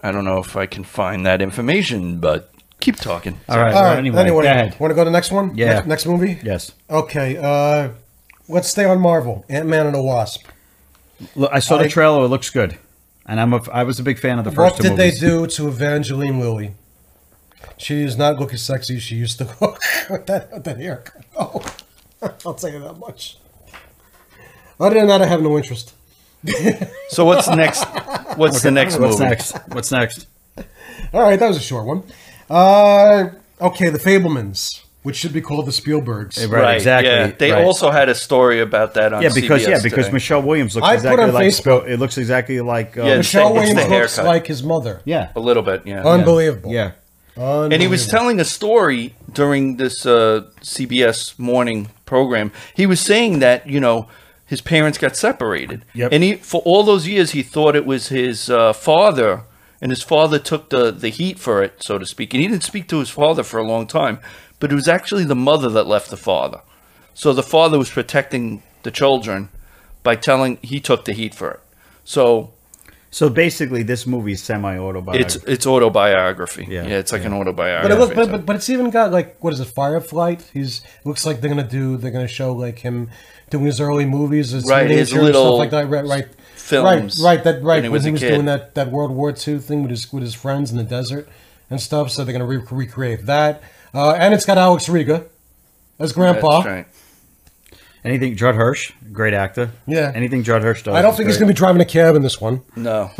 Speaker 1: I don't know if I can find that information, but keep talking.
Speaker 3: All right.
Speaker 2: All
Speaker 3: well,
Speaker 2: right.
Speaker 3: anyway,
Speaker 2: Anyway,
Speaker 3: go ahead.
Speaker 2: want to go to the next one?
Speaker 3: Yeah.
Speaker 2: Next, next movie.
Speaker 3: Yes.
Speaker 2: Okay. Uh, let's stay on Marvel. Ant Man and the Wasp.
Speaker 3: Look, I saw
Speaker 2: I-
Speaker 3: the trailer. It looks good, and I'm a, I was a big fan of the first
Speaker 2: What
Speaker 3: two
Speaker 2: did they
Speaker 3: movies.
Speaker 2: do to Evangeline Lilly? She is not looking sexy. She used to look with that with that haircut. Oh, I'll tell you that much. Other than that, I have no interest.
Speaker 1: So what's next? What's the next
Speaker 3: What's
Speaker 1: movie?
Speaker 3: next? What's next?
Speaker 2: All right, that was a short one. Uh, okay, The Fablemans. which should be called the Spielbergs.
Speaker 3: Right, exactly,
Speaker 1: They
Speaker 3: right.
Speaker 1: also had a story about that on
Speaker 3: Yeah, because
Speaker 1: CBS
Speaker 3: yeah, because
Speaker 1: today.
Speaker 3: Michelle Williams looks
Speaker 2: I put
Speaker 3: exactly
Speaker 2: on
Speaker 3: like
Speaker 2: Facebook-
Speaker 3: Spil- it looks exactly like uh,
Speaker 1: Yeah, it's
Speaker 2: Michelle
Speaker 1: the- it's the
Speaker 2: Williams looks
Speaker 1: haircut.
Speaker 2: like his mother.
Speaker 3: yeah,
Speaker 1: a little bit, yeah.
Speaker 2: Unbelievable.
Speaker 3: yeah.
Speaker 1: And he was telling a story during this uh, CBS morning program. He was saying that you know his parents got separated,
Speaker 3: Yep.
Speaker 1: and he for all those years he thought it was his uh, father, and his father took the the heat for it, so to speak. And he didn't speak to his father for a long time, but it was actually the mother that left the father. So the father was protecting the children by telling he took the heat for it. So
Speaker 3: So basically, this movie is semi-autobiographical.
Speaker 1: it's it's autobiography.
Speaker 3: Yeah,
Speaker 1: Yeah, it's like an
Speaker 2: But,
Speaker 1: autobiography.
Speaker 2: it look, but,
Speaker 1: so-
Speaker 2: but but it's even got like what is it? Firefly. He's looks like they're gonna do. They're gonna show like him doing his early movies, his
Speaker 1: Right, his
Speaker 2: teenager and
Speaker 1: little
Speaker 2: stuff like that. Right, right,
Speaker 1: films
Speaker 2: Right, right. That
Speaker 1: when
Speaker 2: right
Speaker 1: he was
Speaker 2: when
Speaker 1: a
Speaker 2: he was
Speaker 1: kid.
Speaker 2: doing that, that World War II thing with his with his friends in the desert and stuff. So they're gonna re- recreate that. Uh, and it's got Alex Riga as Grandpa.
Speaker 1: That's right.
Speaker 3: anything Judd Hirsch, great actor.
Speaker 2: Yeah.
Speaker 3: anything Judd Hirsch does.
Speaker 2: I don't think he's gonna be driving a cab in this one.
Speaker 1: No.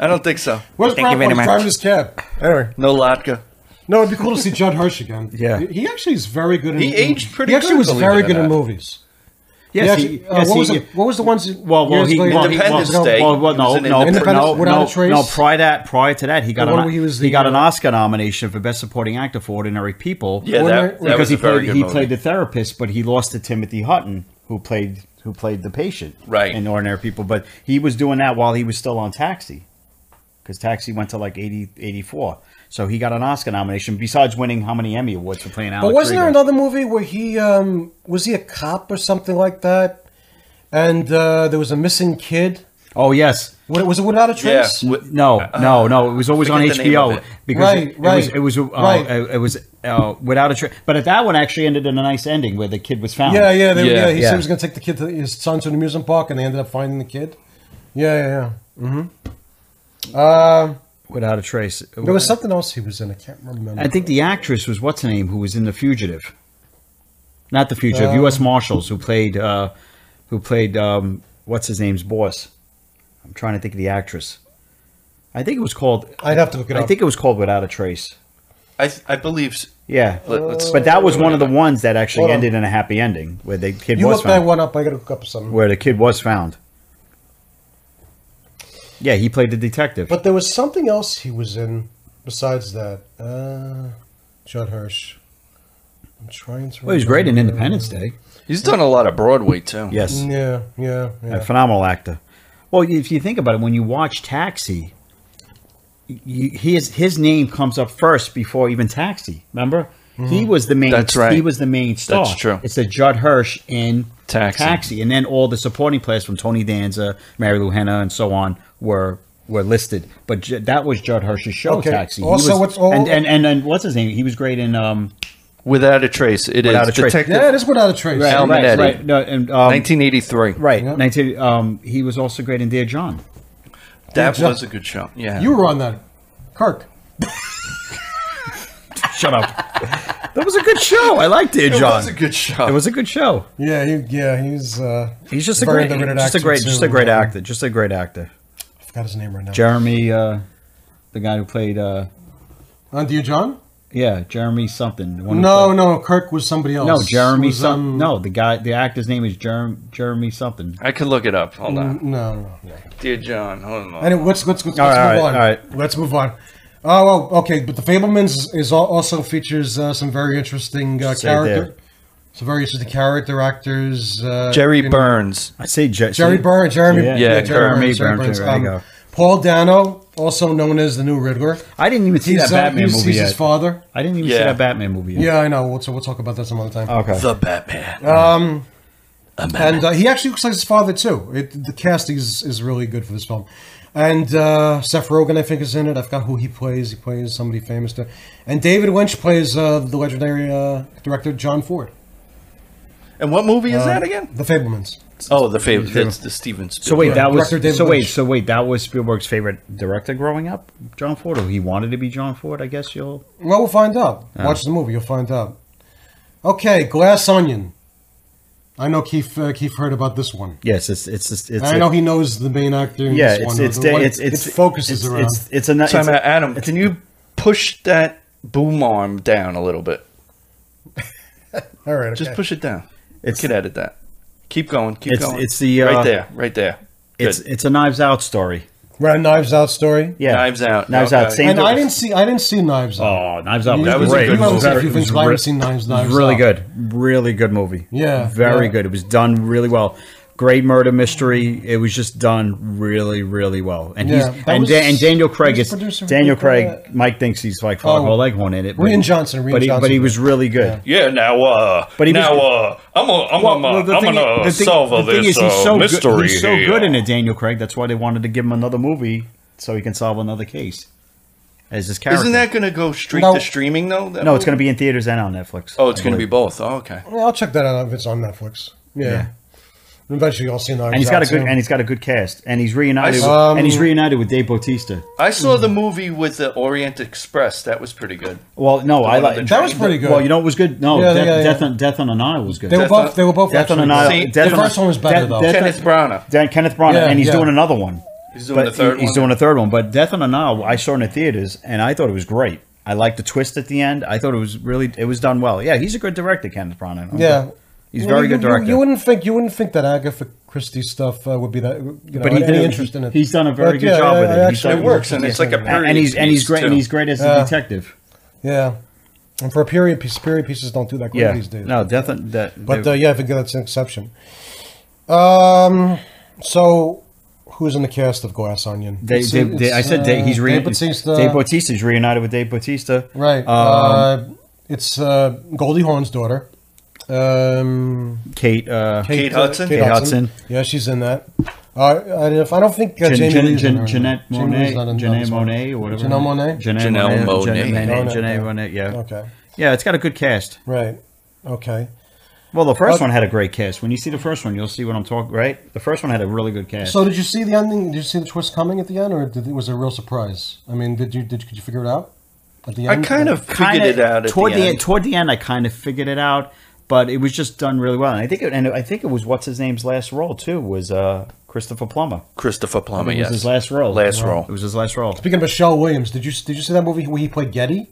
Speaker 1: I don't think so.
Speaker 2: Where's
Speaker 3: Thank you
Speaker 2: Brad
Speaker 3: very
Speaker 2: Pitt
Speaker 3: much.
Speaker 2: driving his cab? Anyway,
Speaker 1: No Latka.
Speaker 2: no, it'd be cool to see Judd Hirsch again.
Speaker 3: Yeah.
Speaker 2: he, he actually is very good. In,
Speaker 1: He aged pretty
Speaker 2: He actually
Speaker 1: good,
Speaker 2: was
Speaker 1: believe
Speaker 2: very
Speaker 1: it or
Speaker 2: good in
Speaker 1: not.
Speaker 2: movies.
Speaker 3: Yes,
Speaker 2: He
Speaker 3: he-
Speaker 2: actually- uh,
Speaker 3: yes,
Speaker 2: what,
Speaker 3: he-
Speaker 2: was the, what was the ones?
Speaker 3: Well, well,
Speaker 2: years
Speaker 3: he,
Speaker 2: later-
Speaker 3: well, he-
Speaker 1: Independence
Speaker 3: well,
Speaker 1: Day.
Speaker 3: Well, well,
Speaker 1: He
Speaker 3: no,
Speaker 1: was in
Speaker 3: no,
Speaker 2: Independence-
Speaker 3: no,
Speaker 2: Without
Speaker 3: no,
Speaker 2: a Trace.
Speaker 3: no. Prior to that, prior to that, he got
Speaker 2: The
Speaker 3: an,
Speaker 2: one where he was the,
Speaker 3: got an
Speaker 2: uh,
Speaker 3: Oscar nomination for best supporting actor for Ordinary People.
Speaker 1: Yeah,
Speaker 2: Wasn't it?
Speaker 1: that, that
Speaker 3: because
Speaker 1: was
Speaker 3: he
Speaker 1: a very
Speaker 3: played
Speaker 1: good
Speaker 3: he
Speaker 1: movie.
Speaker 3: played the therapist, but he lost to Timothy Hutton, who played who played the patient,
Speaker 1: Right.
Speaker 3: In Ordinary People, but he was doing that while he was still on Taxi, because Taxi went to like 80, 84. So he got an Oscar nomination besides winning how many Emmy awards for playing Alex.
Speaker 2: But wasn't there
Speaker 3: Rigo?
Speaker 2: another movie where he um, was he a cop or something like that? And uh, there was a missing kid.
Speaker 3: Oh yes.
Speaker 2: What, was it without a
Speaker 1: yeah.
Speaker 2: trace?
Speaker 1: wi-
Speaker 3: No, no, no. It was always on
Speaker 1: Uh, forget the name of
Speaker 3: HBO
Speaker 1: it.
Speaker 3: because
Speaker 2: Right,
Speaker 3: it,
Speaker 2: right,
Speaker 3: was it was uh,
Speaker 2: right.
Speaker 3: uh, it was uh, without a trick. But at that one actually ended in a nice ending where the kid was found.
Speaker 2: yeah, yeah, they,
Speaker 1: Yeah,
Speaker 2: yeah, He
Speaker 3: yeah.
Speaker 2: said he was going to take the kid, to his son, to an amusement park, and they ended up finding the kid. Yeah, yeah, yeah. Mm-hmm. Uh,
Speaker 3: without a trace.
Speaker 2: there was something else he was in. I can't remember.
Speaker 3: I think the actress was what's her name who was in The Fugitive, not The Fugitive.
Speaker 2: Uh,
Speaker 3: U.S. Marshals who played uh, who played um, what's his name's boss. I'm trying to think of the actress. I think it was called.
Speaker 2: I'd have to look it
Speaker 3: I
Speaker 2: up.
Speaker 3: think it was called Without a Trace.
Speaker 1: I, th- I believe. s-
Speaker 3: Yeah,
Speaker 1: Let- let's-
Speaker 3: but that was one of the ones that actually
Speaker 2: Uh, Hold on.
Speaker 3: ended in a happy ending where the kid
Speaker 2: you
Speaker 3: was
Speaker 2: look that
Speaker 3: found.
Speaker 2: one up. I got to look up something.
Speaker 3: where the kid was found. Yeah, he played the detective.
Speaker 2: But there was something else he was in besides that. Uh, Judd Hirsch. I'm trying to.
Speaker 3: well, he was great in
Speaker 2: remember.
Speaker 3: Independence Day.
Speaker 1: He's done a lot of Broadway too.
Speaker 3: Yes,
Speaker 2: Yeah, yeah, yeah.
Speaker 3: a phenomenal actor. Well, if you think about it, when you watch Taxi, you, his his name comes up first before even Taxi. Remember, he was the main.
Speaker 1: Mm-hmm. That's right.
Speaker 3: He was the main star.
Speaker 1: That's true.
Speaker 3: It's the Judd Hirsch in
Speaker 1: Taxi.
Speaker 3: and then all the supporting players from Tony Danza, Mary Lou Henner, and so on were were listed. But Ju- that was Judd Hirsch's show.
Speaker 2: Okay.
Speaker 3: Taxi. He
Speaker 2: Also,
Speaker 3: was-
Speaker 2: what's all-
Speaker 3: and, and and and what's his name? He was great in um.
Speaker 1: Without a trace, it is
Speaker 3: Without a Trace.
Speaker 1: Detective
Speaker 2: Yeah, it is without a trace.
Speaker 1: Right, Al
Speaker 3: right,
Speaker 1: Minetti.
Speaker 3: right. No, and um,
Speaker 1: 1983.
Speaker 3: right.
Speaker 2: Yeah.
Speaker 3: 19 um, he was also great in Dear John.
Speaker 1: That
Speaker 2: Yeah.
Speaker 1: was a good show. Yeah.
Speaker 2: You were on that, Kirk.
Speaker 3: Shut up. that was a good show. I liked Dear
Speaker 1: it
Speaker 3: John.
Speaker 1: was a good show.
Speaker 3: it was a good show.
Speaker 2: Yeah, he, yeah, he's. Uh,
Speaker 3: He's just a
Speaker 2: very
Speaker 3: great,
Speaker 2: underrated
Speaker 3: just a
Speaker 2: actor,
Speaker 3: great,
Speaker 2: too.
Speaker 3: just a great actor. Just a great actor.
Speaker 2: I forgot his name right now.
Speaker 3: Jeremy, uh, the guy who played, uh,
Speaker 2: Uh, do you, John?
Speaker 3: yeah, Jeremy something. the one who
Speaker 2: No, no, Kirk was somebody else.
Speaker 3: played- no, Jeremy
Speaker 2: It was,
Speaker 3: something.
Speaker 2: um,
Speaker 3: no, the guy, the actor's name is Jerem, Jeremy something.
Speaker 1: I could look it up. Hold
Speaker 2: No,
Speaker 1: on,
Speaker 2: no, no. no.
Speaker 1: dear John. Hold on.
Speaker 2: Anyway, let's let's, let's,
Speaker 3: All
Speaker 2: let's
Speaker 3: right,
Speaker 2: move
Speaker 3: all
Speaker 2: on.
Speaker 3: right.
Speaker 2: Let's move on. Oh, well, okay. But the Fablemans is, is al- also features uh, some very interesting uh,
Speaker 3: Say there.
Speaker 2: character, some very interesting character actors. Uh,
Speaker 1: Jerry
Speaker 2: you know,
Speaker 1: Burns.
Speaker 3: I say Je-
Speaker 2: Jerry
Speaker 3: see-
Speaker 2: Burns. Jeremy.
Speaker 3: Yeah.
Speaker 1: Yeah,
Speaker 2: Jeremy
Speaker 3: Jeremy
Speaker 2: Burns. Jeremy Burns.
Speaker 3: Burns, there you
Speaker 2: Um,
Speaker 3: go.
Speaker 2: Paul Dano, also known as the new Riddler.
Speaker 3: I didn't even see
Speaker 2: He's,
Speaker 3: that
Speaker 2: uh,
Speaker 3: Batman
Speaker 2: he's,
Speaker 3: movie
Speaker 2: he's
Speaker 3: yet.
Speaker 2: his father.
Speaker 3: I didn't even see
Speaker 1: Yeah.
Speaker 3: that Batman movie yet.
Speaker 2: Yeah, I know. We'll, we'll talk about that some other time.
Speaker 3: Okay.
Speaker 1: The Batman.
Speaker 3: Uh,
Speaker 2: Um,
Speaker 1: The Batman.
Speaker 2: and uh, he actually looks like his father too. It, the casting is, is really good for this film. And uh, Seth Rogen, I think, is in it. I forgot who he plays. He plays somebody famous. There. And David Lynch plays uh, the legendary uh, director John Ford.
Speaker 1: And what movie is that
Speaker 2: Uh,
Speaker 1: again?
Speaker 2: The Fablemans.
Speaker 1: Oh, the favorite. That's the Steven
Speaker 3: So
Speaker 1: Spielberg.
Speaker 3: wait, that was
Speaker 2: Director David
Speaker 3: so wait,
Speaker 2: Lynch.
Speaker 3: so wait, that was Spielberg's favorite director growing up, John Ford. Or he wanted to be John Ford, I guess. You'll
Speaker 2: Well, we'll find out.
Speaker 3: Oh.
Speaker 2: Watch the movie. You'll find out. Okay, Glass Onion. I know Keith. Uh, Keith heard about this one.
Speaker 3: yes, it's it's it's, it's
Speaker 2: I know he knows the main actor. In
Speaker 3: yeah,
Speaker 2: this
Speaker 3: it's
Speaker 2: one,
Speaker 3: it's,
Speaker 2: the
Speaker 3: da-
Speaker 2: one-
Speaker 3: it's it's
Speaker 2: it focuses
Speaker 3: it's,
Speaker 2: around.
Speaker 3: It's it's, a, it's,
Speaker 1: Time out, Adam. Can you push that boom arm down a little bit.
Speaker 5: All right.
Speaker 1: Just
Speaker 5: okay.
Speaker 1: push it down.
Speaker 3: It's-
Speaker 1: It's, we could edit that. Keep going. Keep
Speaker 3: It's-
Speaker 1: going.
Speaker 3: it's the, uh,
Speaker 1: right there. Right there.
Speaker 3: It's it's a Knives Out story.
Speaker 2: We're at Knives Out story.
Speaker 3: Yeah,
Speaker 1: Knives Out.
Speaker 3: Knives Out.
Speaker 1: Okay.
Speaker 3: Same
Speaker 2: And I didn't see I didn't see Knives Out.
Speaker 3: Oh, Knives Out was
Speaker 1: That was a
Speaker 3: great.
Speaker 1: good
Speaker 2: You haven't
Speaker 1: movie.
Speaker 2: seen a few
Speaker 3: It
Speaker 2: things,
Speaker 3: was
Speaker 2: but I haven't
Speaker 3: re-
Speaker 2: seen Knives,
Speaker 3: It was
Speaker 2: Knives
Speaker 3: really
Speaker 2: Out.
Speaker 3: good. Really good movie.
Speaker 2: Yeah,
Speaker 3: Very
Speaker 2: yeah.
Speaker 3: good. It was done really well. Great murder mystery. It was just done really, really well. And
Speaker 2: Yeah,
Speaker 3: he's
Speaker 2: that
Speaker 3: and,
Speaker 2: was-
Speaker 3: Da- and Daniel Craig
Speaker 2: he was
Speaker 3: is
Speaker 2: producer for
Speaker 3: Daniel
Speaker 2: Big
Speaker 3: Craig.
Speaker 2: Bad.
Speaker 3: Mike thinks he's like Foghole Leghorn in it. but-
Speaker 2: Rian Johnson, Rian
Speaker 3: but he, But he
Speaker 2: Johnson.
Speaker 3: was really good.
Speaker 1: Yeah, now, uh,
Speaker 3: But he was-
Speaker 1: now, uh, I'm gonna, I'm
Speaker 3: Well,
Speaker 1: gonna,
Speaker 3: the
Speaker 1: I'm
Speaker 3: thing
Speaker 1: gonna
Speaker 3: is- the thing-
Speaker 1: solve
Speaker 3: the thing
Speaker 1: this
Speaker 3: is, he's
Speaker 1: uh,
Speaker 3: so
Speaker 1: mystery
Speaker 3: good, he's so
Speaker 1: here.
Speaker 3: good in it, Daniel Craig. That's why they wanted to give him another movie so he can solve another case as his character.
Speaker 1: Isn't that gonna go straight
Speaker 2: No.
Speaker 1: to streaming though? That
Speaker 3: no? It's going
Speaker 1: movie?
Speaker 3: to be in theaters and on Netflix.
Speaker 1: Oh, it's
Speaker 3: I
Speaker 1: gonna be
Speaker 3: believe.
Speaker 1: both. Oh, okay.
Speaker 2: Yeah, I'll check that out if it's on Netflix. Yeah.
Speaker 3: Yeah.
Speaker 2: And Eventually, I'll see Knives
Speaker 3: And he's got a
Speaker 2: Out,
Speaker 3: good
Speaker 2: too.
Speaker 3: and he's got a good cast, and he's reunited. With,
Speaker 2: Um,
Speaker 3: and he's reunited with Dave Bautista.
Speaker 1: I saw the movie with the Orient Express. That was pretty good.
Speaker 3: Well, no, I
Speaker 1: one
Speaker 3: like
Speaker 1: with the
Speaker 2: That was pretty good.
Speaker 3: Well, you know what was good? No,
Speaker 2: Yeah,
Speaker 3: Death,
Speaker 2: yeah, yeah.
Speaker 3: Death on Death on an Isle was good.
Speaker 2: They were
Speaker 1: Death on-
Speaker 2: both. They were both.
Speaker 3: Death on an
Speaker 2: actually-
Speaker 3: Isle.
Speaker 1: See,
Speaker 3: Death
Speaker 2: the
Speaker 3: on-
Speaker 2: first one was better,
Speaker 3: Death-
Speaker 2: though.
Speaker 3: Death on-
Speaker 1: Kenneth Branagh.
Speaker 3: Dan- Kenneth Branagh,
Speaker 2: Yeah,
Speaker 3: and he's
Speaker 2: yeah.
Speaker 3: doing another one.
Speaker 1: He's doing
Speaker 3: But
Speaker 1: the third
Speaker 3: he- He's
Speaker 1: one.
Speaker 3: doing a third one. But Death on a Nile, I saw in the theaters, and I thought it was great. I liked the twist at the end. I thought it was really it was done well. Yeah, he's a good director, Kenneth Branagh. I'm-
Speaker 2: Yeah.
Speaker 3: he's
Speaker 2: You-
Speaker 3: very
Speaker 2: you-
Speaker 3: good
Speaker 2: you-
Speaker 3: director.
Speaker 2: You, wouldn't think. You wouldn't think that Agatha Christie stuff uh, would be that. You know,
Speaker 3: But he
Speaker 2: any
Speaker 3: did-
Speaker 2: interest in it.
Speaker 3: he's done a very
Speaker 2: But,
Speaker 3: good
Speaker 2: yeah,
Speaker 3: job
Speaker 2: I-
Speaker 3: with it.
Speaker 2: I
Speaker 3: He's
Speaker 2: actually
Speaker 3: done-
Speaker 1: It works, and it's like a
Speaker 2: Yeah.
Speaker 1: period.
Speaker 3: and he's and he's
Speaker 1: piece,
Speaker 3: great
Speaker 1: too.
Speaker 3: and he's great as a
Speaker 2: Yeah.
Speaker 3: detective.
Speaker 2: Yeah. And for period piece, period pieces don't do that great
Speaker 3: Yeah,
Speaker 2: these days.
Speaker 3: no, Death on that.
Speaker 2: But uh, yeah, I think that's an exception. Um. So, who's in the cast of Glass Onion?
Speaker 3: they,
Speaker 2: It's-
Speaker 3: they, they, I
Speaker 2: it's,
Speaker 3: said they,
Speaker 2: uh,
Speaker 3: he's reunited.
Speaker 2: Dave Bautista.
Speaker 3: Dave Bautista's reunited with Dave Bautista.
Speaker 2: Right.
Speaker 3: Um,
Speaker 2: uh, it's uh, Goldie Hawn's daughter. Um,
Speaker 3: Kate. Uh,
Speaker 1: Kate
Speaker 2: uh,
Speaker 1: Hudson?
Speaker 3: Kate Hudson.
Speaker 2: Yeah, she's in that. Uh, and if I don't think uh,
Speaker 3: Jan-
Speaker 2: Jamie
Speaker 3: Jan-
Speaker 2: Lee's in
Speaker 3: Jan-
Speaker 2: her, no.
Speaker 3: Jeanette
Speaker 2: Jamie Lee's not in-
Speaker 3: Monet,
Speaker 2: not in
Speaker 3: Janelle
Speaker 2: this one.
Speaker 3: Monet, or whatever.
Speaker 2: Janelle Monet?
Speaker 1: Janelle Monet.
Speaker 3: Monet,
Speaker 2: Monet, yeah.
Speaker 3: Janelle Monet, yeah.
Speaker 2: Okay.
Speaker 3: Yeah, it's got a good cast.
Speaker 2: Right. Okay.
Speaker 3: Well, the first
Speaker 2: Okay.
Speaker 3: one had a great cast. When you see the first one, you'll see what I'm talking. Right, the first one had a really good cast.
Speaker 2: So did you see the ending? Did you see the twist coming at the end, or did, was it a real surprise? I mean, did you did you, could you figure it out at the
Speaker 1: I
Speaker 2: end?
Speaker 1: kind of figured
Speaker 3: Kinda-
Speaker 1: it out at
Speaker 3: toward
Speaker 1: the end.
Speaker 3: Toward the end, I kind of figured it out, but it was just done really well. And I think, it, and I think it was what's his name's last role too was uh, Christopher Plummer.
Speaker 1: Christopher Plummer.
Speaker 3: It was
Speaker 1: Yes,
Speaker 3: his last role.
Speaker 1: Last role.
Speaker 3: It was his last role.
Speaker 2: Speaking of Michelle Williams, did you did you see that movie where he played Getty?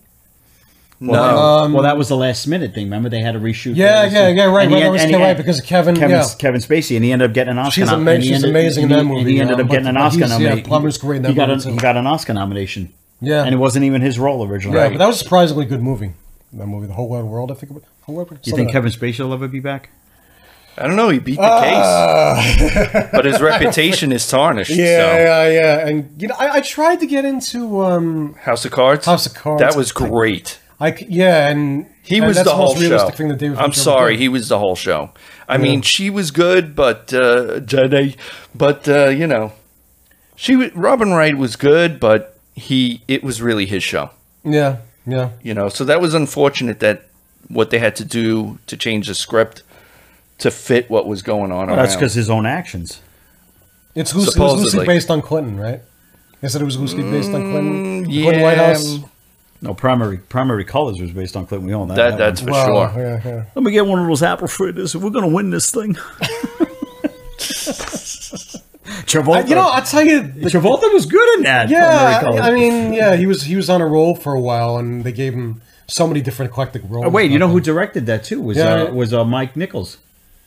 Speaker 1: No,
Speaker 2: Um,
Speaker 3: well, that was the last minute thing. Remember, they had to reshoot.
Speaker 2: Yeah,
Speaker 3: the-
Speaker 2: yeah, yeah, right,
Speaker 3: and he
Speaker 2: right,
Speaker 3: had-
Speaker 2: that was
Speaker 3: and he
Speaker 2: Kevin-
Speaker 3: had-
Speaker 2: because Kevin-
Speaker 3: Kevin,
Speaker 2: yeah.
Speaker 3: Kevin Spacey, and he ended up getting an Oscar.
Speaker 2: She's
Speaker 3: nom-
Speaker 2: ama-
Speaker 3: and he
Speaker 2: she's
Speaker 3: ended-
Speaker 2: amazing
Speaker 3: and
Speaker 2: in
Speaker 3: he-
Speaker 2: that movie,
Speaker 3: And he
Speaker 2: yeah,
Speaker 3: ended up
Speaker 2: but-
Speaker 3: getting an
Speaker 2: but
Speaker 3: Oscar
Speaker 2: he's- yeah,
Speaker 3: nomination.
Speaker 2: Plummer's great in that
Speaker 3: he got
Speaker 2: movie,
Speaker 3: an-
Speaker 2: too.
Speaker 3: he got an Oscar nomination.
Speaker 2: Yeah.
Speaker 3: and it wasn't even his role originally.
Speaker 2: Yeah, but that was a surprisingly good movie. That movie, The Whole Wide World, I think. It was, Whole Wide World,
Speaker 3: Do you think
Speaker 2: something
Speaker 3: Kevin Spacey will ever be back?
Speaker 1: Oh, I don't know. He beat the
Speaker 3: Ah.
Speaker 1: case, but his reputation is tarnished.
Speaker 2: like that. Ah. Yeah,
Speaker 1: so.
Speaker 2: yeah, yeah. And you know, I, I tried to get into um,
Speaker 1: House of Cards.
Speaker 2: House of Cards.
Speaker 1: That was great.
Speaker 2: I c- yeah, and
Speaker 1: He
Speaker 2: and
Speaker 1: was
Speaker 2: that's
Speaker 1: the whole
Speaker 2: most realistic
Speaker 1: show.
Speaker 2: Thing that David
Speaker 1: I'm
Speaker 2: Fincher ever
Speaker 1: sorry,
Speaker 2: did.
Speaker 1: he was the whole show. I mean, she was good, but uh, Jenny, but uh, you know, she wa- Robin Wright was good, but he it was really his show.
Speaker 2: yeah, yeah.
Speaker 1: You know, so that was unfortunate that what they had to do to change the script to fit what was going on.
Speaker 3: Well, that's
Speaker 1: around.
Speaker 3: because his own actions.
Speaker 2: It's loosely, it was loosely
Speaker 1: Supposedly.
Speaker 2: based on Clinton, right? They said it was loosely based on Clinton. The
Speaker 1: Mm,
Speaker 2: Clinton
Speaker 1: yeah.
Speaker 2: White House.
Speaker 3: No, primary primary colors was based on Clinton. We all know
Speaker 1: That-
Speaker 3: that
Speaker 1: that's
Speaker 3: one.
Speaker 1: for
Speaker 2: Wow,
Speaker 1: sure.
Speaker 2: yeah, yeah.
Speaker 3: Let me get one of those apple fritters. We're gonna win this thing. Travolta,
Speaker 2: You know, I tell you, the-
Speaker 3: Travolta was good in that.
Speaker 2: yeah.
Speaker 3: primary
Speaker 2: I
Speaker 3: colors.
Speaker 2: mean, yeah, he was he was on a roll for a while, and they gave him so many different eclectic roles.
Speaker 3: Oh, wait, you know who directed that too was
Speaker 2: Yeah.
Speaker 3: uh, was uh, Mike Nichols.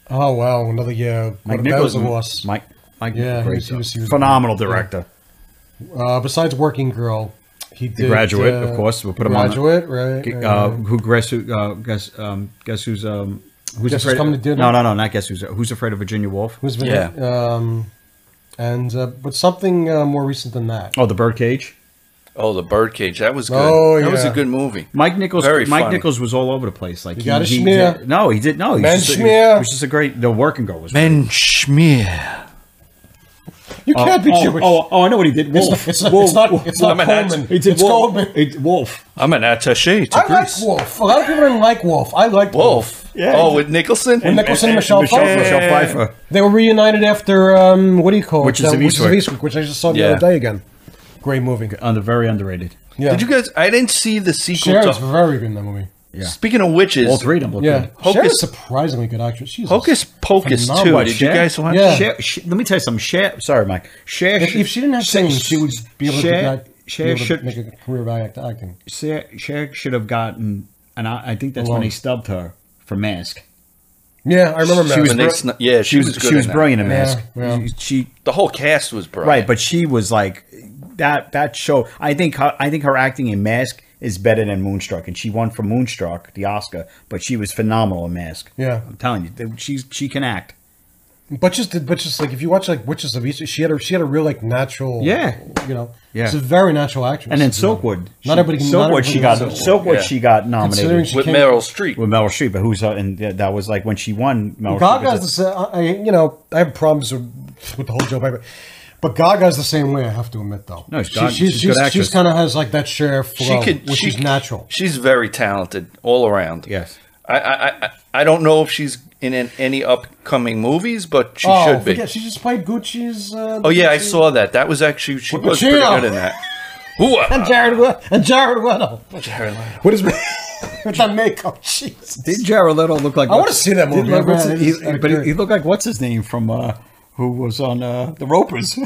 Speaker 2: Oh wow, another yeah.
Speaker 3: Mike
Speaker 2: that was
Speaker 3: Nichols
Speaker 2: a loss.
Speaker 3: Mike. Mike
Speaker 2: Yeah, he
Speaker 3: great
Speaker 2: was- he was- he was-
Speaker 3: phenomenal director.
Speaker 2: Uh, besides Working Girl, he did
Speaker 3: Graduate,
Speaker 2: uh,
Speaker 3: of course. We'll put him
Speaker 2: graduate,
Speaker 3: on.
Speaker 2: right?
Speaker 3: Graduate, uh,
Speaker 2: right.
Speaker 3: who guess who? Uh, guess um, guess who's um, who's
Speaker 2: Guess Who's
Speaker 3: afraid?
Speaker 2: Coming to Dinner?
Speaker 3: no, no, no, not guess who's who's afraid of Virginia Woolf?
Speaker 2: Who's been um, and uh, but something uh, more recent than that.
Speaker 3: Oh, the Birdcage.
Speaker 1: Oh, the Birdcage. That was good.
Speaker 2: Oh,
Speaker 1: That was
Speaker 2: yeah.
Speaker 1: a good movie.
Speaker 3: Mike Nichols.
Speaker 1: Very
Speaker 3: Mike
Speaker 1: funny.
Speaker 3: Nichols was all over the place. Like
Speaker 2: got a schmear.
Speaker 3: did- no, he did no. He
Speaker 2: Man
Speaker 3: was, just, he was-
Speaker 2: schmear.
Speaker 3: he was just a great. The work and go was.
Speaker 1: Ben Schmier.
Speaker 2: You can't be
Speaker 3: oh,
Speaker 2: Jewish.
Speaker 3: Oh, oh, I know what he did.
Speaker 2: It's
Speaker 3: Wolf.
Speaker 2: not, it's not,
Speaker 3: Wolf.
Speaker 2: it's not, it's not
Speaker 1: Wolf.
Speaker 2: Coleman.
Speaker 3: He
Speaker 2: It's,
Speaker 3: did Wolf.
Speaker 2: Coleman.
Speaker 3: It- Wolf.
Speaker 1: I'm an attaché to
Speaker 2: I like
Speaker 1: Greece.
Speaker 2: Wolf. A lot of people didn't like Wolf. I liked Wolf.
Speaker 1: Wolf.
Speaker 3: Yeah.
Speaker 1: oh, with Nicholson.
Speaker 2: With Nicholson and Michelle Pfeiffer.
Speaker 3: Michelle Pfeiffer.
Speaker 2: They were reunited after um, what do you call it?
Speaker 3: Witches
Speaker 2: Uh,
Speaker 3: of Eastwick.
Speaker 2: Eastwick, which I just saw the
Speaker 1: Yeah.
Speaker 2: other day again. Great movie.
Speaker 3: Under very underrated.
Speaker 2: Yeah.
Speaker 1: Did you guys? I didn't see the sequel.
Speaker 2: Sharon's
Speaker 1: to,
Speaker 2: very good in that movie.
Speaker 3: Yeah.
Speaker 1: Speaking of witches,
Speaker 3: All three of them look
Speaker 2: Yeah.
Speaker 3: good.
Speaker 1: Hocus-
Speaker 2: Sharon's surprisingly good actress. She's
Speaker 1: Hocus Pocus
Speaker 2: Phenomenal.
Speaker 1: two.
Speaker 2: What,
Speaker 1: Did you
Speaker 3: Cher?
Speaker 1: guys watch?
Speaker 2: Yeah.
Speaker 3: Cher, Cher- let me tell you something. Cher, sorry, Mike. Cher,
Speaker 2: If- if she didn't have
Speaker 3: Cher-
Speaker 2: things, she would be able to do that be
Speaker 3: Cher
Speaker 2: able to
Speaker 3: should
Speaker 2: make a career by act- acting.
Speaker 3: Cher, Cher should have gotten, and I, I think that's when
Speaker 2: Alone.
Speaker 3: they stubbed her for Mask.
Speaker 2: Yeah, I remember.
Speaker 1: She
Speaker 2: that.
Speaker 1: was
Speaker 2: But
Speaker 1: When they
Speaker 3: bri-
Speaker 1: snu- yeah, she was good
Speaker 3: she was
Speaker 1: in that.
Speaker 3: brilliant in
Speaker 2: Yeah,
Speaker 3: Mask.
Speaker 2: yeah.
Speaker 3: She- She
Speaker 1: The whole cast was bright.
Speaker 3: right, but she was like that. That show, I think, her, I think her acting in Mask is better than Moonstruck, and she won for Moonstruck the Oscar, but she was phenomenal in Mask.
Speaker 2: Yeah.
Speaker 3: I'm telling you, th- she's she can act.
Speaker 2: But just, but just like if you watch like Witches of East, she had a she had a real like natural.
Speaker 3: Yeah.
Speaker 2: you know.
Speaker 3: Yeah.
Speaker 2: She's a very natural actress.
Speaker 3: And then
Speaker 2: you know.
Speaker 3: Silkwood, she,
Speaker 2: Not everybody. not
Speaker 3: Silkwood,
Speaker 2: everybody
Speaker 3: she got
Speaker 2: knows Silkwood.
Speaker 3: Silkwood,
Speaker 1: Yeah.
Speaker 3: she got
Speaker 2: Considering
Speaker 3: nominated
Speaker 2: she
Speaker 1: with
Speaker 2: came-
Speaker 1: Meryl Streep.
Speaker 3: with Meryl Streep, but who's uh, and th- that was like when she won. Meryl Streep
Speaker 2: Gaga's
Speaker 3: was
Speaker 2: the sa- I, I, you know, I have problems with, with the whole Joe Biden, but Gaga's the same way. I have to admit, though.
Speaker 3: No, Gaga- she's a good actress.
Speaker 2: she's kind of has like that share flow, which is natural.
Speaker 1: She's very talented all around.
Speaker 3: Yes.
Speaker 1: I I, I, I don't know if she's in an, any upcoming movies, but she
Speaker 2: oh,
Speaker 1: should be.
Speaker 2: forget, she just played Gucci's. Uh,
Speaker 1: Oh yeah, I saw that. That was actually she
Speaker 2: With
Speaker 1: was pretty
Speaker 2: Pacino.
Speaker 1: good in that. Ooh,
Speaker 2: And Jared Leto. And Jared Leto. What is with that makeup? Jeez.
Speaker 3: Did Jared Leto look like?
Speaker 2: I wanna see that
Speaker 3: did
Speaker 2: movie.
Speaker 3: look- what's
Speaker 2: Yeah,
Speaker 3: his-
Speaker 2: it is-
Speaker 3: he-
Speaker 2: I'm
Speaker 3: but he,
Speaker 2: curious.
Speaker 3: he looked like what's his name from uh, who was on uh, the Ropers?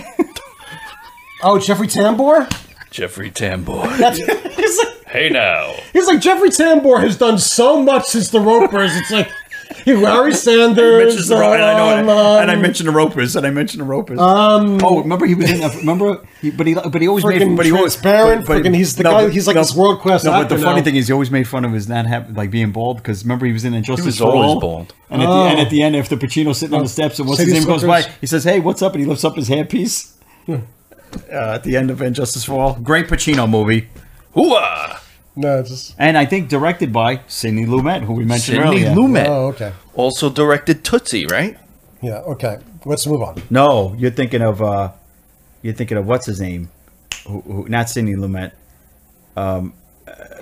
Speaker 2: Oh, Jeffrey Tambor.
Speaker 1: Jeffrey Tambor.
Speaker 2: That's, he's, like,
Speaker 1: hey now.
Speaker 2: he's like Jeffrey Tambor has done so much since the Ropers. It's like he- Larry Sanders.
Speaker 3: Mentions the Ro- and, I know, and, I-
Speaker 2: um,
Speaker 3: and I mentioned the Ropers, and I mentioned the Ropers. oh, remember he was in. A, remember, he, but he, but he always made,
Speaker 2: Freaking
Speaker 3: but he always
Speaker 2: transparent, freaking- he's the guy- he's like this world-class
Speaker 3: No, but the
Speaker 2: actor
Speaker 3: funny
Speaker 2: now.
Speaker 3: thing is, he always made fun of his not having like being bald because remember he was in Injustice
Speaker 1: was
Speaker 3: for
Speaker 1: always
Speaker 3: All,
Speaker 1: bald.
Speaker 3: And, at the, and
Speaker 2: Oh.
Speaker 3: at the end, after Pacino sitting on the steps and what's his
Speaker 2: City
Speaker 3: name goes by,
Speaker 2: Slickers.
Speaker 3: he says, "Hey, what's up?" and he lifts up his hairpiece. Uh, at the end of Injustice for All, great Pacino movie.
Speaker 1: Hooah!
Speaker 2: No, it's just.
Speaker 3: and I think directed by Sidney Lumet, who we mentioned
Speaker 1: Sidney
Speaker 3: earlier.
Speaker 1: Lumet
Speaker 2: Oh, okay.
Speaker 1: also directed Tootsie, right?
Speaker 2: Yeah. Okay. Let's move on.
Speaker 3: No, you're thinking of uh, you're thinking of what's his name? Who, who, not Sidney Lumet,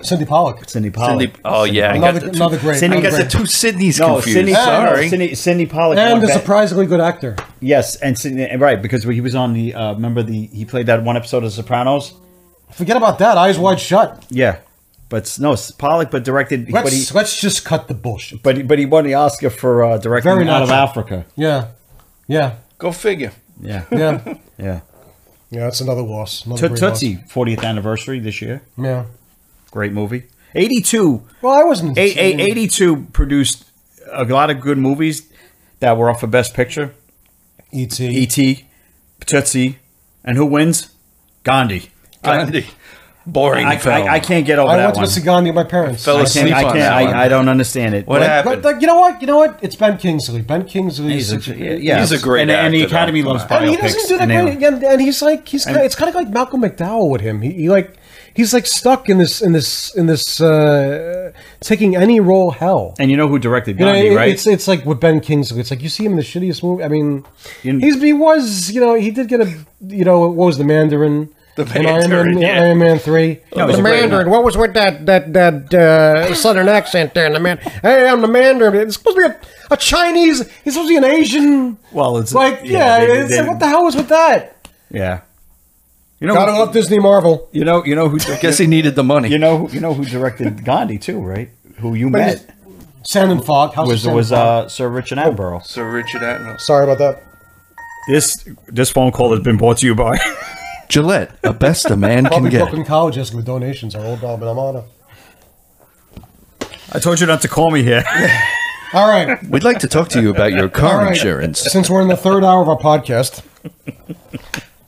Speaker 2: Cindy Pollock.
Speaker 3: Sidney Pollack.
Speaker 1: Sidney, oh yeah, I got
Speaker 2: Another,
Speaker 1: the
Speaker 2: another
Speaker 1: two,
Speaker 2: great.
Speaker 3: Cindy
Speaker 1: I
Speaker 2: another
Speaker 1: got the
Speaker 2: great.
Speaker 1: two Sidneys
Speaker 3: No,
Speaker 1: confused.
Speaker 3: Sidney,
Speaker 1: Sorry.
Speaker 3: no, Sidney, Sidney Pollack.
Speaker 2: and
Speaker 3: went
Speaker 2: a
Speaker 3: back-
Speaker 2: surprisingly good actor.
Speaker 3: yes, and Sidney, and right because he was on the uh, remember the he played that one episode of Sopranos.
Speaker 2: Forget about that. Eyes wide shut.
Speaker 3: Yeah, but no Pollock, but directed.
Speaker 2: Let's
Speaker 3: But he,
Speaker 2: let's just cut the bullshit.
Speaker 3: but he, but he won the Oscar for uh, directing
Speaker 2: Very
Speaker 3: out of
Speaker 2: natural.
Speaker 3: Africa.
Speaker 2: Yeah, yeah,
Speaker 1: Go figure.
Speaker 3: Yeah,
Speaker 2: yeah, yeah.
Speaker 3: yeah.
Speaker 2: That's another loss. Another
Speaker 3: Toot
Speaker 2: great
Speaker 3: Tootsie, 40th anniversary this year.
Speaker 2: Loss. Yeah.
Speaker 3: Great movie. 82
Speaker 2: Well, I wasn't.
Speaker 3: A- A- 82 produced a lot of good movies that were up for Best Picture.
Speaker 2: ET.
Speaker 3: E.T., Tootsie, and who wins? Gandhi.
Speaker 1: Gandhi. Boring
Speaker 3: I,
Speaker 1: film.
Speaker 3: I, I can't get over
Speaker 2: I
Speaker 3: that
Speaker 2: went to
Speaker 3: one.
Speaker 2: go see Gandhi with my parents.
Speaker 1: Fell
Speaker 3: I
Speaker 1: asleep
Speaker 3: can't, I,
Speaker 1: on
Speaker 3: can't,
Speaker 1: that one.
Speaker 3: I, I don't understand it.
Speaker 1: What
Speaker 3: Like,
Speaker 1: happened?
Speaker 2: But like, you know what? You know what? It's Ben Kingsley. Ben Kingsley.
Speaker 3: He's a,
Speaker 2: such a-
Speaker 3: yeah,
Speaker 1: He's a great
Speaker 3: and, and the
Speaker 1: actor, though.
Speaker 3: Academy loves
Speaker 1: I
Speaker 2: I mean, he
Speaker 3: biopics.
Speaker 2: doesn't do that
Speaker 3: and they-
Speaker 2: great, and, and he's like he's kind of, it's kind of like Malcolm McDowell with him. He, he like he's like stuck in this in this in this uh, taking any role hell.
Speaker 3: and you know who directed
Speaker 2: You know,
Speaker 3: Gandhi,
Speaker 2: it-
Speaker 3: right?
Speaker 2: it's it's like with Ben Kingsley. It's like you see him in the shittiest movie. I mean,
Speaker 3: You-
Speaker 2: he's he was you know he did get a you know what was the Mandarin.
Speaker 1: The
Speaker 2: in Iron Man,
Speaker 1: Mandarin, yeah.
Speaker 2: Iron Man three.
Speaker 3: No, he's a great man.
Speaker 2: What was with that that that uh, southern accent there? And the man. Hey, I'm the Mandarin. It's supposed to be a, a Chinese. He's supposed to be an Asian.
Speaker 3: Well, it's-
Speaker 2: like yeah.
Speaker 3: yeah, they-
Speaker 2: it's
Speaker 3: they-
Speaker 2: like, what the hell was with that?
Speaker 3: yeah. You know,
Speaker 2: Gotta
Speaker 3: who-
Speaker 2: love Disney Marvel.
Speaker 3: you know, you know who.
Speaker 1: Guess he needed the money.
Speaker 3: You know, you know who directed Gandhi too, right? Who you
Speaker 2: But
Speaker 3: met
Speaker 2: he's- Sand and Fog. House
Speaker 3: was
Speaker 2: of Sand
Speaker 3: was
Speaker 2: and Fog.
Speaker 3: uh, Sir Richard Attenborough.
Speaker 1: Sir Richard Attenborough.
Speaker 2: Sorry about that.
Speaker 3: This this phone call has been brought to you by.
Speaker 1: Gillette, a best a man can
Speaker 2: Probably
Speaker 1: get.
Speaker 2: Brooklyn College asking with donations. Our old Alabama. motto.
Speaker 3: I told you not to call me here.
Speaker 2: All right.
Speaker 1: We'd like to talk to you about your car
Speaker 2: All right.
Speaker 1: insurance.
Speaker 2: Since we're in the third hour of our podcast,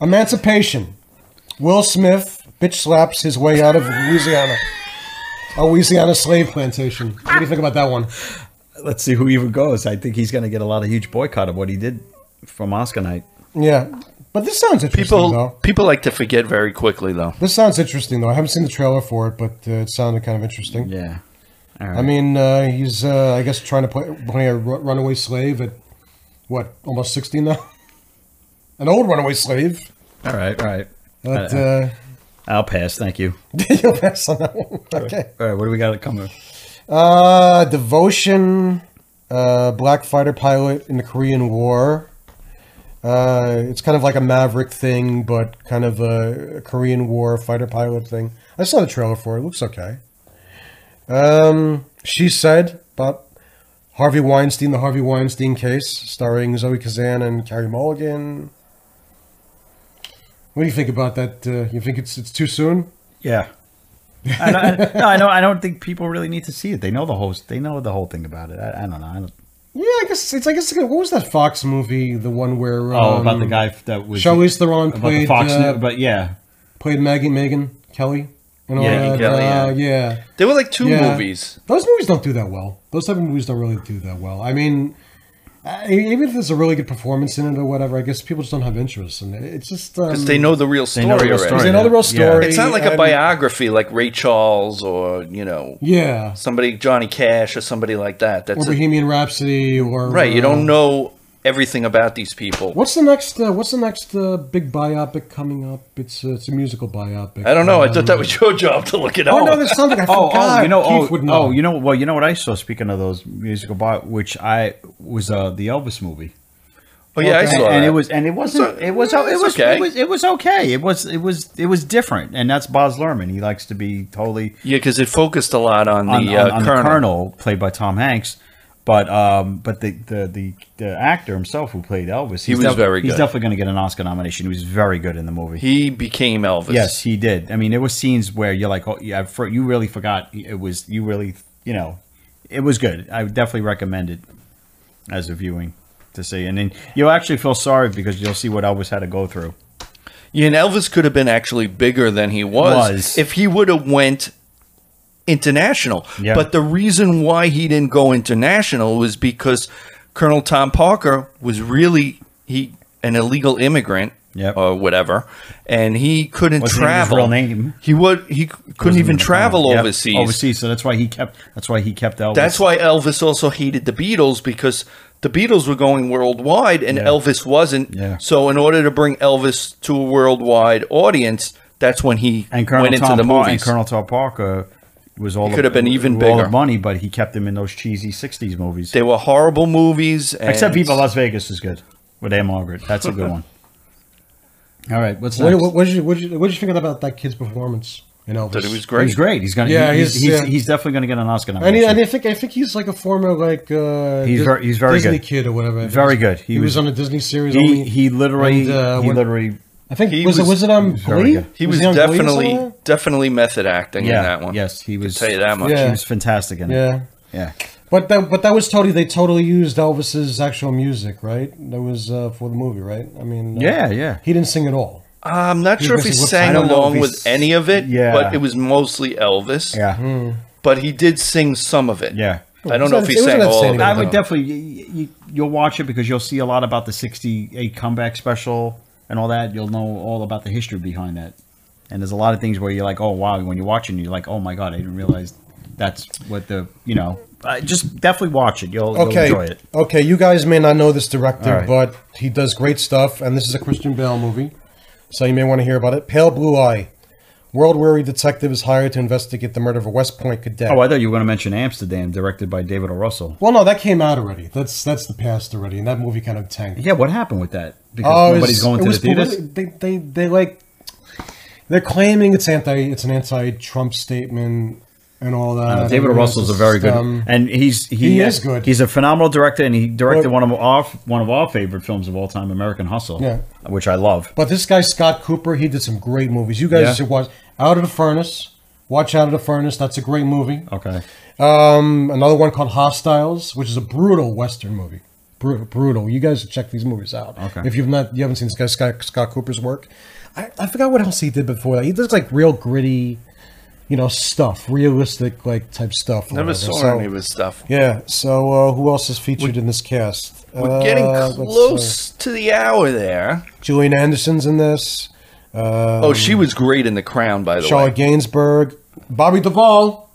Speaker 2: Emancipation. Will Smith bitch slaps his way out of Louisiana. A Louisiana slave plantation. What do you think about that one?
Speaker 3: Let's see who even goes. I think he's going to get a lot of huge boycott of what he did from Oscar night.
Speaker 2: Yeah. But this sounds interesting,
Speaker 1: People
Speaker 2: though.
Speaker 1: people like to forget very quickly though.
Speaker 2: This sounds interesting, though. I haven't seen the trailer for it, but uh, it sounded kind of interesting.
Speaker 3: Yeah. All right.
Speaker 2: I mean, uh, he's, uh, I guess, trying to play, play a ru- runaway slave at, what, almost 16 now? An old runaway slave.
Speaker 3: all right, all right.
Speaker 2: But,
Speaker 3: I-
Speaker 2: uh,
Speaker 3: I'll pass. Thank you.
Speaker 2: you'll pass on that one. Okay.
Speaker 3: All right, what do we got coming?
Speaker 2: Uh, Devotion, uh, black fighter pilot in the Korean War. Uh, it's kind of like a Maverick thing, but kind of a Korean War fighter pilot thing. I saw the trailer for it. it looks okay. Um, she said about Harvey Weinstein, the Harvey Weinstein case, starring Zoe Kazan and Carrie Mulligan. What do you think about that? Uh, you think it's it's too soon?
Speaker 3: Yeah. I don't, no, I don't. I don't think people really need to see it. They know the host. They know the whole thing about it. I, I don't know. I don't,
Speaker 2: Yeah, I guess it's. I guess what was that Fox movie? The one where
Speaker 3: oh,
Speaker 2: um,
Speaker 3: about the guy that was
Speaker 2: Charlize Theron
Speaker 3: about the
Speaker 2: played
Speaker 3: Fox
Speaker 2: uh,
Speaker 3: News, but yeah,
Speaker 2: played Maggie Megan Kelly and all
Speaker 1: Yeah,
Speaker 2: that.
Speaker 1: Kelly,
Speaker 2: uh, yeah,
Speaker 1: There were like two
Speaker 2: Yeah.
Speaker 1: movies.
Speaker 2: those movies don't do that well. Those type of movies don't really do that well. I mean, I, even if there's a really good performance in it or whatever, I guess people just don't have interest in it. It's just um,
Speaker 1: Because they know the real story
Speaker 3: know the real
Speaker 1: already.
Speaker 3: story.
Speaker 2: They know the real
Speaker 3: Yeah.
Speaker 2: story.
Speaker 1: It's not like
Speaker 2: and-
Speaker 1: a biography like Ray Charles or, you know,
Speaker 2: Yeah,
Speaker 1: somebody, Johnny Cash or somebody like that.
Speaker 2: or
Speaker 1: That's a-
Speaker 2: Bohemian Rhapsody, or
Speaker 1: right. You
Speaker 2: uh,
Speaker 1: don't know everything about these people.
Speaker 2: What's the next? Uh, what's the next uh, big biopic coming up? It's uh, it's a musical biopic.
Speaker 1: I don't know. I
Speaker 2: Um,
Speaker 1: thought that was your job to look it up.
Speaker 2: Oh no, there's something I
Speaker 3: Oh,
Speaker 2: forgot.
Speaker 3: oh, you know,
Speaker 2: Keith
Speaker 3: oh,
Speaker 2: would know.
Speaker 3: oh, you know, well, you know what I saw. Speaking of those musical bar, which I was uh, the Elvis movie.
Speaker 1: oh yeah, I
Speaker 3: and,
Speaker 1: saw
Speaker 3: and
Speaker 1: that.
Speaker 3: it was, and it
Speaker 1: So-
Speaker 3: wasn't, it was,
Speaker 1: it's
Speaker 3: it was,
Speaker 1: okay.
Speaker 3: it was, it was okay. It was, it was, it was different, and that's Boz Luhrmann. He likes to be totally
Speaker 1: yeah, because it focused a lot on the
Speaker 3: on, on,
Speaker 1: uh,
Speaker 3: on
Speaker 1: colonel.
Speaker 3: the Colonel, played by Tom Hanks. But um, but the, the the the actor himself who played Elvis,
Speaker 1: He
Speaker 3: he's
Speaker 1: was
Speaker 3: def-
Speaker 1: very
Speaker 3: He's
Speaker 1: good.
Speaker 3: definitely going to get an Oscar nomination. He was very good in the movie.
Speaker 1: He became Elvis.
Speaker 3: Yes, he did. I mean, there were scenes where you're like, oh, yeah, for, you really forgot. It was you really, you know, it was good. I would definitely recommend it as a viewing to see, and then you'll actually feel sorry because you'll see what Elvis had to go through.
Speaker 1: Yeah, and Elvis could have been actually bigger than he was,
Speaker 3: Was.
Speaker 1: if he would have went international.
Speaker 3: Yeah.
Speaker 1: But the reason why he didn't go international was because Colonel Tom Parker was really he an illegal immigrant
Speaker 3: Yep.
Speaker 1: or whatever, and he couldn't
Speaker 3: Wasn't even his
Speaker 1: travel.
Speaker 3: real name.
Speaker 1: He would he couldn't even travel
Speaker 3: Yep,
Speaker 1: overseas.
Speaker 3: Overseas, so that's why he kept. That's why he kept Elvis.
Speaker 1: That's why Elvis also hated the Beatles because the Beatles were going worldwide and Elvis wasn't.
Speaker 3: Yeah.
Speaker 1: So in order to bring Elvis to a worldwide audience, that's when he
Speaker 3: and Colonel
Speaker 1: went into
Speaker 3: Tom
Speaker 1: the
Speaker 3: Par-
Speaker 1: movies.
Speaker 3: and Colonel Tom Parker was all
Speaker 1: could have been even
Speaker 3: all
Speaker 1: bigger.
Speaker 3: the money, but he kept him in those cheesy '60s movies.
Speaker 1: they were horrible movies. And
Speaker 3: Except Viva Las Vegas is good with Anne Margaret. That's a good one. All right, what's next?
Speaker 2: What, what, what, did you, what, did you, what did you think about that kid's performance in Elvis?
Speaker 1: Thought it was great.
Speaker 3: He's great. He's gonna.
Speaker 2: Yeah,
Speaker 3: Yeah, he's
Speaker 2: he's-
Speaker 3: he's, he's,
Speaker 2: yeah.
Speaker 3: definitely gonna get an Oscar
Speaker 2: And, he,
Speaker 3: nomination.
Speaker 2: and I think I think he's like a former like uh,
Speaker 3: He's
Speaker 2: Dis-
Speaker 3: very- he's very
Speaker 2: Disney
Speaker 3: good.
Speaker 2: kid or whatever. I think.
Speaker 3: Very good.
Speaker 2: He,
Speaker 3: He
Speaker 2: was,
Speaker 3: was-
Speaker 2: on a Disney series.
Speaker 3: he,
Speaker 2: only.
Speaker 3: he literally
Speaker 2: and, uh,
Speaker 3: he
Speaker 2: when-
Speaker 3: literally
Speaker 2: I think
Speaker 1: he
Speaker 2: was, it
Speaker 1: was-
Speaker 2: was it um
Speaker 3: was very
Speaker 2: Glee?
Speaker 3: good.
Speaker 1: He was,
Speaker 2: on Glee or something
Speaker 1: definitely
Speaker 2: like
Speaker 1: definitely method acting
Speaker 3: yeah
Speaker 1: in that one.
Speaker 3: yes he was
Speaker 1: tell you that much.
Speaker 2: Yeah.
Speaker 3: he was fantastic in
Speaker 2: that?
Speaker 3: it.
Speaker 2: Yeah.
Speaker 3: Yeah,
Speaker 2: But that, but that was totally they totally used Elvis's actual music, right? That was uh, for the movie, right? I mean, uh,
Speaker 3: yeah, yeah.
Speaker 2: he didn't sing at all.
Speaker 1: I'm not
Speaker 2: He
Speaker 1: sure if he
Speaker 2: basically-
Speaker 1: sang
Speaker 3: I don't know if
Speaker 1: along
Speaker 3: he
Speaker 1: with
Speaker 3: s-
Speaker 1: any of it.
Speaker 3: Yeah.
Speaker 1: But it was mostly Elvis.
Speaker 3: yeah.
Speaker 2: Hmm.
Speaker 1: But he did sing some of it.
Speaker 3: Yeah.
Speaker 1: I don't
Speaker 2: It
Speaker 1: know
Speaker 2: was
Speaker 1: if he
Speaker 2: not- it
Speaker 1: sang
Speaker 2: wasn't
Speaker 1: all of
Speaker 2: outstanding.
Speaker 1: it.
Speaker 3: I
Speaker 2: No.
Speaker 3: would definitely you, you, you'll watch it because you'll see a lot about the '68 comeback special and all that. You'll know all about the history behind that. And there's a lot of things where you're like, oh wow, when you're watching, you're like, oh my god, I didn't realize that's what the you know. Uh, just definitely watch it. You'll,
Speaker 2: Okay,
Speaker 3: you'll enjoy it.
Speaker 2: okay, you guys may not know this director,
Speaker 3: All right.
Speaker 2: but he does great stuff, and this is a Christian Bale movie, so you may want to hear about it. Pale Blue Eye. World weary detective is hired to investigate the murder of a West Point cadet.
Speaker 3: Oh, I thought you were going to mention Amsterdam, directed by David O. Russell.
Speaker 2: well, no, that came out already. That's that's the past already, and that movie kind of tanked.
Speaker 3: Yeah, what happened with that? Because
Speaker 2: Oh, it
Speaker 3: nobody's
Speaker 2: was-
Speaker 3: going
Speaker 2: it
Speaker 3: to the
Speaker 2: was
Speaker 3: theaters.
Speaker 2: politi- they, they, they like they're claiming it's anti it's an anti Trump statement and all that.
Speaker 3: Uh, David
Speaker 2: And
Speaker 3: O.
Speaker 2: it's
Speaker 3: Russell's a
Speaker 2: just,
Speaker 3: very good,
Speaker 2: um,
Speaker 3: and he's he,
Speaker 2: he is good.
Speaker 3: He's a phenomenal director, and he directed
Speaker 2: But-
Speaker 3: one of our one of our favorite films of all time, American Hustle,
Speaker 2: Yeah.
Speaker 3: which I love.
Speaker 2: but this guy Scott Cooper, he did some great movies. You guys
Speaker 3: Yeah.
Speaker 2: should watch Out of the Furnace. Watch Out of the Furnace. That's a great movie.
Speaker 3: Okay,
Speaker 2: Um, another one called Hostiles, which is a brutal Western movie. Bru- brutal. You guys should check these movies out.
Speaker 3: Okay.
Speaker 2: If you've not, you haven't seen this guy Scott, Scott Cooper's work. I, I forgot what else he did before that. He does like real gritty, you know, stuff, realistic like type stuff. or
Speaker 1: Never
Speaker 2: whatever.
Speaker 1: saw
Speaker 2: So-
Speaker 1: any of his stuff.
Speaker 2: Yeah. So uh, who else is featured in this cast?
Speaker 1: We're getting
Speaker 2: Uh, let's, uh,
Speaker 1: close to the hour there.
Speaker 2: Julian Anderson's in this. Uh,
Speaker 1: Oh, she was great in The Crown, by the
Speaker 2: Charlotte
Speaker 1: way.
Speaker 2: Gainsbourg, Bobby Duvall.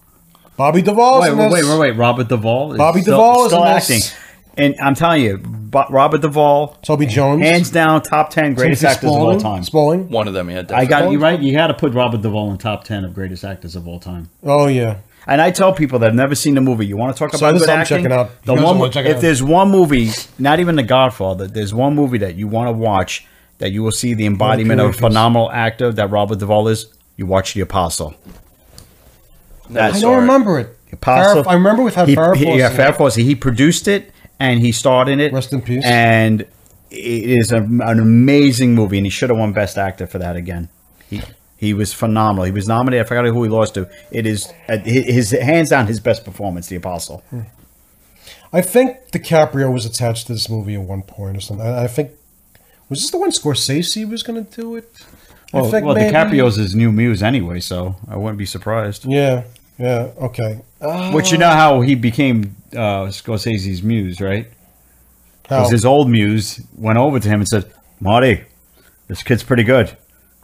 Speaker 2: Bobby Duvall's
Speaker 3: wait,
Speaker 2: in
Speaker 3: wait,
Speaker 2: this.
Speaker 3: wait, wait, wait. Robert Duvall, is
Speaker 2: Bobby
Speaker 3: still,
Speaker 2: Duvall is
Speaker 3: still
Speaker 2: in this.
Speaker 3: acting, and I'm telling you, Bo- Robert Duvall,
Speaker 2: Toby Jones.
Speaker 3: hands down, top ten greatest
Speaker 2: Timothy
Speaker 3: actors
Speaker 2: Spaulding-
Speaker 3: of all time.
Speaker 2: Spaulding.
Speaker 1: One of them, yeah.
Speaker 3: I
Speaker 1: definitely.
Speaker 3: got you right. You had to put Robert Duvall in top ten of greatest actors of all time.
Speaker 2: Oh yeah.
Speaker 3: And I tell people that have never seen the movie, you want to talk
Speaker 2: So
Speaker 3: about
Speaker 2: this
Speaker 3: good
Speaker 2: I'm
Speaker 3: acting?
Speaker 2: checking out.
Speaker 3: The
Speaker 2: You guys
Speaker 3: one,
Speaker 2: wanna check it
Speaker 3: if
Speaker 2: out.
Speaker 3: there's one movie, not even The Godfather, there's one movie that you want to watch that you will see the embodiment of a
Speaker 2: Actors.
Speaker 3: phenomenal actor that Robert Duvall is. You watch The Apostle.
Speaker 1: Never
Speaker 2: I
Speaker 1: saw
Speaker 2: don't
Speaker 1: it.
Speaker 2: remember it.
Speaker 3: The Apostle.
Speaker 2: Farrah- I remember we've had
Speaker 3: he,
Speaker 2: Farrah
Speaker 3: he- Yeah,
Speaker 2: Fawcett.
Speaker 3: Farrah Fawcett. He produced it and he starred in it.
Speaker 2: Rest in peace.
Speaker 3: And it is a, an amazing movie, and he should have won Best Actor for that again. He he was phenomenal. He was nominated. I forgot who he lost to. It is uh, his, his hands down his best performance. The Apostle.
Speaker 2: I think DiCaprio was attached to this movie at one point or something. I, I think was this the one Scorsese was going to do it? I
Speaker 3: Well,
Speaker 2: think
Speaker 3: Oh, well
Speaker 2: maybe-
Speaker 3: DiCaprio's his new muse anyway, so I wouldn't be surprised.
Speaker 2: Yeah, yeah, okay.
Speaker 3: Which you know how he became uh, Scorsese's muse, right?
Speaker 2: How? Oh.
Speaker 3: Because his old muse went over to him and said, "Marty, this kid's pretty good.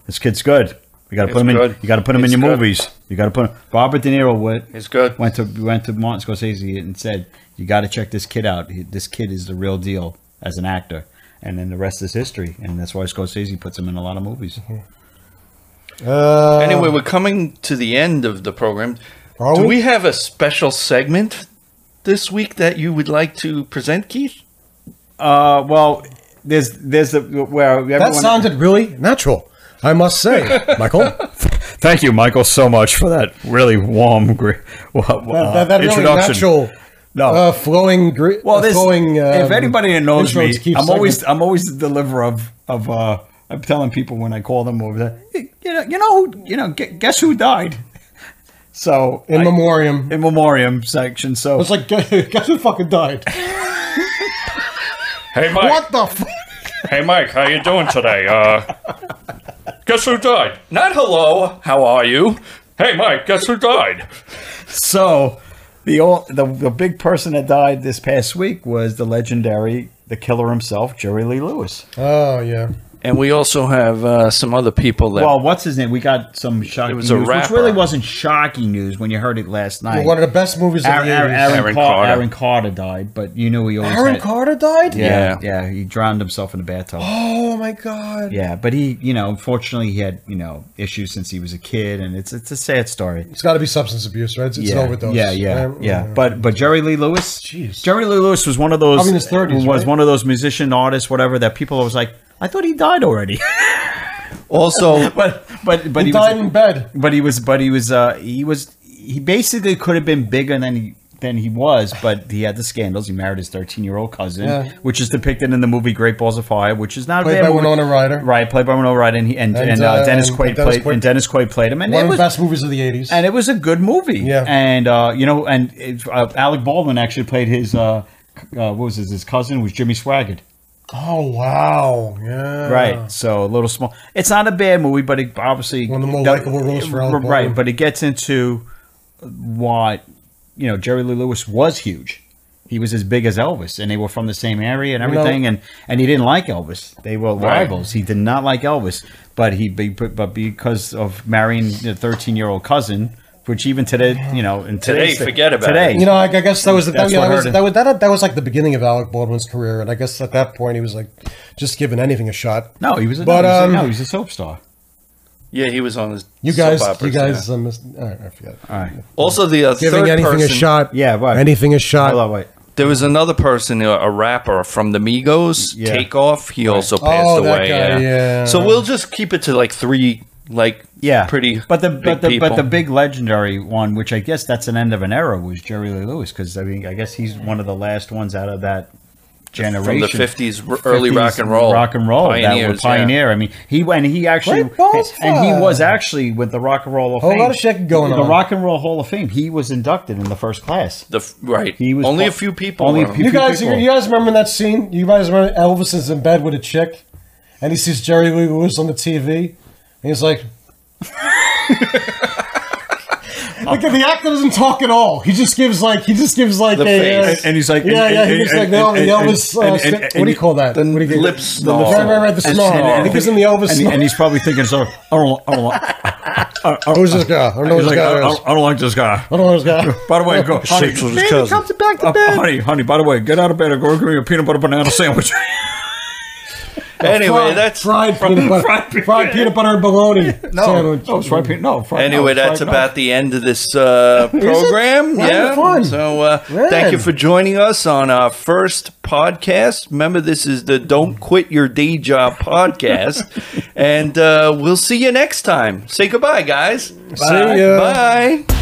Speaker 3: This kid's good. You got to
Speaker 1: It's
Speaker 3: put him in.
Speaker 1: good.
Speaker 3: You got to put him
Speaker 1: It's
Speaker 3: in your
Speaker 1: good.
Speaker 3: movies. You got to put him." Robert De Niro went
Speaker 1: It's good.
Speaker 3: went to went to Martin Scorsese and said, "You got to check this kid out. He- This kid is the real deal as an actor." And then the rest is history, and that's why Scorsese puts him in a lot of movies.
Speaker 2: Uh,
Speaker 1: Anyway, we're coming to the end of the program.
Speaker 2: Are
Speaker 1: Do
Speaker 2: we?
Speaker 1: we have a special segment this week that you would like to present, Keith?
Speaker 3: Uh, well, there's there's the where everyone,
Speaker 6: That sounded really.
Speaker 2: natural, I must say, Michael.
Speaker 3: Thank you, Michael, so much for that really warm gr- uh,
Speaker 6: That, that, that really
Speaker 3: introduction.
Speaker 6: natural,
Speaker 3: no,
Speaker 6: uh, flowing. Gri-
Speaker 3: well,
Speaker 6: uh,
Speaker 3: this,
Speaker 6: flowing. Um,
Speaker 3: if anybody knows
Speaker 6: intro
Speaker 3: me,
Speaker 6: to Keith's
Speaker 3: I'm
Speaker 6: segment.
Speaker 3: always I'm always the deliverer of of. Uh, I'm telling people when I call them over there, "Hey, you know, you know, who, you know, gu- guess who died? So
Speaker 6: in
Speaker 3: I-
Speaker 6: memoriam.
Speaker 3: in memoriam section. So
Speaker 6: It's like guess, guess who fucking died?
Speaker 1: Hey, Mike.
Speaker 6: What the? F-
Speaker 1: Hey, Mike. How you doing today? Uh, guess who died? Not hello. How are you? Hey, Mike. Guess who died?
Speaker 3: so the all the, the big person that died this past week was the legendary the killer himself, Jerry Lee Lewis.
Speaker 2: oh yeah,
Speaker 1: And we also have uh, some other people that.
Speaker 3: Well, what's his name? We got some shocking
Speaker 1: It was a
Speaker 3: news, which
Speaker 1: rapper.
Speaker 3: really wasn't shocking news when you heard it last night.
Speaker 2: one of the best movies of
Speaker 3: Aaron,
Speaker 2: the
Speaker 3: Aaron,
Speaker 2: 80s.
Speaker 3: Aaron
Speaker 1: Aaron
Speaker 3: Carter.
Speaker 1: Carter.
Speaker 3: Aaron Carter died, but you know he always
Speaker 2: Aaron
Speaker 3: had-
Speaker 2: Carter died.
Speaker 3: Yeah, yeah, he drowned himself in the bathtub.
Speaker 2: Oh my god.
Speaker 3: yeah, but he, you know, unfortunately, he had you know issues since he was a kid, and it's it's a sad story.
Speaker 2: It's got to be substance abuse, right? It's, it's
Speaker 3: yeah,
Speaker 2: an overdose. Um,
Speaker 3: Yeah, yeah,
Speaker 2: right?
Speaker 3: yeah. But but Jerry Lee Lewis,
Speaker 2: Jeez.
Speaker 3: Jerry Lee Lewis was one of those.
Speaker 6: Probably in his 30s,
Speaker 3: was
Speaker 6: right?
Speaker 3: one of those musician artists, whatever. That people was like, I thought he died already.
Speaker 1: also,
Speaker 3: but but but
Speaker 2: he,
Speaker 3: he,
Speaker 2: died
Speaker 3: was,
Speaker 2: in bed.
Speaker 3: But he was but he was uh he was he basically could have been bigger than he than he was, but he had the scandals. He married his thirteen year old cousin,
Speaker 2: Yeah.
Speaker 3: which is depicted in the movie Great Balls of Fire, which is not a
Speaker 2: Played
Speaker 3: bad
Speaker 2: by
Speaker 3: movie.
Speaker 2: Winona Ryder.
Speaker 3: Right, played by Winona Ryder, and he, and,
Speaker 2: And,
Speaker 3: and, uh,
Speaker 2: uh,
Speaker 3: Dennis
Speaker 2: and Dennis
Speaker 3: Quaid played
Speaker 2: Quaid.
Speaker 3: and Dennis Quaid played him, and
Speaker 2: One
Speaker 3: it
Speaker 2: of
Speaker 3: was
Speaker 2: the best movies of the eighties.
Speaker 3: and it was a good movie.
Speaker 2: Yeah.
Speaker 3: and uh, you know, and it, uh, Alec Baldwin actually played his uh, c- uh, what was his his cousin was Jimmy Swaggart.
Speaker 2: Oh wow. Yeah.
Speaker 3: Right. So a little small. It's not a bad movie, but it obviously
Speaker 2: One of the more
Speaker 3: that-
Speaker 2: likable roles for Alec Baldwin.
Speaker 3: Right, but it gets into what you know. Jerry Lee Lewis was huge. He was as big as Elvis, and they were from the same area and
Speaker 2: You know-
Speaker 3: everything. and and he didn't like Elvis. They were
Speaker 1: Right.
Speaker 3: rivals. He did not like Elvis, but he be- but but because of marrying the thirteen year old cousin. Which even today, you know, in
Speaker 1: Today,
Speaker 3: today's-
Speaker 1: forget about
Speaker 3: today,
Speaker 1: it.
Speaker 2: You know, I, I guess that was the, that,
Speaker 3: That's
Speaker 2: yeah,
Speaker 3: what
Speaker 2: that, was,
Speaker 3: hurt him.
Speaker 2: that was that that was like the beginning of Alec Baldwin's career, and I guess at that point he was like just giving anything a shot.
Speaker 3: No, he was. A,
Speaker 2: But,
Speaker 3: no, he was a-
Speaker 2: um,
Speaker 3: no, he was a soap star.
Speaker 1: yeah, he was on the.
Speaker 2: You
Speaker 1: soap
Speaker 2: guys, you
Speaker 1: operas,
Speaker 2: guys,
Speaker 1: yeah.
Speaker 2: um, all right, I forget.
Speaker 3: All right.
Speaker 1: Also, the uh,
Speaker 2: Giving
Speaker 1: third
Speaker 2: anything
Speaker 1: person,
Speaker 2: a shot.
Speaker 3: Yeah, right.
Speaker 2: Anything a shot.
Speaker 3: Hold on, wait.
Speaker 1: There was another person, a, a rapper from the Migos,
Speaker 3: Yeah.
Speaker 1: Takeoff. He also passed
Speaker 2: Oh, that
Speaker 1: away.
Speaker 2: guy, yeah.
Speaker 1: So we'll just keep it to like three, like
Speaker 3: yeah,
Speaker 1: pretty.
Speaker 3: But the
Speaker 1: big
Speaker 3: but the
Speaker 1: people.
Speaker 3: but the big legendary one, which I guess that's an end of an era, was Jerry Lee Lewis because I mean I guess he's one of the last ones out of that generation
Speaker 1: from the fifties, early rock
Speaker 3: 50s
Speaker 1: and roll,
Speaker 3: rock and roll that were
Speaker 1: yeah.
Speaker 3: pioneer. I mean, he went. He actually
Speaker 2: Great balls
Speaker 3: and he
Speaker 2: fire.
Speaker 3: was actually with the Rock and Roll of
Speaker 2: Whole
Speaker 3: Fame.
Speaker 2: lot of shit going
Speaker 3: the
Speaker 2: on.
Speaker 3: Rock and Roll Hall of Fame. He was inducted in the first class.
Speaker 1: The f- right,
Speaker 3: He was
Speaker 1: only
Speaker 3: fu-
Speaker 1: a few people.
Speaker 3: only a
Speaker 1: were-
Speaker 3: few
Speaker 2: You
Speaker 3: people.
Speaker 2: guys, you, you guys remember that scene? You guys remember Elvis is in bed with a chick, and he sees Jerry Lee Lewis on the TV, and he's like, "Look, the actor doesn't talk at all. He just gives like he just gives like
Speaker 1: The
Speaker 2: a uh,
Speaker 1: face.
Speaker 3: And he's like,
Speaker 2: yeah
Speaker 3: and-
Speaker 2: yeah
Speaker 3: and-
Speaker 2: he gives
Speaker 3: and-
Speaker 2: like no,
Speaker 3: and-
Speaker 2: the
Speaker 3: and-
Speaker 2: Elvis
Speaker 3: and-
Speaker 2: uh,
Speaker 3: and-
Speaker 2: st-
Speaker 3: and-
Speaker 2: what do you call that?
Speaker 1: the
Speaker 2: What do you-
Speaker 1: lip
Speaker 2: The,
Speaker 1: snarl.
Speaker 2: right, right, right, the
Speaker 3: And-
Speaker 2: snarl.
Speaker 3: and- and-
Speaker 2: he gives him the Elvis
Speaker 3: and,
Speaker 2: snarl.
Speaker 3: and he's probably thinking, "So I don't, I don't, like-
Speaker 2: Who's this guy? I don't know
Speaker 3: he's
Speaker 2: who this
Speaker 3: like, I,
Speaker 2: guy is.
Speaker 3: don't- I don't like this guy."
Speaker 2: I don't know who this guy.
Speaker 3: By the
Speaker 1: Oh,
Speaker 3: way, go, honey,
Speaker 2: Baby comes back to
Speaker 3: Uh,
Speaker 2: bed.
Speaker 3: honey, honey, by the way, get out of bed and go give me a peanut butter banana sandwich.
Speaker 1: Anyway,
Speaker 2: Fried-
Speaker 1: that's
Speaker 2: fried peanut butter, fried, peanut butter and bologna sandwich.
Speaker 3: no, fried peanut. No, fried,
Speaker 1: Anyway,
Speaker 3: no, fried-
Speaker 1: that's
Speaker 3: no.
Speaker 1: about the end of this uh, program.
Speaker 2: That was
Speaker 1: Yeah.
Speaker 2: fun.
Speaker 1: So uh,
Speaker 2: Man.
Speaker 1: thank you for joining us on our first podcast. Remember, this is the Don't Quit Your Day Job podcast. and uh, we'll see you next time. Say goodbye, guys.
Speaker 2: See ya.
Speaker 1: Bye.